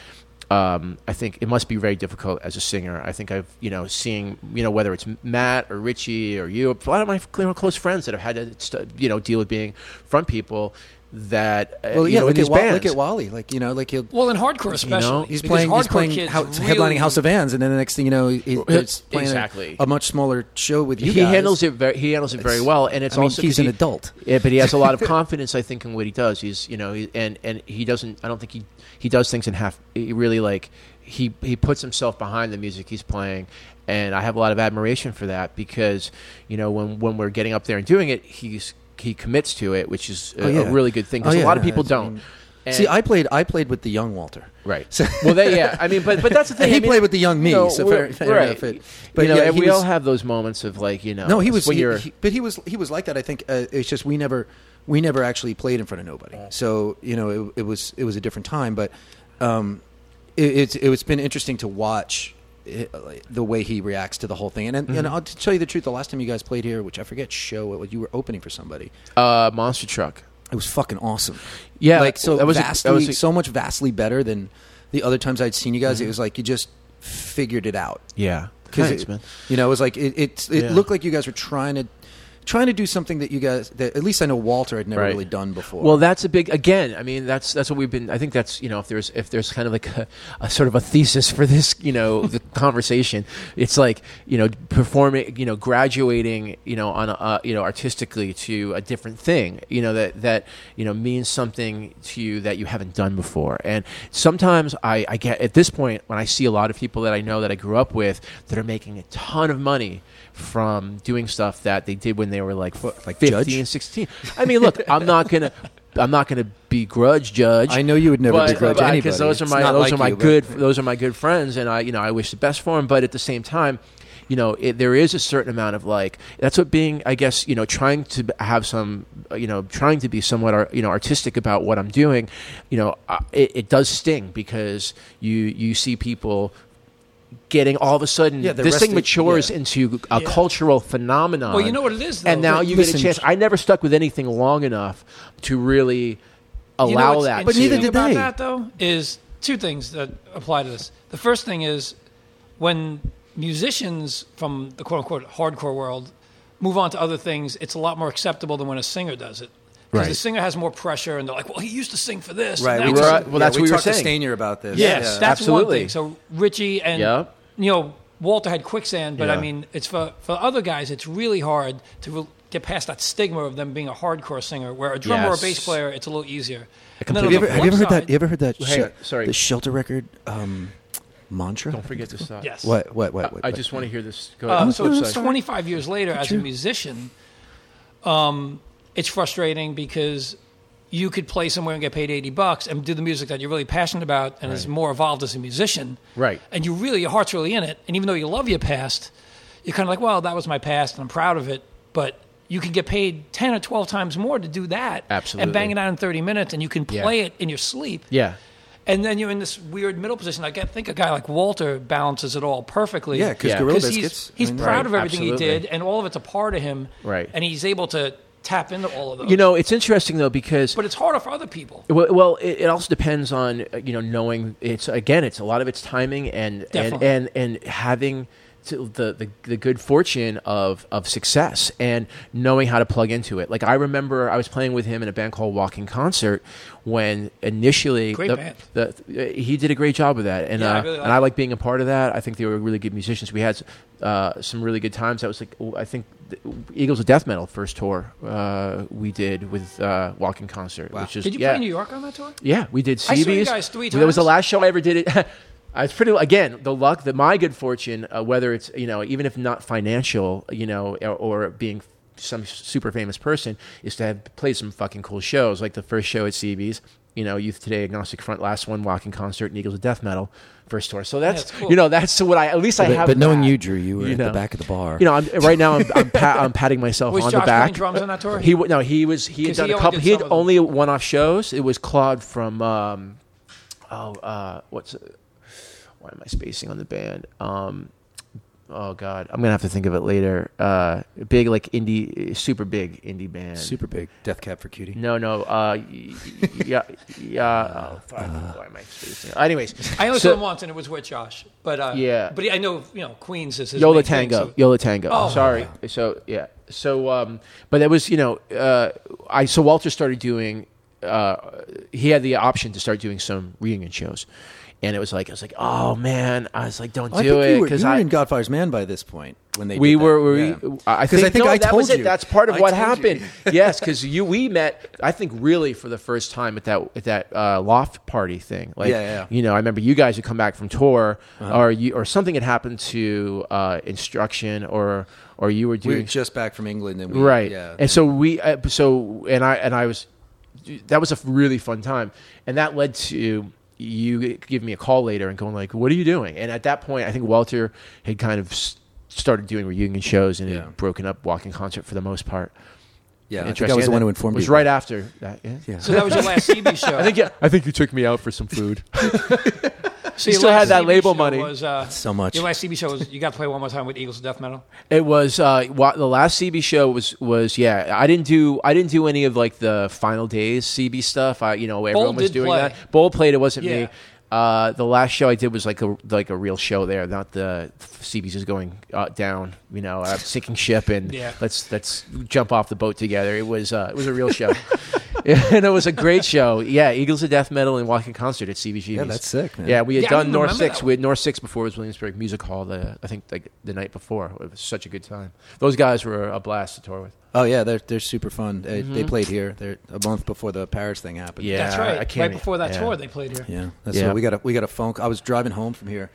Um, I think it must be very difficult as a singer. I think I've, you know, seeing, you know, whether it's Matt or Richie or you, a lot of my cl- close friends that have had to, st- you know, deal with being front people. that uh,
Well,
you
yeah,
know,
look,
in
at
these
Wa-
bands.
look at Wally. Like you know, like he'll
Well, in hardcore especially,
know,
he's
because
playing he's
hardcore
playing
kids
hou-
really-
headlining House of Vans, and then the next thing you know, he, he's playing a-
Exactly.
a, much smaller show with you.
he
guys.
handles it very he handles it very
It's-
well and it's
I mean,
also
he's
'cause
an
he-
adult.
yeah but he has a lot of confidence i think in what he does he's you know he, and and he doesn't i don't think he he does things in half he really like he he puts himself behind the music he's playing and i have a lot of admiration for that because you know when when we're getting up there and doing it he's he commits to it which is a,
Oh,
a
yeah.
really good thing because
Oh,
a
yeah,
lot of
no,
people
that's- I
don't
mean-
And-
See, I played I played with the young Walter.
Right. well, they, yeah. I mean, but but that's the thing.
He
I mean,
played with the young me,
you know,
so
we're-
fair- fair
right.
enough. It- but
but you know,
yeah,
and
he
we
was-
all have those moments of like you know.
No, he
it's
was.
when
he-
you're.
he- but he was. He was like that. I think uh, it's just we never, we never actually played in front of nobody. So you know, it, it was it was a different time. But um, it, it's it's been interesting to watch uh, like, the way he reacts to the whole thing. And and,
Mm-hmm.
and I'll t- tell you the truth. The last time you guys played here, which I forget show, it, you were opening for somebody.
uh, monster truck.
It was fucking awesome.
Yeah,
like so
that was a- that
vastly,
was a- Mm-hmm.
so much vastly better than the other times I'd seen you guys. It was like you just figured it out.
Yeah.
Because
Thanks,
it-
man.
You know, it was like it. It, it
Yeah.
looked like you guys were trying to trying to do something that you guys that at least I know Walter had never
Right.
really done before.
Well, that's a big again. I mean, that's that's what we've been. I think that's you know if there's if there's kind of like a, a sort of a thesis for this you know the conversation, it's like you know performing you know graduating you know on a, uh, you know artistically to a different thing you know that that you know means something to you that you haven't done before. And sometimes I, I get at this point when I see a lot of people that I know that I grew up with that are making a ton of money from doing stuff that they did when they were like
like Judge?
15 16. I mean, look, I'm not gonna, I'm not gonna begrudge judge.
I know you would never begrudge anybody.
because uh, those are
It's
my,
not
those
like
are my
you, but-
good, those are my good friends, and I, you know, I wish the best for them. But at the same time, you know, it, there is a certain amount of like that's what being, I guess, you know, trying to have some, you know, trying to be somewhat, ar- you know, artistic about what I'm doing. You know, uh, it, it does sting because you you see people. Getting all of a sudden,
Yeah, they're
this thing
resting-
matures
yeah.
into a cultural phenomenon.
Well, you know what it is, though.
and now you
Listen,
get a chance. I never stuck with anything long enough to really allow
what's
that.
But
to-
neither
interesting
did
about
they.
That though is two things that apply to this. The first thing is when musicians from the quote unquote hardcore world move on to other things, it's a lot more acceptable than when a singer does it. Because the
Right.
singer has more pressure, and they're like, "Well, he used to sing for this."
right?
and
We
now
were-
he's-
talked,
well,
yeah,
that's
we
what you were
talked to
saying.
Stainier about this.
Yes,
Yeah.
that's
absolutely.
one thing. So Richie and
Yeah.
you know Walter had quicksand, but I
Yeah.
mean, it's for for other guys, it's really hard to re- get past that stigma of them being a hardcore singer. Where a drummer
Yes.
or a bass player, it's a little easier. And then
completely
on
Have
the
you ever, have
flip
you ever heard that?
side-
You ever heard that?
Hey,
shel-
sorry.
the Shelter record um, mantra.
Don't forget this thought.
Yes.
What? What? What? what
I
what?
just want to hear this. Go
Uh,
ahead.
so it's 25 years later, as a musician, um, it's frustrating because you could play somewhere and get paid 80 bucks and do the music that you're really passionate about and is more evolved as a musician.
Right.
And you really, your heart's really in it. And even though you love your past, you're kind of like, well, that was my past and I'm proud of it. But you can get paid 10 or 12 times more to do that
Absolutely.
and bang it out in 30 minutes and you can
Yeah.
play it in your sleep.
yeah.
And then you're in this weird middle position. I get- think a guy like Walter balances it all perfectly.
Yeah, 'cause
Yeah.
Gorilla
'Cause
Biscuits.
He's, he's
I mean,
proud
Right,
of everything
absolutely.
he did, and all of it's a part of him.
Right.
And he's able to tap into all of those.
You know, it's interesting though because
but it's harder for other people.
Well, well it, it also depends on uh, you know knowing it's again it's a lot of it's timing and and,
Definitely.
and and having to the, the the good fortune of of success and knowing how to plug into it. Like I remember I was playing with him in a band called Walking Concert when initially
Great
the,
band.
the- uh, he did a great job with that and
Yeah, I
uh,
really like
and I
it.
like being a part of that. I think they were really good musicians. We had uh, some really good times. That was like I think the Eagles of Death Metal first tour uh, we did with uh, Walking Concert, which is
Did you
yeah.
play in New York on that tour?
Yeah, we did CBs.
I saw you guys three
That was the
times.
last show I ever did it. I was pretty again the luck that my good fortune, uh, whether it's you know even if not financial, you know, or, or being some super famous person, is to have played some fucking cool shows. Like the first show at CBs, you know, Youth Today, Agnostic Front, last one, Walking Concert, and Eagles of Death Metal, first tour. So that's,
that's cool.
you know that's what I at least I
But,
have.
but knowing
that,
you, Drew, you were at
know.
the back of the bar.
You know, I'm, right now I'm I'm, pat, I'm patting myself
Was
on
Josh
the back.
playing drums on that tour?
He w- no, he was he had
'Cause
done
he
a
only
couple.
did
He had
some of them.
only one-off shows. It was Claude from um, oh uh, what's why am I spacing on the band? Um, oh God, I'm gonna have to think of it later. Uh, big like indie, super big indie band.
Super big death cab for cutie.
No, no. Uh, y- y- yeah, yeah. Oh, fuck. Why am I spacing? Anyways,
I only
so-
saw him once, and it was with Josh. But uh,
Yeah.
But I know you know Queens is his
Yola
main thing,
Tango.
so-
Yola Tango.
Oh.
Sorry. So yeah. So um, but that was you know uh, I so Walter started doing uh, he had the option to start doing some reunion shows, and it was like I was like, oh man, I was like, don't
Oh, I
do
think you
it
were, you were
I
in Godfather's Man by this point when they
we
did that.
were, we,
Yeah.
I I
'Cause
think,
I think
no,
I
that
told
was it.
you.
That's part of
I
what
told you.
happened. yes, because you we met. I think really for the first time at that at that uh, loft party thing. Like,
Yeah, yeah, yeah.
you know, I remember you guys would come back from tour, or you or something had happened to uh, instruction, or or you were
we
doing
were just back from England and we,
right
Yeah,
and so we uh, so and i and i was that was a really fun time and that led to you giving me a call later and going like what are you doing and at that point i think welter had kind of s- started doing reunion shows and
Yeah.
had broken up walking concert for the most part
yeah. I
And
think I was the
Tristan-
one who informed
it was
you.
right after that yeah,
So that was your last CB show.
i think yeah i think you took me out for some food
so
you
your
still
last
had that
CB
label
show
money.
Was, uh,
so much.
Your last CB show was you got to play one more time with Eagles of Death Metal.
It was uh, wa- the last CB show was was yeah. I didn't do I didn't do any of like the final days CB stuff. I you know everyone was
did
doing
play.
that. Bowl played. It wasn't
Yeah.
me. Uh, the last show I did was like a like a real show there, not the CB's is going uh, down. You know, uh, sinking ship and
Yeah.
let's let's jump off the boat together. It was uh, it was a real show. and it was a great show. Yeah, Eagles of Death Metal and Walking Concert at CBGB's.
Yeah, that's sick, man.
Yeah, we had
Yeah, I
done
don't
North
remember
Six.
that
We had North Six before it was Williamsburg Music Hall. The I think like the night before. It was such a good time. Those guys were a blast to tour with.
Oh yeah, they're they're super fun. They, they played here. They're a month before the Paris thing happened.
Mm-hmm. Yeah,
That's right.
I can't-
right before that
yeah.
tour, they played here.
yeah. That's
Yeah.
What we got a we got a phone. I was driving home from here,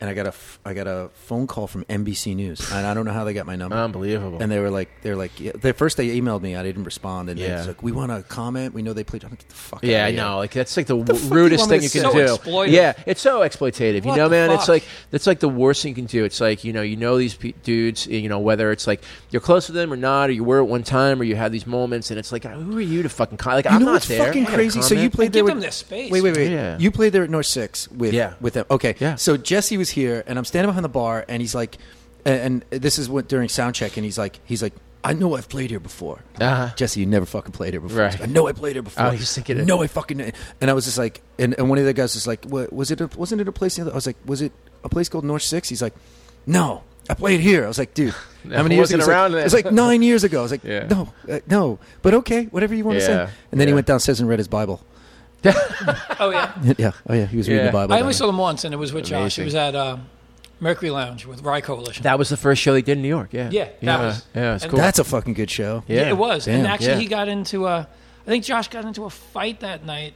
and I got a f- I got a phone call from NBC News, and I don't know how they got my number.
Unbelievable.
and they were like, they're like, yeah, they first they emailed me, I didn't respond, and
Yeah.
they're like, we want to comment. We know they played. I'm like, "Get the fuck.
yeah,
outta
I
here."
know. Like that's like the,
fuck do you
rudest
want me
thing you
to
can
say?
do.
So exploitive.
Yeah, it's so exploitative.
What
you know,
the
man. It's
fuck?
like that's like the worst thing you can do. It's like you know, you know these pe- dudes. You know whether it's like you're close to them or not, or you were at one time, or you had these moments, and it's like, who are you to fucking con- like?
You
I'm
know
not
what's
there. I
fucking
can't
crazy? So you
comment.
played
And
there
give
with
them their space.
Wait, wait, wait.
Yeah.
You played there at North Six with
Yeah.
with them. Okay.
Yeah.
So Jesse was here, and I'm standing behind the bar, and he's like, and and this is what during sound check, and he's like, he's like. I know I've played here before.
Uh-huh.
Jesse, you never fucking played here before.
Right.
He's like, I know I played here before.
Oh, he's thinking it.
No, I fucking. And I was just like, and, and one of the guys was like, what, was it? A, wasn't it a place? I was like, was it a place called North Six? He's like, no, I played here. I was like, dude,
No,
how many
it
years
wasn't
ago? He's like-
around then.
It's like nine years ago. I was like,
Yeah.
no, uh, no, but okay, whatever you want to
Yeah,
say. And then he
yeah.
went downstairs and read his Bible.
Oh yeah.
Yeah. Oh yeah. He was reading
Yeah.
the Bible.
I only
down
saw them once, and it was with Josh.
Amazing.
It was at uh, Mercury Lounge with Rye Coalition.
That was the first show they did in New York. Yeah.
Yeah, that
Yeah.
was-
yeah. It's
and
cool.
there. That's a fucking good show.
yeah, it was. and
Damn.
actually,
Yeah.
he got into a. I think Josh got into a fight that night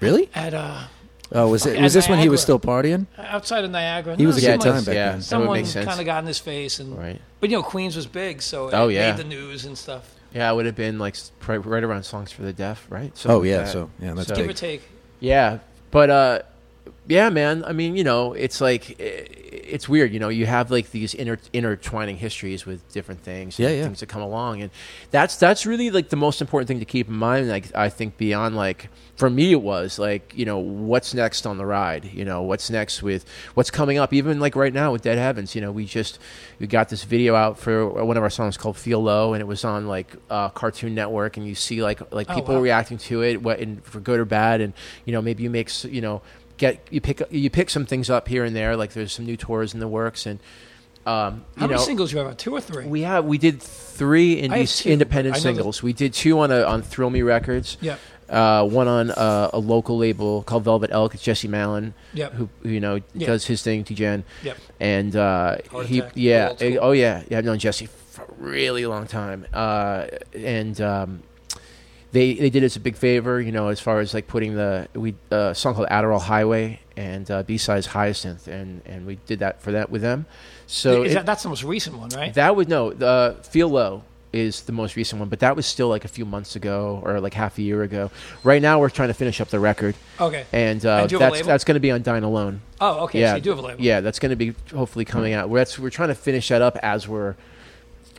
Really?
at uh,
Oh, was it?
Fuck,
Was this when he was still
Niagara.
partying?
outside of Niagara.
He was a
No,
yeah,
good
it
someone-
time
does,
back
yeah.
then.
That would
Someone
make sense.
kind of got in his face, and
Right.
but you know, Queens was big, so it
Oh, yeah.
made the news and stuff.
Yeah, it would have been like s- pri- right around songs for the deaf, right? Something
Oh
like
yeah.
that.
So yeah, that's
So-
Give or
big.
take.
yeah, but uh, yeah, man. I mean, you know, it's like i- it's weird. You know, you have like these inter- intertwining histories with different things,
Yeah,
and
yeah.
things that come along, and that's that's really like the most important thing to keep in mind. Like I think beyond like for me, it was like you know what's next on the ride. You know what's next with what's coming up. Even like right now with Dead Heavens, you know we just we got this video out for one of our songs called Feel Low, and it was on like uh, Cartoon Network, and you see like like
Oh,
people
wow.
reacting to it, what and for good or bad, and you know maybe you make s- you know get you pick you pick some things up here and there. Like there's some new tours in the works, and um,
How
you
many
know
singles you have? Two or three?
we have we did three
I have
indie,
two.
independent
I know
singles. We did two on a, on Thrill Me Records.
Yep.
Uh, one on uh, a local label called Velvet Elk. It's Jesse Mallon,
Yep.
who who, you know
Yeah.
does his thing, T-Gen.
Yep.
and uh,
Heart
he
Attack,
yeah
old school.
oh yeah yeah I've known Jesse for a really long time. Uh, and um, they they did us a big favor, you know, as far as like putting the we uh, a song called Adderall Highway and uh, B-sides Hyacinth, and and we did that for that with them. So
Is
it-
that, that's the most recent one, right?
that would no. The Feel Low is the most recent one, but that was still like a few months ago or like half a year ago. Right now, we're trying to finish up the record,
okay.
and, uh,
And do you have a
that's
label?
that's going to be on Dine Alone.
oh, okay.
yeah,
So you do have a label.
Yeah, that's going to be hopefully coming
Hmm.
out. We're, that's, we're trying to finish that up as we're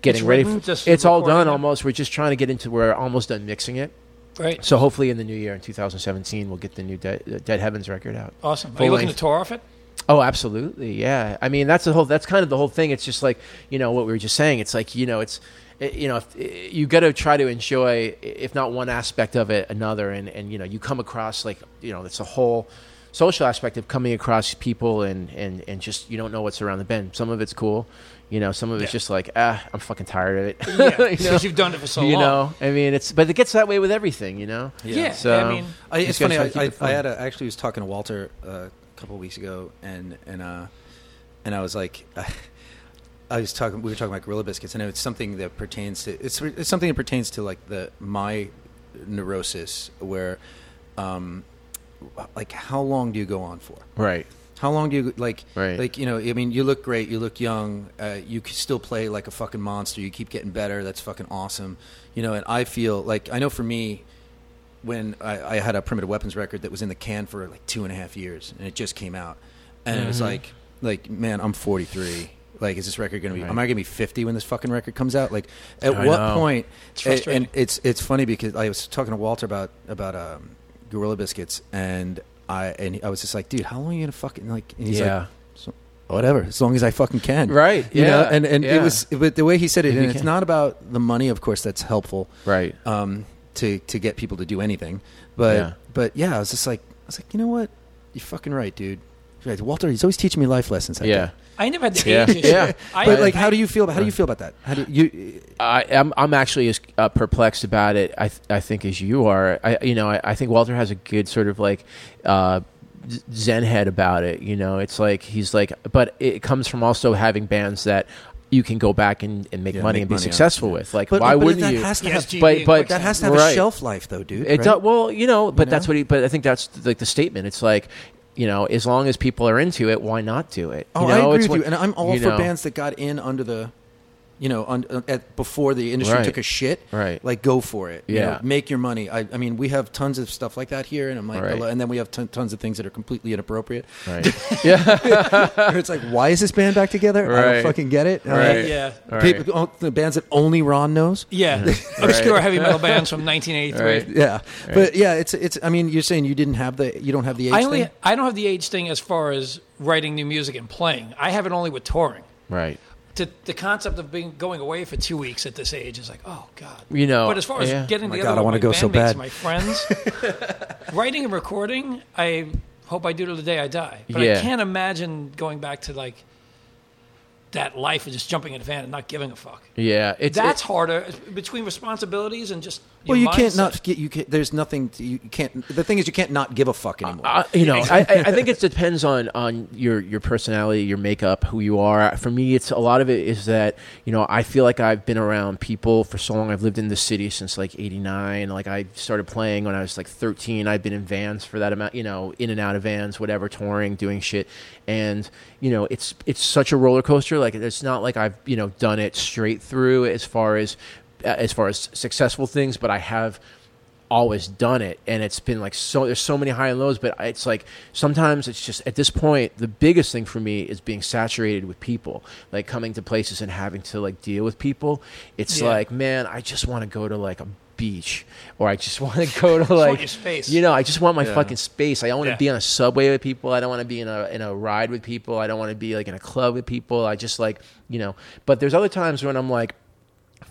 getting
It's
ready.
written,
for,
just
it's all done
recording it?
almost. We're just trying to get into. We're almost done mixing it.
Right.
So hopefully in the new year in 2017, we'll get the new Dead, uh, Dead Heavens record out.
Awesome. Are
Full
you looking
length.
to tour off it?
Oh, absolutely. Yeah. I mean, that's the whole. That's kind of the whole thing. It's just like you know what we were just saying. It's like you know, it's it- you know, if, you got to try to enjoy, if not one aspect of it, another, and and you know, you come across like you know, it's a whole social aspect of coming across people and, and, and just you don't know what's around the bend. Some of it's cool, you know. Some of it's
Yeah.
just like ah, I'm fucking tired of it.
because
you know?
you've done it for so
you
long.
know, I mean, it's but it gets that way with everything, you know.
Yeah, I
So
mean-
I,
you
it's
just gotta
funny.
try
I,
to keep
I,
it fun.
I had a, actually was talking to Walter uh, a couple of weeks ago, and and uh, and I was like, I was talking. We were talking about gorilla biscuits, and it's something that pertains to. It's, it's something that pertains to like the my neurosis, where, um, like how long do you go on for?
right.
How long do you like?
Right.
Like you know, I mean, you look great. You look young. Uh, you can still play like a fucking monster. You keep getting better. That's fucking awesome. You know, and I feel like I know for me, when I, I had a primitive weapons record that was in the can for like two and a half years, and it just came out, and it was like, like man, I'm 43. Like, is this record gonna be? Am I gonna be 50 when this fucking record comes out? Like, at
I
what
know.
point?
It's
a-
frustrating.
and it's it's funny because I was talking to Walter about about um, Gorilla Biscuits, and I and I was just like, dude, how long are you gonna fucking like? And he's
Yeah.
like, so, whatever, as long as I fucking can,
Right,
You know,
yeah,
and and
yeah.
it was, but the way he said it,
If you
and it's
can.
not about the money, of course, that's helpful,
Right.
um, to to get people to do anything. But
Yeah.
but yeah, I was just like, I was like, you know what, you're fucking right, dude. You're right. Walter, he's always teaching me life lessons. that
Yeah.
guy.
I never had the
Yeah.
age issue.
Yeah.
I,
but like, how do you feel? How do you feel about that? How do you?
I, I'm I'm actually as uh, perplexed about it. I th- I think as you are. I you know I, I think Walter has a good sort of like uh, z- Zen head about it. You know, it's like he's like, but it comes from also having bands that you can go back and, and make
Yeah,
money
make
and be
money on.
successessful with. Like, why
but
wouldn't
that
you?
Has to have,
ESG
but-
being
but-
quick-
that has to have a
Right.
shelf life, though, dude.
It
right?
does, well, you know, but
know?
that's what he. But I think that's like the statement. It's like, you know, as long as people are into it, why not do it?
Oh,
you know,
I agree
it's
with
what-
you, and I'm all
you
for
know.
bands that got in under the, you know, un, uh, at, before the industry
Right.
took a shit.
Right.
Like, go for it. You know,
Yeah.
make your money. I, I mean, we have tons of stuff like that here, and I'm like,
Right.
and then we have ton, tons of things that are completely inappropriate.
Right. yeah.
Where it's like, why is this band back together? I
Right.
don't fucking get it. Uh,
Right.
Yeah.
All right.
people, oh, the bands that only Ron knows.
Yeah, obscure heavy metal bands from 1983.
Right.
Yeah, but yeah, it's it's. I mean, you're saying you didn't have the you don't have the age
I only
thing.
I don't have the age thing as far as writing new music and playing. I have it only with touring.
Right.
To the concept of being going away for two weeks at this age is like, oh god.
You know,
But as far
yeah.
as getting
my
together
God, I
with
wanna
my
go so
bandmates
bad.
and my friends, writing and recording, I hope I do till the day I die. But
Yeah.
I can't imagine going back to like that life of just jumping in a van and not giving a fuck.
Yeah. It's
That's
it-
harder uh, between responsibilities and just.
Well, you
your
can't
mindset.
not get you. Can, there's nothing to, you can't. The thing is, you can't not give a fuck anymore.
I, uh, you know, I, I I think it depends on on your your personality, your makeup, who you are. For me, it's a lot of it is that you know I feel like I've been around people for so long. I've lived in the city since like '89. Like I started playing when I was like 13. I've been in vans for that amount, you know, in and out of vans, whatever, touring, doing shit, and you know, it's it's such a roller coaster. Like it's not like I've you know done it straight through as far as as far as successful things, but I have always done it and it's been like so there's so many high and lows but it's like sometimes it's just at this point the biggest thing for me is being saturated with people like coming to places and having to like deal with people it's
Yeah.
like man i just want to go to like a beach or i just want to go to like
your space.
you know i just want my fucking space i don't want to
Yeah.
be on a subway with people i don't want to be in a in a ride with people i don't want to be like in a club with people i just like you know but there's other times when i'm like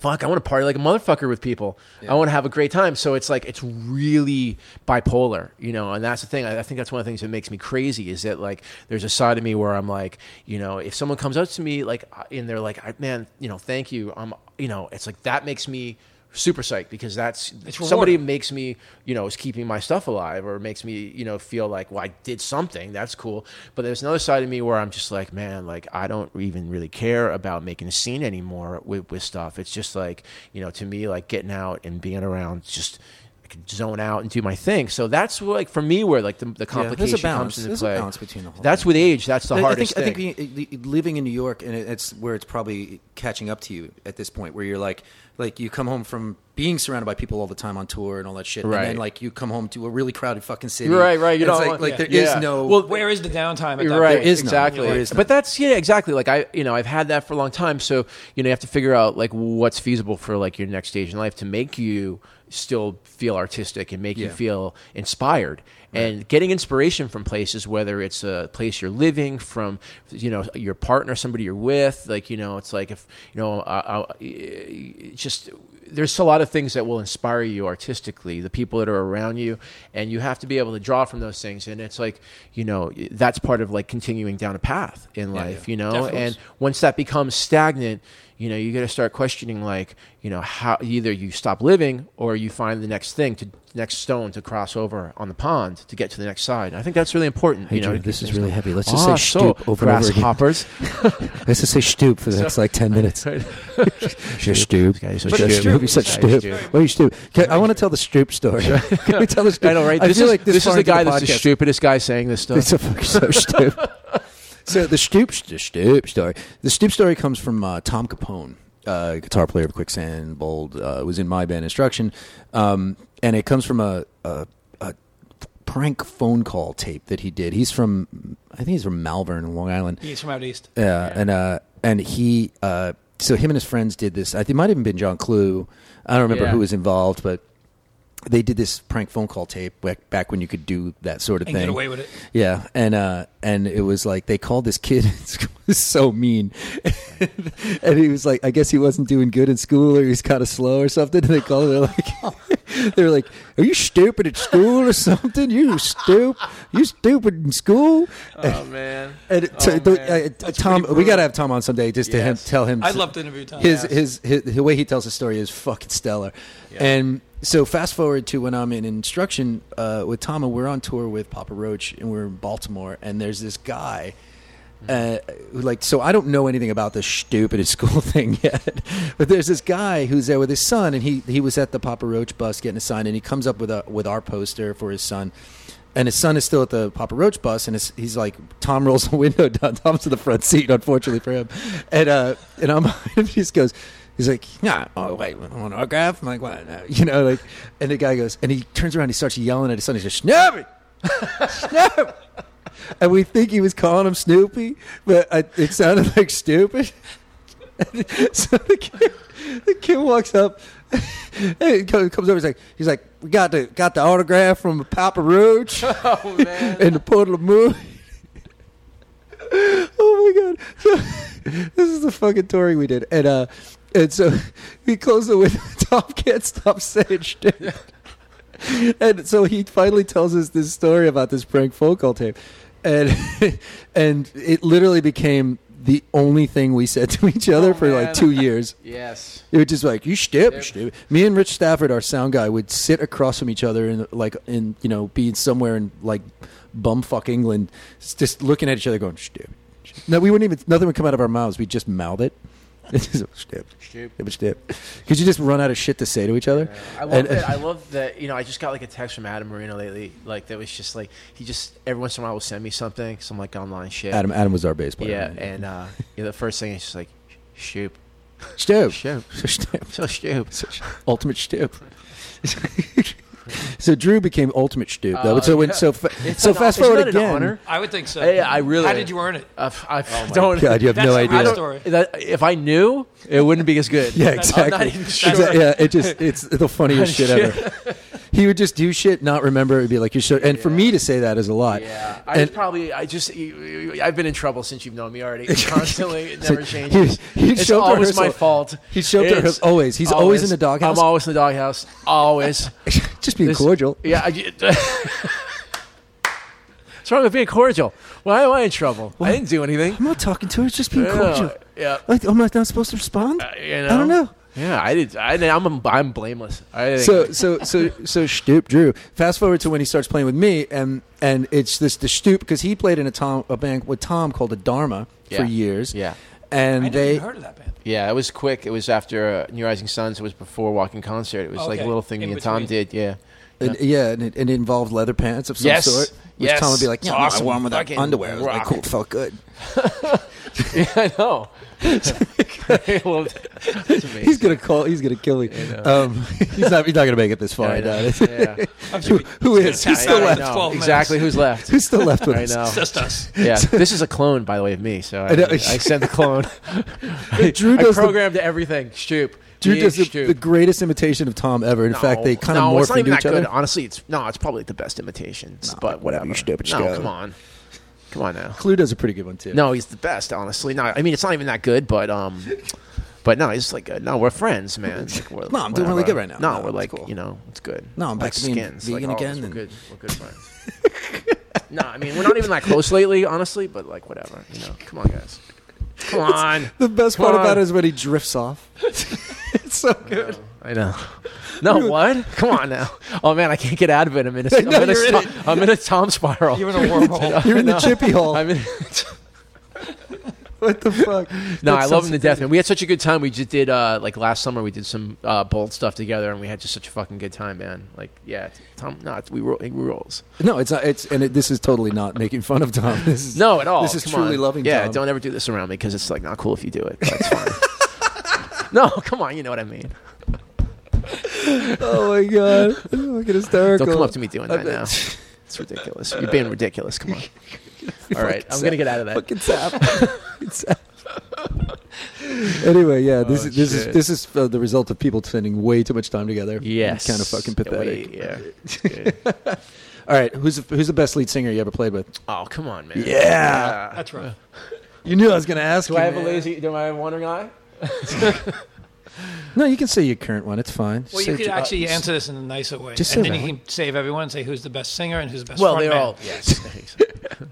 fuck, I want to party like a motherfucker with people. I want to have a great time. So it's like it's really bipolar, you know. And that's the thing. I, I think that's one of the things that makes me crazy is that like there's a side of me where I'm like, you know, if someone comes up to me like I- and they're like, I- man, you know, thank you. I'm, you know, it's like that makes me super psyched because that's
It's
somebody
rewarding.
makes me, you know, is keeping my stuff alive or makes me, you know, feel like, well, I did something. That's cool. But there's another side of me where I'm just like, man, like, I don't even really care about making a scene anymore with, with stuff. It's just like, you know, to me, like getting out and being around, just I can zone out and do my thing. So that's like, for me, where like the, the complication
balance.
comes into
There's a
play.
balance between the whole
That's with age. That's the
I-
hardest
I think,
thing.
I think we- uh, living in New York, and it- it's where it's probably catching up to you at this point, where you're like, like you come home from being surrounded by people all the time on tour and all that shit, and
Right.
then like you come home to a really crowded fucking city,
Right, right,
It's
you don't
like,
want-
like
yeah.
there is
Yeah.
no
Well,
Where is the downtime? At that
right
point?
is none.
exactly
There is none.
but that's yeah exactly like i you know i've had that for a long time so you know you have to figure out like what's feasible for like your next stage in life to make you still feel artistic and make you
Yeah.
feel inspired and getting inspiration from places, whether it's a place you're living, from you know your partner, somebody you're with, like you know, it's like if you know, uh, I, I, it's just there's a lot of things that will inspire you artistically, the people that are around you, and you have to be able to draw from those things. And it's like, you know, that's part of like continuing down a path in life, you know?
Definitely.
And once that becomes stagnant, you know, you got to start questioning, like, you know, how either you stop living or you find the next thing to next stone to cross over on the pond to get to the next side. I think that's really important. you know,
Adrian,
to
this is
keep things
really
going.
heavy. Let's just say
Ah, so,
stoop over and over again.
grasshoppers.
Let's just say stoop for the next like 10 minutes. You're stoop.
guy is so
You're
stoop.
stoop. You're such
This guy
stoop.
is stoop.
What are you stoop? Can, I want to tell the stoop story. Can we tell the stoop?
I know, right?
I
this
feel
is,
like this,
this is
far
the
into
guy that's the
podcast-
stupidest guy saying this stuff.
It's a fucking so stoop. So the stoop, the stoop story. The stoop story comes from uh, Tom Capone, uh, guitar player of Quicksand, Bold, uh, was in my band Instruction, um, and it comes from a, a, a prank phone call tape that he did. He's from, I think he's from Malvern, Long Island.
He's from out east.
Yeah, and uh, and he, uh, so him and his friends did this. I think it might have even been John Clue. I don't remember
Yeah.
who was involved, but they did this prank phone call tape back, back when you could do that sort of
And
thing.
get away with it.
Yeah, and uh, and it was like they called this kid. It was so mean, and he was like, I guess he wasn't doing good in school, or he's kind of slow or something. And they called him like, they were like, "Are you stupid at school or something? You stupid, you stupid in school."
Oh man.
And it- so
Oh,
the-
man.
uh, Tom,
pretty
we gotta
brutal.
have Tom on someday just to him,
Yes.
tell him.
I'd love to interview Tom.
His,
Yes.
his his the way he tells the story is fucking stellar. And so fast forward to when I'm in instruction uh, with Tom, and we're on tour with Papa Roach, and we're in Baltimore, and there's this guy. Uh, who, like so, I don't know anything about this stupid school thing yet, but there's this guy who's there with his son, and he he was at the Papa Roach bus getting a sign, and he comes up with a with our poster for his son, and his son is still at the Papa Roach bus, and his, he's like, Tom rolls the window down. Tom's in the front seat, unfortunately for him, and uh, and I'm he just goes, he's like, Nah, oh wait, want an autograph? I'm like, what? No. You know, like, and the guy goes, and he turns around, he starts yelling at his son, he's just Snoopy, Snoopy, and we think he was calling him Snoopy, but I, it sounded like stupid. so the kid, the kid walks up. And he co- comes over. He's like, he's like, we got the got the autograph from Papa Roach
Oh man.
in the puddle of moon. oh my god! So, this is the fucking touring we did, and uh, and so we closed the window. Tom can't stop saying shit, and so he finally tells us this story about this prank phone call tape, and and it literally became the only thing we said to each other
Oh,
for like
man.
two years.
yes.
It was just like you stupid,
Yep.
stupid. Me and Rich Stafford, our sound guy, would sit across from each other and like in you know be somewhere in like bumfuck England, s- just looking at each other, going stupid. stupid." No, we wouldn't even. Nothing would come out of our mouths. We'd just mouth it. It's just stupid,
Stupid.
stupid, stupid. Because you just run out of shit to say to each other.
I love
And-
that. I love that. You know, I just got like a text from Adam Marino lately. Like that was just like he just every once in a while will send me something, some like online shit.
Adam, Adam was our bass player.
yeah, and uh, yeah, the first thing is just like shoop,
stupid,
shoop,
so stupid.
so shoop.
ultimate stoop. so Drew became ultimate stoop. That
Oh,
was so when
yeah.
so fa-
It's
so
an hon-
fast forward
isn't that an
again. Oh
honor?
I would think so.
Hey, I really-
How did you earn it?
Uh, I don't.
God, you have
That's
no
the
idea.
real
I
story.
don't that, if I knew, it wouldn't be as good.
Yeah,
That's- I'm not
exactly.
even sure.
Exa- yeah, it just it's the funniest shit ever. He would just do shit, not remember. It'd be like you're so. And for me to say that is a lot.
Yeah, I
And-
was probably I just you- you- I've been in trouble since you've known me already. Constantly, it
So
never changes.
he- he
it's
showed to
always
rehearsal-
my fault.
he showed to
It's
rehearsal- always. He's always in the doghouse?
I'm always in the doghouse. Always.
just being
This-
cordial.
Yeah. I, what's wrong with being cordial? Why am I in trouble? I didn't do anything.
I'm not talking to her. It's just being
Yeah,
cordial.
Yeah.
Like, am I not supposed to respond?
uh, you
I don't know.
Yeah, I did. I, I'm I'm blameless. I didn't-
So so so so Stoop Drew. Fast forward to when he starts playing with me, and and it's this the Stoop because he played in a Tom a band with Tom called the Dharma
Yeah.
for years.
yeah.
and
I never
they
even heard of that band.
Yeah, it was quick. It was after uh, New Rising Suns. It was before Walking Concert. It was like a
Okay.
little thing
In
me and Tom
between.
did. Yeah.
and, yeah, and it, and it involved leather pants of some
Yes.
sort. Which
Yes.
Tom would be like,
It's
"Yeah, I'm
awesome.
warm without
Fucking
underwear." I was like,
rock.
"Cool, it felt good."
yeah, I know. I loved it. That's amazing.
He's gonna call. He's gonna kill me. Um, he's not. He's not gonna make it this far. I
I know.
doubt it.
Yeah.
Who, who
gonna
is? Who's
tap
still
out.
left?
I
know.
12 minutes.
Exactly who's left.
Who's still left with
I
us?
know.
Just us.
Yeah, this is a clone, by the way, of me. So I,
I
I,
know.
sent the clone.
Drew
I
does the-
programmed everything. Stoop.
Dude does the,
Huge, dude.
the greatest imitation of Tom ever. In fact, they kind of
no, it's
morph
not even
into each
that
other.
good. Honestly, it's no, it's probably the best imitation. It's- but whatever,
you stupid
No,
scout.
come on, come on now.
Clue does a pretty good one too.
No, he's the best. Honestly, no, I mean it's not even that good, but um, but no, he's like uh, no, we're friends, man. It's like, we're-
No, I'm doing really good
whatever.
right now. No,
No, we're
it's
like
cool.
you know, it's good.
No, I'm
like
back to being
like,
vegan
oh,
again
We're
and-
good. We're good friends. no, I mean we're not even that close lately, honestly. But like whatever, you know. Come on, guys. Come on.
The best
Come
part about
on.
it is when he drifts off. it's so good.
I know. No, what? Come on now. Oh man, I can't get out of it. I'm in a, I'm in a,
you're in
sto- I'm in a Tom spiral.
You're in a wormhole.
You're in the chippy hole.
I'm in.
what the fuck? That
No, I love
sounds
him to death, man. We had such a good time. We just did uh, like last summer. We did some uh, bold stuff together, and we had just such a fucking good time, man. Like, yeah, Tom, no, we roll, he rules.
No, it's not. It's and it, this is totally not making fun of Tom. This is
No, at all.
This is
Come
truly
on.
loving.
Yeah,
Tom.
don't ever do this around me because it's like not cool if you do it. But it's fine. no, come on, you know what I mean.
Oh my god, fucking hysterical.
Don't come up to me doing that
Okay.
now. It's ridiculous. You're being ridiculous. Come on. All right, I'm gonna get out of that.
Fucking sap. Fucking sap. anyway, yeah, this
Oh,
is this
shit.
is this is uh, the result of people spending way too much time together.
Yes.
kind of fucking
Yeah,
pathetic.
wait, Yeah. Good.
All right, who's the, who's the best lead singer you ever played with?
oh, come on, man.
Yeah.
That's right.
You knew I was gonna ask.
Do I have a lazy? Do I have a wandering eye?
No, you can say your current one. It's fine.
Well,
Say uh,
you could
J-
actually answer this in a nicer way,
Just
and
say
then
that
you can save everyone and say who's the best singer and who's the best.
Well,
front
they're
man.
all yes.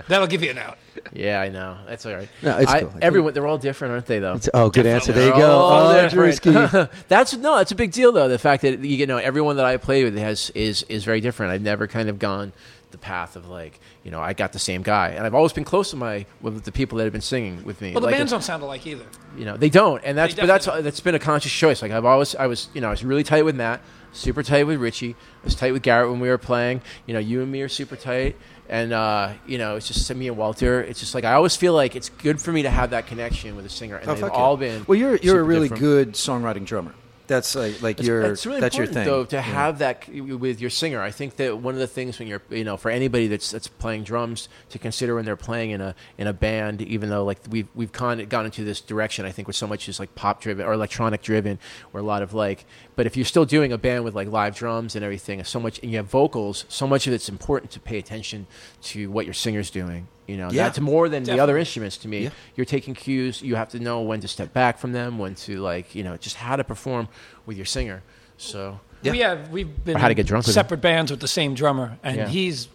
That'll give you an out.
yeah, I know. That's all right.
No, it's
I-
cool. I think-
everyone, they're all different, aren't they? Though.
Oh, good answer. There you
They're
go.
all
Oh,
different.
Drewski.
that's no, that's a big deal though. The fact that you know everyone that I play with has is is very different. I've never kind of gone the path of like you know I got the same guy, and I've always been close to my with the people that have been singing with me.
Well, the
Like,
bands don't
it's-
sound alike either.
you know they don't, and that's
They
but that's
definitely
that's been a conscious choice. Like I've always I was you know I was really tight with Matt, super tight with Richie, I was tight with Garrett when we were playing. You know you and me are super tight, and uh, you know it's just me and Walter. It's just like I always feel like it's good for me to have that connection with a singer, and
Oh,
they've
fuck yeah.
all been
Well, you're you're a
super
really
different.
good songwriting drummer. That's like like your
It's really
that's your
important
thing.
though to have that c- with your singer. I think that one of the things when you're you know for anybody that's that's playing drums to consider when they're playing in a in a band, even though like we've we've kind of gone into this direction. I think with so much is like pop driven or electronic driven, or a lot of like. But if you're still doing a band with like live drums and everything, so much and you have vocals, so much of it's important to pay attention to what your singer's doing. You know,
Yeah.
that's more than the other
Definitely.
instruments to me.
Yeah.
You're taking cues. You have to know when to step back from them, when to like, you know, just how to perform with your singer. So
Yeah.
We have we've been
Or how to get drunk with him.
separate bands with the same drummer, and
Yeah.
he's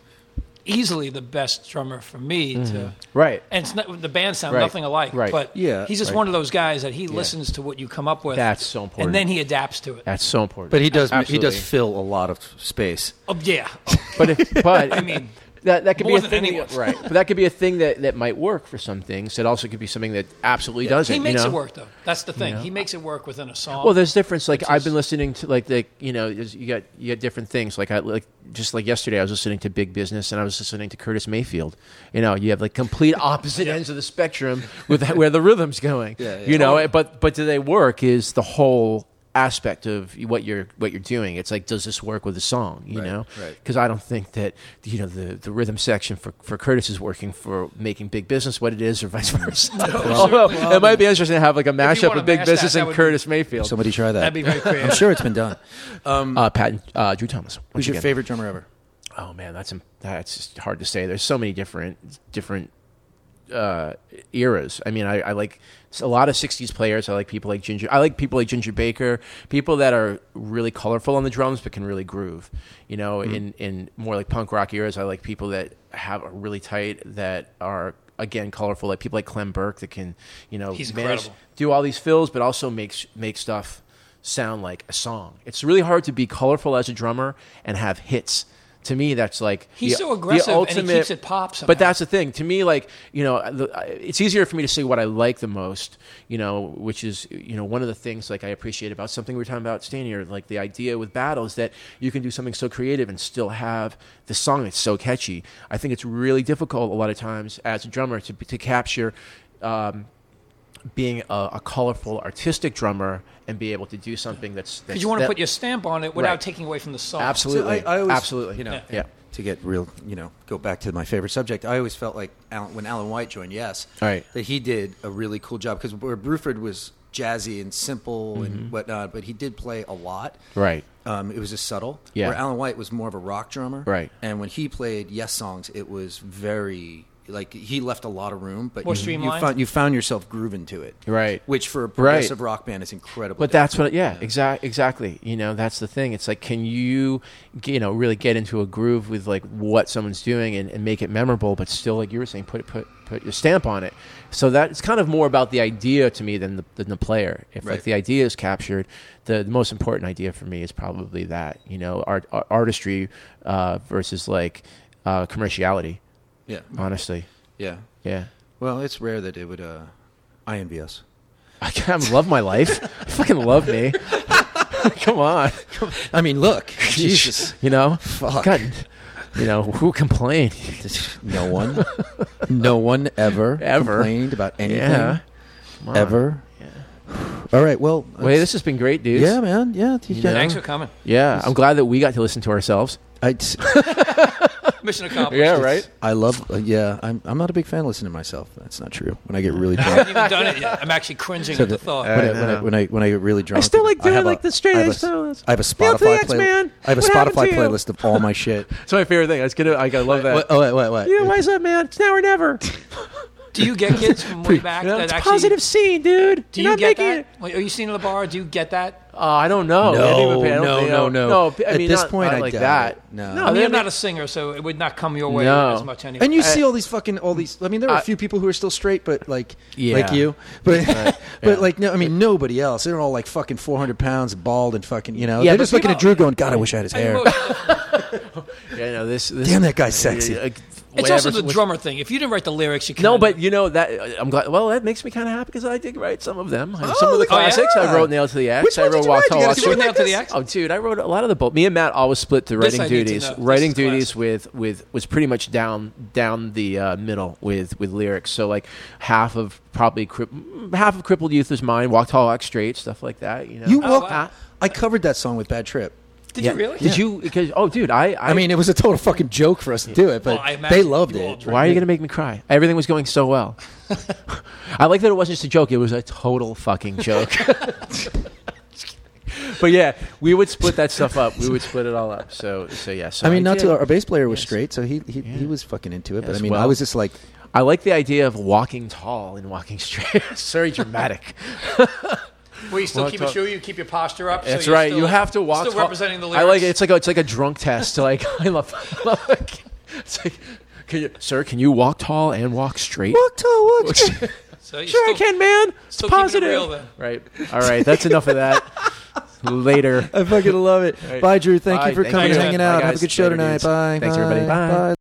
easily the best drummer for me. To
Mm-hmm. right,
and it's not, the bands sound
Right.
nothing alike,
Right.
but
Yeah,
he's just
right.
one of those guys that he listens to what you come up with.
That's so important.
and then he adapts to it.
that's so important.
but he does he does
Absolutely.
fill a lot of space.
Oh, yeah,
But if, but
I mean,
that that could be
more
a
than
thing,
anyone.
right? But that could be a thing that that might work for some things. It also could be something that absolutely doesn't.
he makes
you know?
it work though. That's the thing. He makes it work within a song.
Well, there's difference. Like I've been listening to like the you know there's- you got you got different things. Like I like just like yesterday, I was listening to Big Business and I was listening to Curtis Mayfield. You know, you have like complete opposite ends of the spectrum with where the rhythm's going. you
Oh,
know, but but do they work? Is the whole aspect of what you're what you're doing it's like does this work with the song you know
right.
because i don't think that you know the the rhythm section for for curtis is working for making big business what it is or vice versa although it might be interesting to have like a mashup
wanna
of big
mash that,
business
that
and
would be-
curtis mayfield
Somebody try that.
that'd be very
I'm
creative.
sure it's been done.
uh, Pat and uh, Drew Thomas.
Who's
once
your
again.
favorite drummer ever?
Oh man, that's that's just hard to say. There's so many different different uh, eras. I mean, I, I like a lot of '60s players. I like people like Ginger. I like people like Ginger Baker. People that are really colorful on the drums, but can really groove. You know,
Mm-hmm.
in in more like punk rock eras, I like people that have a really tight that are again colorful. Like people like Clem Burke that can you know
He's incredible.
do all these fills, but also makes make stuff sound like a song. It's really hard to be colorful as a drummer and have hits. To me, that's like
He's so aggressive and he keeps it pop somehow.
But that's the thing. To me, like you know, the- I- it's easier for me to say what I like the most. You know, which is you know one of the things like I appreciate about something we were talking about Stanier, like the idea with battle is that you can do something so creative and still have the song that's so catchy. I think it's really difficult a lot of times as a drummer to to capture. Um, being a, a colorful artistic drummer and be able to do something that's
because
that's-
you want to
that-
put your stamp on it without
Right.
taking away from the song.
absolutely
So I- I always-
absolutely
you know,
yeah,
to get real, you know, go back to my favorite subject, I always felt like Alan, when Alan White joined Yes,
All right.
that he did a really cool job because where Bruford was jazzy and simple and whatnot, but he did play a lot.
Mm-hmm. Right.
Um, it was just subtle.
Yeah.
Where Alan White was more of a rock drummer.
Right.
And when he played Yes songs, it was very like he left a lot of room, but
More
you, you
streamlined?
found you found yourself grooving to it.
Right.
Which for a progressive rock band is incredible.
But that's what, yeah, exact, exactly. You know, that's the thing. It's like, can you, g- you know, really get into a groove with like what someone's doing and, and make it memorable, but still, like you were saying, put put put your stamp on it. So that it's kind of more about the idea to me than the than the player. If
Right.
like the idea is captured, the, the most important idea for me is probably that you know, art, art artistry uh, versus like uh, commerciality.
yeah,
Honestly,
yeah.
yeah.
Well, it's rare that it would. Uh, I envy us.
I kind of love my life. I fucking love me. Come on.
I mean, look,
Jesus,
Jesus,
you know,
Fuck.
God, you know, who complained?
no one, no one ever,
Ever.
complained about anything
Yeah, Come on.
ever. All right, well,
Wait, this has been great, dudes.
yeah, man, yeah, yeah.
Thanks for coming.
yeah. I'm glad that we got to listen to ourselves.
I,
Mission accomplished.
right.
I love, uh, yeah, I'm, I'm not a big fan of listening to myself. That's not true. When I get really drunk,
haven't even done it yet. I'm actually cringing at the thought.
uh,
when, I, when, I, when I when I get really drunk,
still like doing,
have
like, the straight
I have
edge playlist.
I have a
Guilty
Spotify
X,
playlist.
man.
I have a
What happened
Spotify
to you?
playlist of all my shit.
It's my favorite thing. I was gonna, I gotta love that.
Wait, oh wait, wait, wait.
Yeah, wise up, man. It's now or never.
Do you get kids from way back
You know,
that
it's a
actually?
positive scene, dude.
Do you
You're not
get
making
that?
it.
Wait, Are you seeing the bar? Do you get that?
Uh, I don't know. I think it would be- I don't
no,
think- uh,
no, no.
I
At
mean,
this
not-
point,
not
I
like
doubt
that.
it. No.
I mean,
they're
I'm not
ma-
a singer, so it would not come your way
No.
as much anyway.
And you see all these fucking all these. I mean, there are a few people who are still straight, but like
Yeah.
like you, but
Yeah.
but like no, I mean nobody else. They're all like fucking four hundred pounds, bald and fucking. You know,
Yeah,
they're
but
just looking at
people-
Drew going, God, I wish I had his
And
hair.
most-
Yeah, no, this, this.
Damn, that guy's sexy.
Like,
it's
whatever-
also the drummer thing. If you didn't write the lyrics, you
No,
kinda-
but you know that uh, I'm glad. Well, that makes me kind of happy because I did write some of them. And
Oh,
some of the
look at
classics
that.
I wrote "Nail to the Axe."
Which
I
ones did
wrote
you write? You gotta
Walk
see
Tall,
you
Walk
went out to the
Short.
axe.
Oh, dude, I wrote a lot of the both. Me and Matt always split the
This
writing
I need to
duties.
know. This
Writing
is classic.
duties with with was pretty much down down the uh, middle with with lyrics. So like half of probably cri- mm, half of crippled youth is mine. Walk Tall, Walk Straight, stuff like that. You know, Uh,
You
Oh,
walk.
wow.
I covered that song with Bad Trip.
did
Yeah.
you really?
Did you? Because oh, dude, I I,
I mean, it was a total fucking joke for us to do it,
Well,
but
I imagine
they loved
you all
it.
drink.
Why are you going to make me cry? Everything was going so well. I like that it wasn't just a joke, it was a total fucking joke. but yeah, we would split that stuff up. We would split it all up. So so yeah, so
I mean, not
did.
to our bass player was
Yes.
straight, so he he, he was fucking into it. But I
Yes,
mean, I
well.
was just like,
I like the idea of walking tall and walking straight. it's very dramatic.
Well, you still
Walk
keep
tall.
it true. You keep your posture up.
That's
so you're
right.
Still,
you have to walk
Still
tall.
representing the
I
lyrics.
like it. it's like a, it's like a drunk test. To like I love, I love like, it's like can you, sir, can you walk tall and walk straight?
walk tall, walk straight.
So you're
Sure, I
still-
can, man. It's
still keeping it
positive.
real, then.
Right. All right. That's enough of that. Later.
I fucking love it.
Right.
Bye, Drew. Thank
Bye.
you for
Thank
coming,
you.
hanging
Bye,
out.
guys.
Have a good show
Later,
tonight.
dudes.
Bye.
Thanks,
Bye.
everybody. Bye.
Bye.